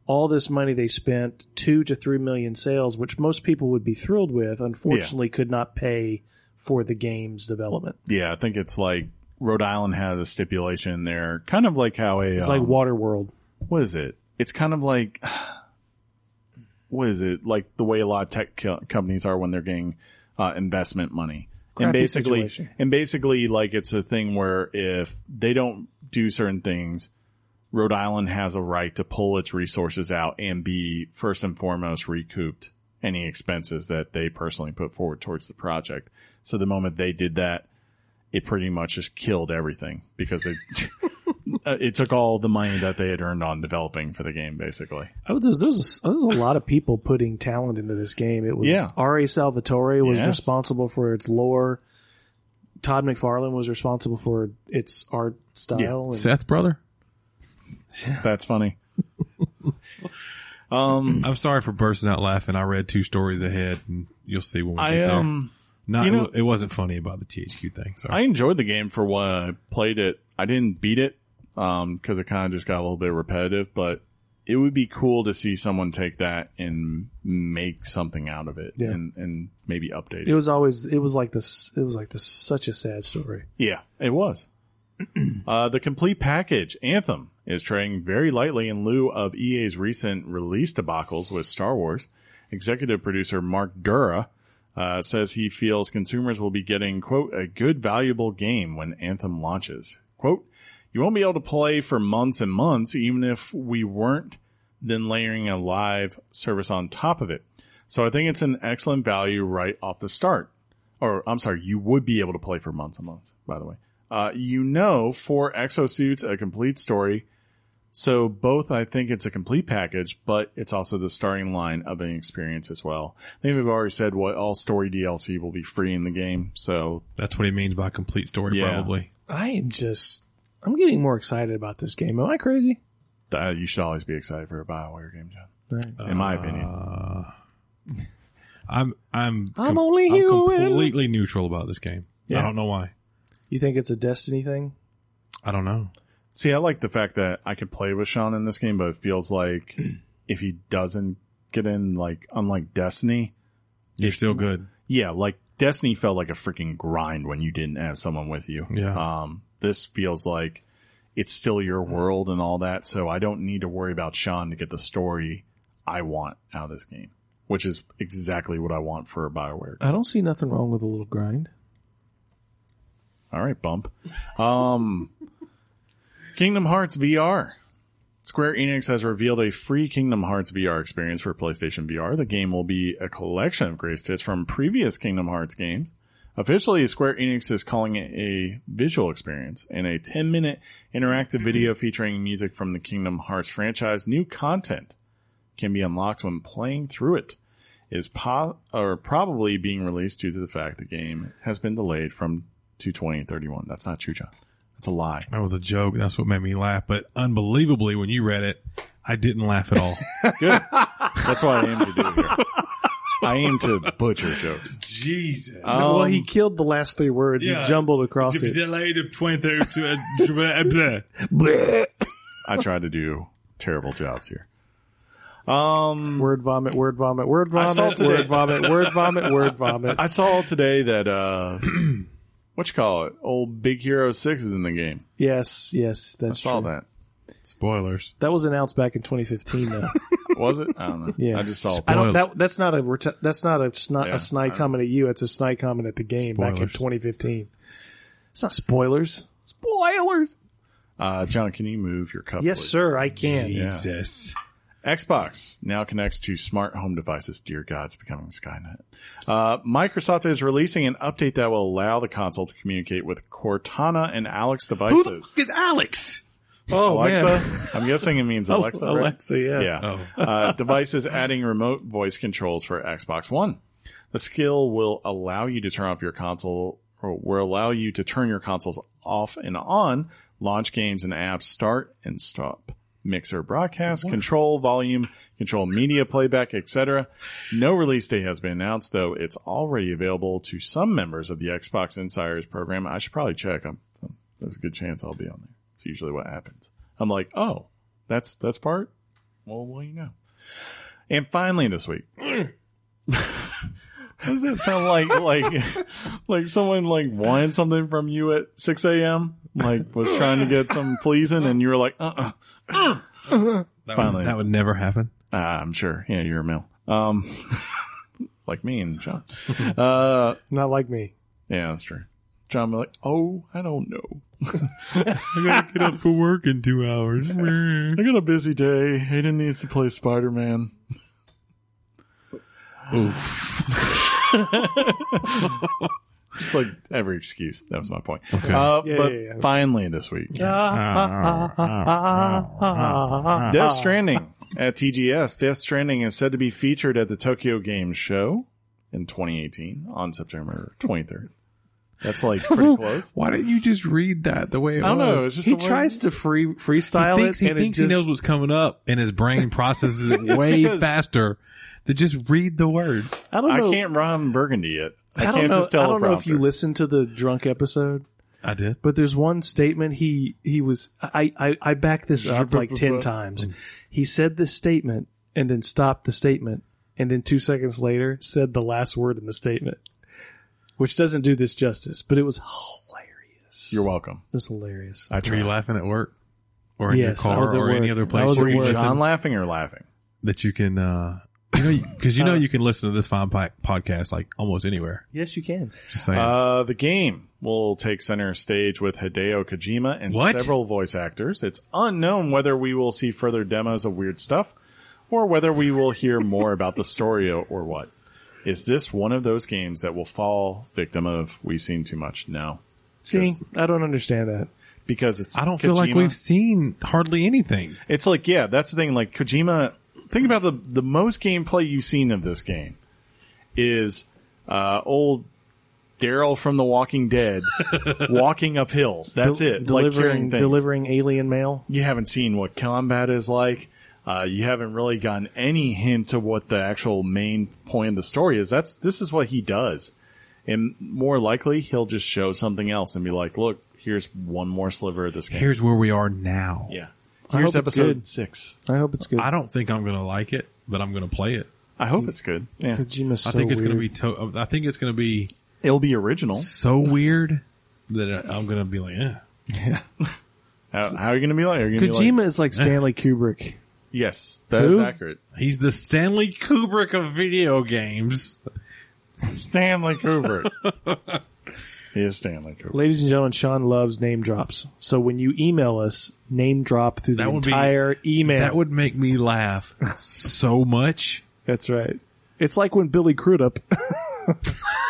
C: all this money they spent 2 to 3 million sales which most people would be thrilled with unfortunately could not pay for the game's development
A: yeah, I think it's like Rhode Island has a stipulation in there, kind of like how a
C: it's
A: um,
C: like Waterworld
A: what is it? It's kind of like what is it? Like the way a lot of tech co- companies are when they're getting uh, investment money. and
C: Crappy
A: basically,
C: situation.
A: and basically, like it's a thing where if they don't do certain things, Rhode Island has a right to pull its resources out and be first and foremost recouped any expenses that they personally put forward towards the project. So the moment they did that, it pretty much just killed everything because it uh, it took all the money that they had earned on developing for the game, basically.
C: Oh, there's there's a, there's a lot of people putting talent into this game. It was
A: Yeah.
C: Ari Salvatore was
A: Yes.
C: responsible for its lore. Todd McFarlane was responsible for its art style. and-
B: Seth brother.
A: That's funny. um,
B: I'm sorry for bursting out laughing. I read two stories ahead, and you'll see when we get
A: I
B: there.
A: um,
B: Not,
A: you know-
B: it wasn't funny about the THQ thing. Sorry.
A: I enjoyed the game for what I played it. I didn't beat it um because it kind of just got a little bit repetitive, but it would be cool to see someone take that and make something out of it
C: Yeah.
A: and and maybe update it.
C: It was always it was like this it was like this such a sad story.
A: Yeah, it was. uh, the complete package, Anthem, is trading very lightly in lieu of EA's recent release debacles with Star Wars. Executive producer Mark Dura uh, says he feels consumers will be getting, quote, a good, valuable game when Anthem launches. Quote, you won't be able to play for months and months, even if we weren't then layering a live service on top of it. So I think it's an excellent value right off the start or I'm sorry, you would be able to play for months and months, by the way. Uh, you know, for exosuits, a complete story. So both, I think it's a complete package, but it's also the starting line of an experience as well. I think we've already said what all story DLC will be free in the game. So
B: That's what he means by complete story,
A: Yeah.
B: probably.
C: I am just I'm getting more excited about this game. Am I crazy?
A: uh, you should always be excited for a Bioware game, John. In my opinion.
B: Uh, *laughs* I'm I'm
C: I'm only
B: I'm
C: human.
B: completely neutral about this game.
C: Yeah.
B: I don't know why.
C: You think it's a Destiny thing?
B: I don't know.
A: See, I like the fact that I could play with Sean in this game, but it feels like if he doesn't get in, like, unlike Destiny,
B: You're still good.
A: yeah, like Destiny felt like a freaking grind when you didn't have someone with you.
B: Yeah.
A: Um, this feels like it's still your world and all that, so I don't need to worry about Sean to get the story I want out of this game, which is exactly what I want for a Bioware.
C: I don't see nothing wrong with a little grind.
A: All right, bump. Um, Kingdom Hearts VR. Square Enix has revealed a free Kingdom Hearts VR experience for PlayStation VR. The game will be a collection of greatest hits from previous Kingdom Hearts games. Officially, Square Enix is calling it a visual experience and a 10 minute interactive video featuring music from the Kingdom Hearts franchise. New content can be unlocked when playing through it is po- or probably being released due to the fact the game has been delayed from to 2031. That's not true, John. That's a lie.
B: That was a joke. That's what made me laugh. But unbelievably, when you read it, I didn't laugh at all.
A: Good. That's what I aim to do here. I aim to butcher jokes.
B: *laughs* Jesus.
A: Um,
C: well, he killed the last three words.
B: yeah.
C: He jumbled across it.
B: Delayed of 2032.
A: I try to do terrible jobs here. Um,
C: *laughs* Word vomit, word vomit, word
A: I saw
C: vomit,
A: today-
C: word vomit, word vomit, word vomit.
A: *laughs* I saw today that uh, *clears throat* what you call it? Old Big Hero Six is in the game.
C: Yes, yes,
A: I
C: that's
A: saw
C: true.
A: that.
B: Spoilers.
C: That was announced back in 2015, though.
A: Was it? I don't know.
C: Yeah.
A: I just saw.
C: I
A: it.
C: don't. That, that's not a reta- that's not a sni-
A: Yeah,
C: a snide comment at you. It's a snide comment at the game back in
B: Spoilers.
C: 2015. It's not spoilers. Spoilers.
A: Uh, John, can you move your cup?
C: Yes,
A: please?
C: sir. I can.
B: Jesus.
A: Xbox now connects to smart home devices. Dear God, it's becoming Skynet. Uh, Microsoft is releasing an update that will allow the console to communicate with Cortana and Alex devices.
B: is Alex?
C: Oh
A: Alexa?
C: man. Oh,
A: I'm guessing it
C: *laughs*
A: means Alexa. right?
C: Alexa, yeah.
A: Yeah. *laughs*
B: Oh.
A: uh, devices adding remote voice controls for Xbox One. The skill will allow you to turn off your console or will allow you to turn your consoles off and on, launch games and apps, start and stop mixer broadcast, control volume, control media playback, etc. No release date has been announced, though it's already available to some members of the Xbox Insiders program. I should probably check. I'm, there's a good chance I'll be on there. It's usually what happens. I'm like, oh, that's that's part. Well, well, you know. And finally, this week. *laughs* Does that sound like like *laughs* like someone like wanted something from you at six a.m. Like was trying to get some pleasing, and you were like, uh, uh
B: That,
A: Finally.
B: Would, that would never happen.
A: Ah, I'm sure. Yeah, you're a male. Um, *laughs* like me and John. Uh,
C: Not like me.
A: yeah, that's true. John be like, oh, I don't know.
B: I gotta get up for work in two
C: *laughs*
B: hours.
A: I got a busy day. Hayden needs to play Spider Man. *laughs* it's like every excuse. That was my point. Uh,
C: Yeah,
A: but
C: yeah, yeah.
A: finally this week.
C: Ah,
B: Ah,
A: Uh,
B: That's
A: Death Stranding at TGS. Death Stranding is said to be featured at the Tokyo Game Show in 2018 on September 23rd. That's like *laughs* pretty close.
B: Why didn't you just read that the way it
A: I don't know. It's
B: was?
A: just
C: He
A: a word.
C: tries to free freestyle
B: he thinks,
C: it,
B: he,
C: and
B: thinks
C: it
B: he
C: just,
B: knows what's coming up, and his brain processes
C: *laughs*
B: it way
A: because-
B: faster than just read the words.
C: I don't
A: I
C: know.
A: can't rhyme Burgundy yet. I,
C: I don't
A: can't
C: know.
A: just
C: I
A: tell
C: don't know if you listened to the drunk episode,
B: I did.
C: but there's one statement he he was. I I, I back this up like ten times.
A: Mm-hmm.
C: He said this statement and then stopped the statement, and then two seconds later said the last word in the statement, which doesn't do this justice. But it was hilarious.
A: You're welcome.
C: It was hilarious.
A: I
B: Were
A: tried.
B: you laughing at work, or in
C: Yes, I
B: your car,
C: was at
B: or any
C: work.
B: other
C: I
B: place
C: was at
B: where you
C: work.
B: listen-
A: John laughing or laughing?
B: that you can? uh you know, because
C: Uh.
B: you know you can listen to this fine po- podcast like almost anywhere.
C: Yes, you can.
B: Just saying.
A: Uh, the game will take center stage with Hideo Kojima and
B: What?
A: several voice actors. It's unknown whether we will see further demos of weird stuff or whether we will hear more *laughs* about the story or, or what. Is this one of those games that will fall victim of we've seen too much? No.
C: See, I don't understand that.
A: Because it's
B: I don't feel like
A: Kojima.
B: we've seen hardly anything.
A: It's like, yeah, that's the thing. Like Kojima, think about the the most gameplay you've seen of this game is uh, old Daryl from The Walking
C: *laughs*
A: Dead walking up hills. That's
C: Del-
A: it. like
C: Delivering
A: carrying things.
C: delivering alien mail.
A: You haven't seen what combat is like. Uh, you haven't really gotten any hint to what the actual main point of the story is. That's this is what he does, and more likely he'll just show something else and be like, "Look, here's one more sliver of this game."
B: Here's where we are now.
A: yeah,
C: I
A: here's
C: hope it's
A: episode
C: good.
A: six.
C: I hope it's good.
B: I don't think I'm going to like it, but I'm going to play it.
A: I hope it's good. Mm. Yeah,
C: Kojima's so
B: I think it's going to
C: weird.
B: be. To- I think it's going to be
A: It'll be original.
B: so weird that I- I'm going to be like, eh.
A: How, how are you going to be like? Are you gonna Be
C: Kojima
A: like, *laughs*
C: is like Stanley Kubrick.
A: yes, that is
C: Who?
A: accurate.
B: He's the Stanley Kubrick of video games.
A: Stanley
C: *laughs*
A: Kubrick. he is Stanley Kubrick.
C: Ladies and gentlemen, Sean loves name drops. So when you email us, name drop through
B: That
C: the
B: would be-
C: entire email.
B: That would make me laugh so much.
C: That's right. It's like when Billy
A: *laughs*
C: Crudup.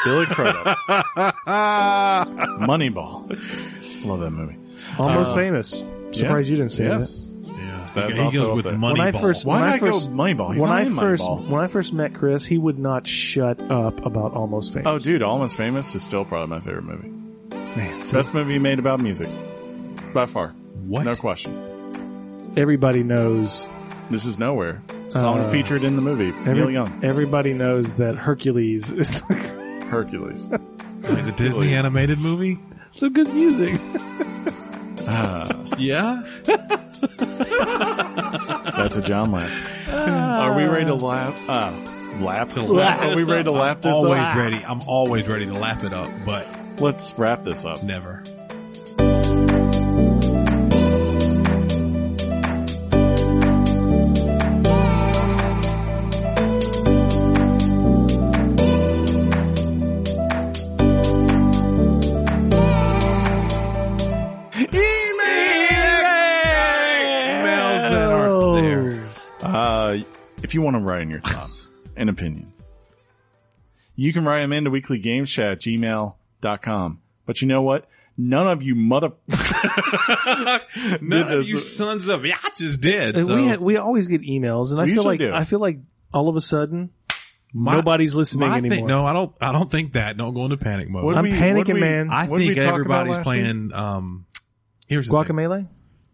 A: Billy Crudup. Moneyball. Love that movie.
C: Almost famous. Surprised you didn't see
A: Uh, yes. Yeah, that's
B: he
A: also
B: goes
A: up
B: with
A: there.
B: money.
C: that. When I
B: Moneyball.
C: first,
A: Why
C: when
A: not
C: I first,
A: go Moneyball? He's
C: when
A: not
C: I
A: in
C: first,
A: Moneyball.
C: when I first met Chris, he would not shut up about Almost Famous.
A: Oh, dude, Almost Famous is still probably my favorite movie.
C: man! So
A: Best movie made about music, by far.
B: What?
A: No question.
C: everybody knows.
A: This is nowhere. Song
C: Uh,
A: featured in the movie. Neil
C: every-
A: Young,
C: Everybody knows that Hercules is. *laughs*
A: Hercules.
B: Like the Disney animated movie?
C: so good
A: *laughs*
C: music.
A: Ah.
B: Yeah.
A: That's a John laugh. Are we ready to laugh? Uh, laugh to
B: laugh
A: Are we
B: this
A: ready to
B: up.
A: laugh this
B: always
A: up?
B: ready. I'm always ready to laugh it up, but
A: Let's wrap this up.
B: never.
A: *laughs*
B: Emails that aren't there.
A: Uh, if you want to write in your thoughts and opinions, you can write them into weeklygameschat at gmail.com. But you know what? None of you mother...
B: None
A: Did
B: of
A: this-
B: you sons of bitches did.
C: And
B: So
C: we we always get emails, and I
A: We
C: feel
A: usually
C: like
A: do.
C: I feel like all of a sudden
B: my-
C: nobody's listening
B: my thing-
C: anymore.
B: no, I don't. I don't think that. Don't go into panic mode.
A: What
C: I'm
A: we- what
C: panicking,
A: we-
C: man.
B: I
A: what did we
B: think
A: talk about
B: everybody's
A: last
B: playing. Um, here's the thing.
C: Guacamole,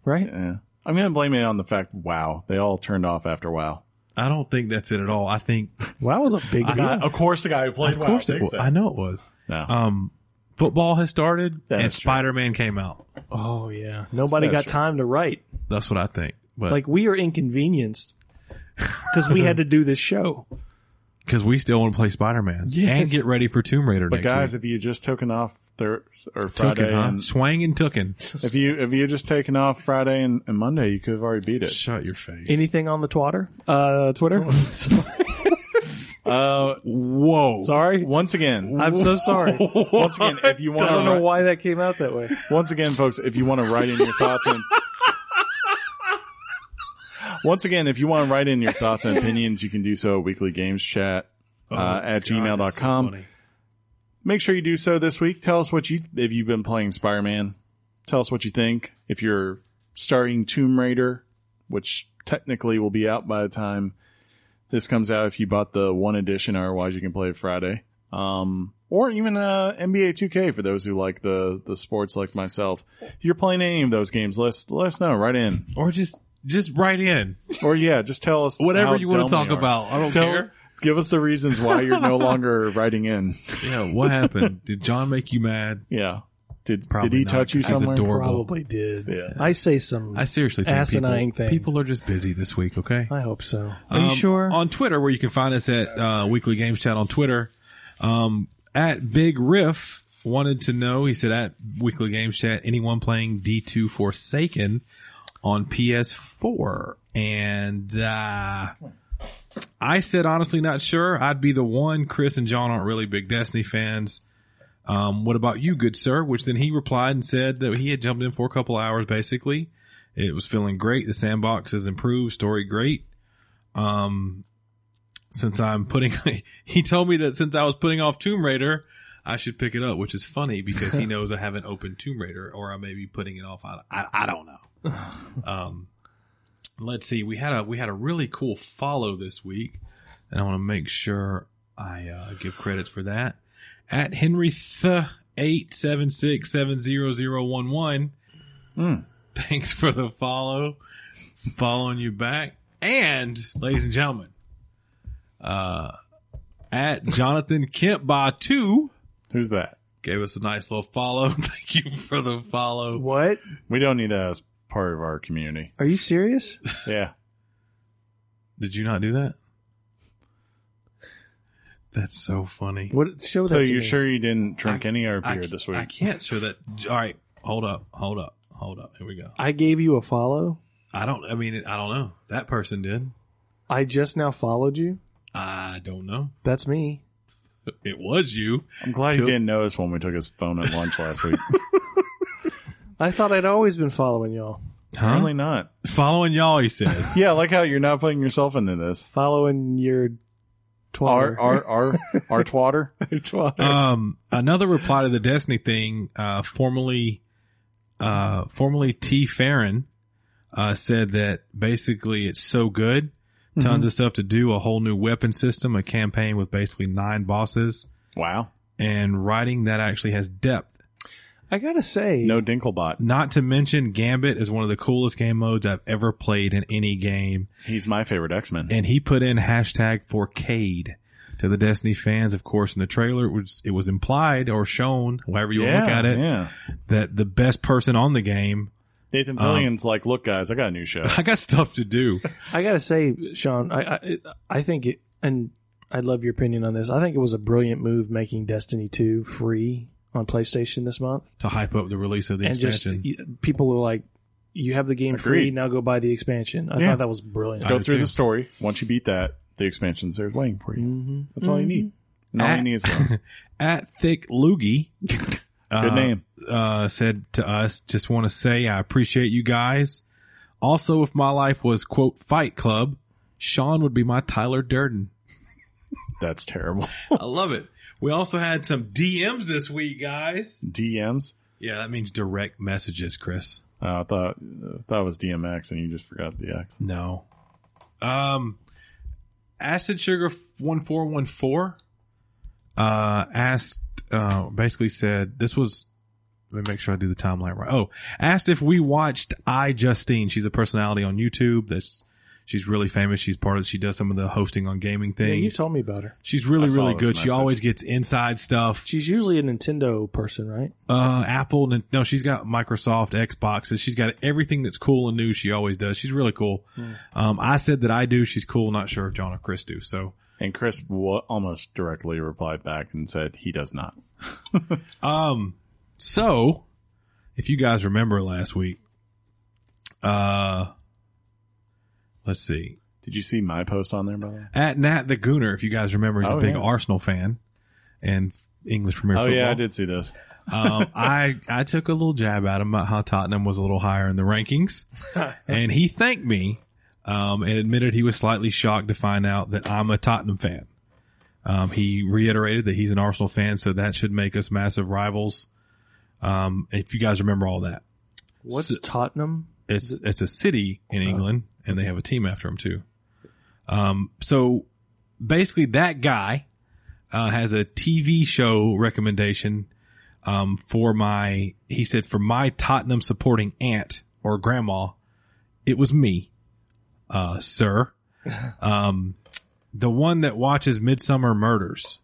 C: right?
A: Yeah. eh, I'm going to blame it on the fact, wow, they all turned off after wow.
B: I don't think that's it at all. I think,
C: Wow, that was a big
B: I-
C: deal.
A: of course, the guy who played
B: of course,
A: wow
B: it was. I know it was.
A: No.
B: Um, football has started
A: That
B: and
A: is true.
B: Spider Man came out.
C: Oh yeah, nobody
A: That's
C: got
A: right.
C: time to write.
B: That's what I think. But
C: Like we are inconvenienced because we had to do this show.
B: because we still want to play Spider Man
A: Yes.
B: and get ready for Tomb Raider
A: but
B: next
A: guys,
B: week.
A: if you just tooken off thir- or Friday,
B: Tooken, huh?
A: and,
B: Swang and Tooken.
A: if you if you had just taken off Friday and, and Monday, you could have already beat it.
B: Shut your face.
C: Anything on the twatter? Uh, Twitter.
A: Uh, whoa! *laughs*
C: Sorry.
A: once again.
C: *laughs* I'm so sorry.
A: once again, if *laughs* you
C: I
A: want
C: don't know
A: to,
C: why that came out that way.
A: once again, folks, if you want to write in your thoughts and. Once again, if you want to write in your thoughts and opinions, you can do so at weeklygameschat uh, at gmail.com. make sure you do so this week. Tell us what you if you've been playing Spider Man. Tell us what you think. If you're starting Tomb Raider, which technically will be out by the time this comes out, if you bought the one edition, otherwise you can play it Friday. Um, or even uh, NBA 2K for those who like the the sports like myself. If you're playing any of those games, let us let us know right
B: *laughs*
A: in.
B: Or just just write in
A: Or yeah, just tell us
B: whatever
A: how
B: you
A: dumb
B: want to talk
A: we are.
B: about. I don't
A: Tell,
B: care.
A: give us the reasons why you're
B: *laughs*
A: no longer writing in.
B: Yeah, what happened? Did John make you mad?
A: Yeah. Did
B: Probably
A: did he
B: not,
A: touch you
B: 'cause he's
A: somewhere?
B: adorable.
C: Probably did.
A: Yeah.
C: I say some.
B: I seriously think
C: Asinine
B: people,
C: things.
B: people are just busy this week. Okay,
C: I hope so. Are
B: Um,
C: you sure?
B: On Twitter, where you can find us at uh, Weekly Games Chat on Twitter. Um, at Big Riff wanted to know, he said at Weekly Games Chat, anyone playing D2 Forsaken on PS4? And uh, I said, honestly, not sure. I'd be the one. Chris and John aren't really big Destiny fans. Um, what about you, good sir? Which then he replied and said that he had jumped in for a couple hours, basically. It was feeling great. The sandbox has improved. Story great um, since I'm putting, *laughs* he told me that since I was putting off Tomb Raider, I should pick it up, which is funny because he knows I haven't opened Tomb Raider or I may be putting it off. I, I, I don't know. Um, let's see. We had a, we had a really cool follow this week and I want to make sure I, uh, give credits for that at Henry Th eight seven six seven zero zero one one. Thanks for the follow following you back. And, ladies and gentlemen, uh, at Jonathan Kemp by two
A: Who's that?
B: gave us a nice little follow. *laughs* Thank you for the follow.
C: what?
A: We don't need that as part of our community.
C: Are you serious?
A: Yeah.
B: Did you not do that? That's so funny.
C: What? Show that.
A: so
C: to
A: you're
C: me.
A: sure you didn't drink any of our
B: I,
A: beer this
B: I
A: week?
B: can't show that. All right. Hold up. Hold up. Hold up. Here we go.
C: I gave you a follow?
B: I don't, I mean, I don't know. That person did.
C: I just now followed you.
B: I don't know.
C: That's me.
B: It was you.
A: I'm glad
B: Till-
A: you didn't notice when we took his phone at lunch last week.
C: I thought I'd always been following y'all.
A: *laughs* Apparently not.
B: Following y'all, he says.
A: Yeah, I like how you're not putting yourself into this.
C: Following your twatter.
A: Our our our
B: *laughs*
A: our twatter.
C: *laughs* twatter.
B: um, another reply to the Destiny thing, uh, formerly, uh, formerly T. Farron, uh, said that basically it's so good. Tons
A: Mm-hmm.
B: of stuff to do, a whole new weapon system, a campaign with basically nine bosses,
A: Wow.
B: and writing that actually has depth.
C: I gotta say,
A: No Dinklebot.
B: Not to mention Gambit is one of the coolest game modes I've ever played in any game.
A: He's my favorite X Men.
B: and he put in hashtag for Cade to the Destiny fans. Of course, in the trailer, it was, it was implied or shown, however you
A: yeah,
B: look at it,
A: Yeah.
B: that the best person on the game, *laughs*
A: Nathan
B: Um,
A: Fillion's like, look, guys, I got a new show.
B: I got stuff to do.
C: I gotta say, Sean, I, I I think it, and I'd love your opinion on this. I think it was a brilliant move making Destiny Two free on PlayStation this month,
B: to hype up the release of the
C: and just
B: expansion.
C: y- people are like, "You have the game free
A: Agreed.
C: now, go buy the expansion." I
A: Yeah.
C: thought that was brilliant.
A: Go
B: did
A: through
B: too.
A: the story. Once you beat that, the expansion's there waiting for you. That's all you need. And all
B: Ah.
A: you
B: *laughs*
A: need is love.
B: At Thick Loogie.
A: good name.
B: uh, said to us, just want to say I appreciate you guys. Also, if my life was quote fight club, Sean would be my Tyler
C: *laughs*
B: Durden.
A: That's terrible. *laughs*
B: I love it. We also had some DMs this week, guys.
A: DMs.
B: Yeah, that means direct messages, Chris.
A: Oh, I thought I thought it was DMX, and you just forgot the X.
B: No. Um, acid sugar one four one four. Uh, asked. Uh, basically said this was Let me make sure I do the timeline right. Oh, asked if we watched I Justine. She's a personality on YouTube. That's she's really famous. She's part of. She does some of the hosting on gaming things.
C: Yeah, you told me about her.
B: she's
A: I
B: really
A: saw
B: really
A: this
B: good. She
A: message.
B: always gets inside stuff.
C: She's usually a Nintendo person, right?
B: Uh, Apple. N- No, she's got Microsoft, Xbox. She's got everything that's cool and new. She always does. She's really cool.
A: Hmm.
B: Um, I said that I do. She's cool. Not sure if John or Chris do. So,
A: And Chris wa- almost directly replied back and said he does not.
B: um, so if you guys remember last week, uh, let's see.
A: Did you see my post on there, by the way?
B: At Nat the Gooner, if you guys remember, he's
A: Oh,
B: a big
A: yeah.
B: Arsenal fan and English Premier
A: Oh
B: Football.
A: yeah, I did see this.
B: um, I I took a little jab at him about how Tottenham was a little higher in the rankings, and he thanked me um, and admitted he was slightly shocked to find out that I'm a Tottenham fan. Um, he reiterated that he's an Arsenal fan, so that should make us massive rivals. Um, if you guys remember all that,
C: What's Tottenham?
B: it's it's a city in England, and they have a team after him too. Um, so basically, that guy uh, has a TV show recommendation um, for my. He said for my Tottenham supporting aunt or grandma, it was me, uh, sir. um, the one that watches Midsummer Murders.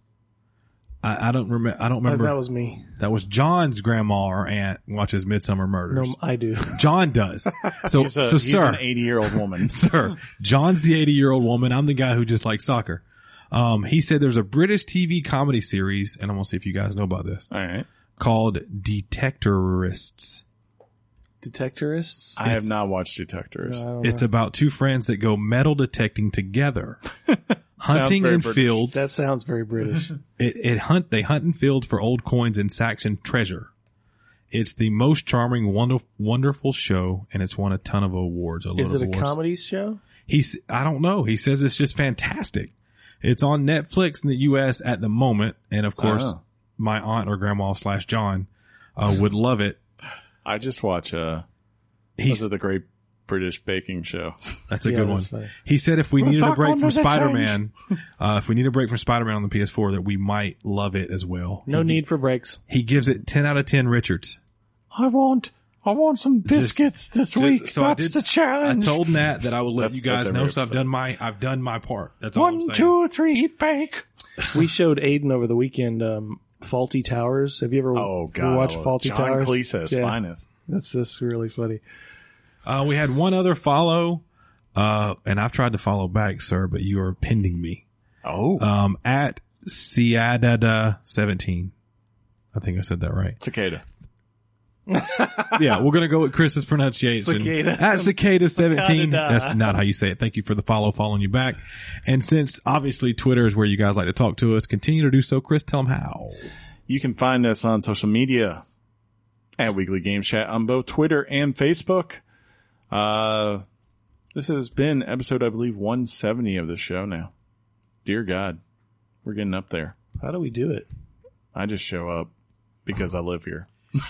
B: I, I don't remember. I don't
C: Oh,
B: remember.
C: that was me.
B: that was John's grandma or aunt watches Midsummer
C: No,
B: Murders.
C: I do.
B: John
A: *laughs*
B: does. So,
A: He's a,
B: so
A: he's
B: sir,
A: an eighty-year-old
B: *laughs*
A: woman.
B: sir, John's the 80 year old woman. I'm the guy who just likes soccer. Um, he said there's a British TV comedy series, and I'm gonna see if you guys know about this,
A: All right,
B: called Detectorists.
C: Detectorists?
A: I have not watched Detectors.
C: No, I don't
B: It's
C: know.
B: about two friends that go metal detecting
A: *laughs*
B: together, hunting
A: very
B: in
A: British.
B: fields.
C: that sounds
B: *laughs*
C: very British.
B: It, it hunt they hunt in fields for old coins and Saxon treasure. It's the most charming, wonderful, wonderful show, and it's won a ton of awards. A load
C: Is
B: of
C: it a
B: awards.
C: comedy show?
B: He's, I don't know. He says it's just fantastic. It's on Netflix in the U.S. at the moment. And of course,
A: Oh.
B: my aunt or grandma slash John, uh, would love it.
A: I just watch uh,
B: He's,
A: those are the Great British Baking Show.
B: that's a
C: Yeah,
B: good one.
C: that's funny.
B: He said if we needed a
A: back
B: break
A: under
B: from
A: the change.
B: Spider-Man, uh, if we need a break from Spider-Man on the PS4 that we might love it as well.
C: No
B: he,
C: need for breaks.
B: He gives it 10 out of 10 Richards.
A: I want, I want some
B: biscuits
A: this
B: ju- week. so I That's did- the I
A: challenge.
B: told Nat that I would let
A: That's-
B: you guys
A: that's
B: know.
A: every
B: So I've
A: episode.
B: done my, I've done my part. That's all I'm saying.
A: three, bake.
C: We showed Aiden over the weekend um, Faulty Towers. Have you ever
A: Oh
C: ever
A: god,
C: watched
A: I love-
C: Faulty
A: John
C: Towers?
A: Cleese at his
C: Yeah.
A: finest.
C: That's that's really funny.
B: Uh, we had one other follow, uh, and I've tried to follow back, sir, but you are pending me.
A: Oh,
B: Um, at Ciadada 17. I think I said that right.
A: cicada.
B: *laughs* Yeah, we're going to go with Chris's pronunciation.
C: Cicada.
B: At Cicada 17.
C: Cicada.
B: That's not how you say it. Thank you for the follow, following you back. And since obviously Twitter is where you guys like to talk to us, continue to do so. Chris, tell them how.
A: You can find us on social media at Weekly Game Chat on both Twitter and Facebook. Uh, this has been episode, I believe, 170 of the show now. Dear God, we're getting up there.
C: How do we do it?
A: I just show up because I live here.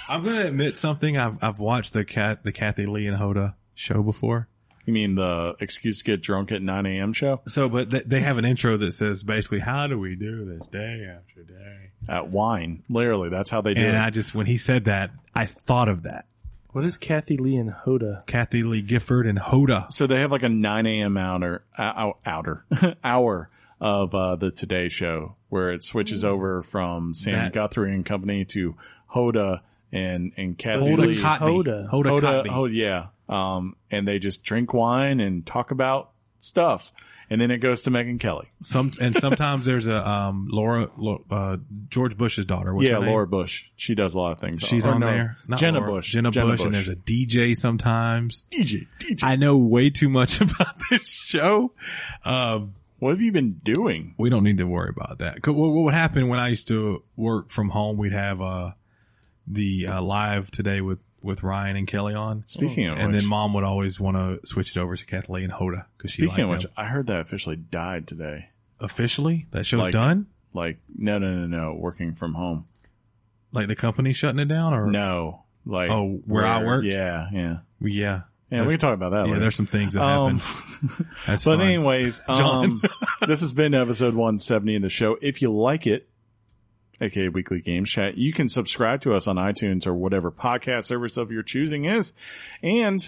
B: I'm going to admit something. I've, I've watched the cat, the Kathy Lee and Hoda show before.
A: You mean the excuse to get drunk at 9 a.m. show?
B: So, but th- they have an intro that says basically, how do we do this day after day?
A: At wine. Literally, that's how they do
B: And
A: it.
B: I just, when he said that, I thought of that.
C: What is Kathy Lee and Hoda?
B: Kathy Lee Gifford and Hoda.
A: so they have like a 9 a.m. outer, ou- outer *laughs* hour of uh, the Today Show where it switches over from Sam
B: That-
A: Guthrie and company to Hoda and, and Kathy
B: Hoda
A: Lee.
B: Kotb.
C: Hoda.
B: Hoda
A: Hoda,
B: Kotb.
A: oh yeah. Um, and they just drink wine and talk about stuff. And then it goes to Megan Kelly.
B: Some, and sometimes there's a, um, Laura, Lo- uh, George Bush's daughter. What's
A: yeah,
B: her name?
A: Laura Bush. She does a lot of things.
B: She's
A: Or
B: on
A: no,
B: there. Not
A: Jenna
B: Laura.
A: Bush.
B: Jenna, Bush. And there's a DJ sometimes.
A: DJ. DJ.
B: I know way too much *laughs* about this show. Um,
A: what have you been doing?
B: we don't need to worry about that. 'Cause What, what would happen when I used to work from home? We'd have uh, the uh, live today with with Ryan and Kelly on,
A: Speaking of
B: Oh, and
A: which,
B: then Mom would always want to switch it over to Kathleen Hoda because she
A: speaking of
B: liked
A: which, I
B: them.
A: heard that officially died today.
B: Officially, that show's
A: Like-
B: done.
A: Like, no, no, no, no, working from home.
B: Like the company shutting it down, or
A: No, like,
B: Oh, where I worked?
A: Yeah, yeah,
B: yeah,
A: yeah. We can talk about that.
B: yeah.
A: later.
B: There's some things that
A: Um,
B: happen.
A: *laughs*
B: That's
A: But
B: fine.
A: anyways,
B: *laughs* John.
A: um, this has been episode 170 of the show. If you like it, aka Weekly Games Chat. You can subscribe to us on iTunes or whatever podcast service of your choosing is, and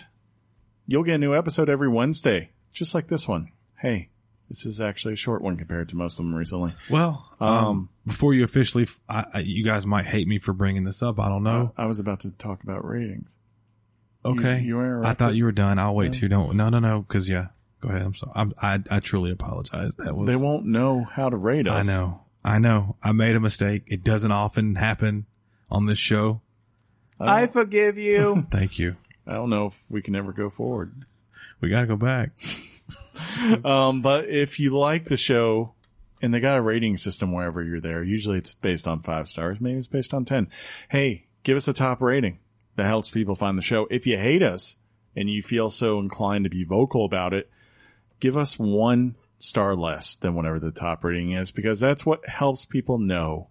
A: you'll get a new episode every Wednesday, just like this one. Hey, this is actually a short one compared to most of them recently.
B: Well, um,
A: Um,
B: before you officially, f I I you guys might hate me for bringing this up. I don't know.
A: I was about to talk about ratings.
B: Okay,
A: you were
B: I thought
A: right.
B: you were done. I'll wait too. Don't. No, no, no. Because yeah, go ahead. I'm sorry. I'm, I I truly apologize. That was.
A: They won't know how to rate
B: I
A: us.
B: know. I know. I made a mistake. It doesn't often happen on this show.
A: I don't,
C: forgive you.
B: Thank you.
A: I don't know if we can ever go forward.
B: We got to go back.
A: Um, but if you like the show, and they got a rating system wherever you're there, usually it's based on five stars, maybe it's based on 10. Hey, give us a top rating. That helps people find the show. If you hate us and you feel so inclined to be vocal about it, give us one star less than whatever the top rating is because that's what helps people know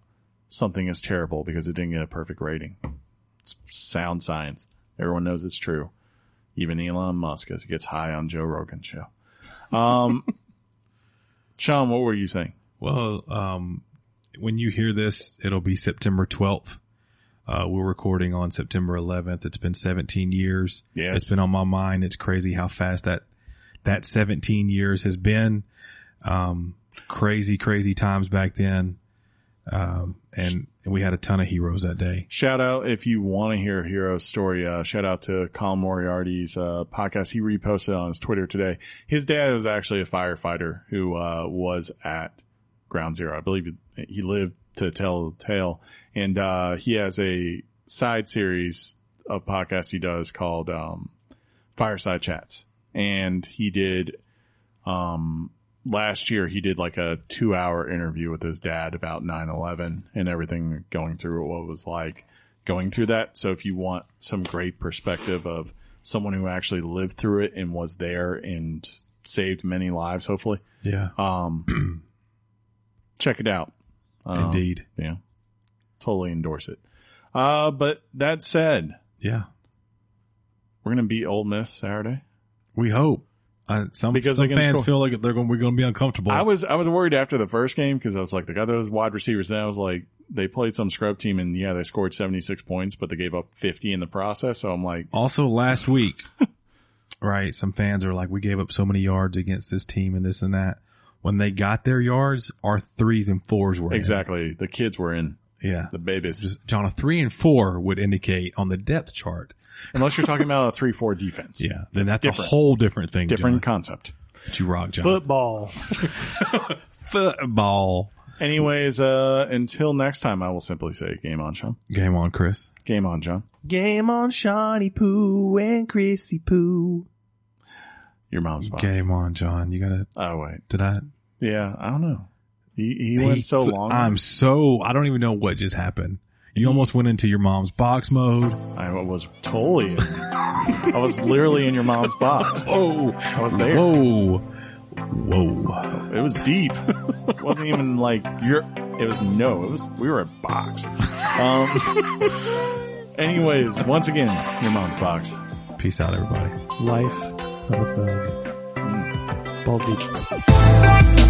A: something is terrible because it didn't get a perfect rating. It's sound science. Everyone knows it's true. Even Elon Musk as he gets high on Joe Rogan's show. Um, Sean, what were you saying?
B: Well, um, when you hear this, it'll be September 12th. Uh, we're recording on September 11th. It's been 17 years.
A: Yes.
B: It's been on my mind. It's crazy how fast that, that 17 years has been. Um, crazy, crazy times back then. Um, and, and we had a ton of heroes that day.
A: Shout out if you want to hear a hero story. Uh, shout out to Colin Moriarty's uh, podcast. He reposted on his Twitter today. His dad was actually a firefighter who uh, was at Ground Zero. I believe he- he lived to tell the tale, and uh, he has a side series of podcasts he does called um, Fireside Chats, and he did um last year he did like a two hour interview with his dad about 9-11 and everything going through what it was like going through that so if you want some great perspective of someone who actually lived through it and was there and saved many lives hopefully
B: Yeah.
A: um *clears throat* check it out Um,
B: Indeed.
A: yeah totally endorse it uh but that said
B: Yeah.
A: we're gonna beat Ole Miss Saturday.
B: We hope. Uh, some
A: Because
B: some
A: they can
B: fans
A: score.
B: feel like they're going. We're going to be uncomfortable.
A: I was I was worried after the first game because I was like they got those wide receivers. Then I was like they played some scrub team and yeah they scored seventy six points but they gave up fifty in the process. So I'm like
B: also last week, *laughs* right? Some fans are like, we gave up so many yards against this team and this and that. When they got their yards, our threes and fours were in.
A: exactly the kids were in
B: Yeah,
A: the babies
B: Just, *laughs* John, a three and four would indicate on the depth chart.
A: unless you're talking about a three four defense.
B: Yeah, then that's, a
A: different.
B: whole different thing.
A: different
B: John,
A: concept.
B: that you rock, John.
C: *laughs* Football.
B: football
A: Anyways, uh, until next time, I will simply say game on, Sean.
B: game on, Chris.
A: Game on, John.
C: Game on Shawnee Poo and Chrissy Poo.
A: Your mom's boss.
B: Game on, John. You gotta.
A: Oh wait,
B: Did I?
A: yeah, I don't know. He, he went so
B: He-
A: long.
B: I'm so. I don't even know what just happened. You almost went into your mom's box mode.
A: I was totally. I was literally in your mom's box.
B: Oh,
A: I was there.
B: Whoa. Whoa.
A: It was deep. it wasn't even like your. It was no. It was we were a box. Um. anyways, once again, your mom's box.
B: Peace out, everybody.
C: uh, Life of a Thug. Bald Beach.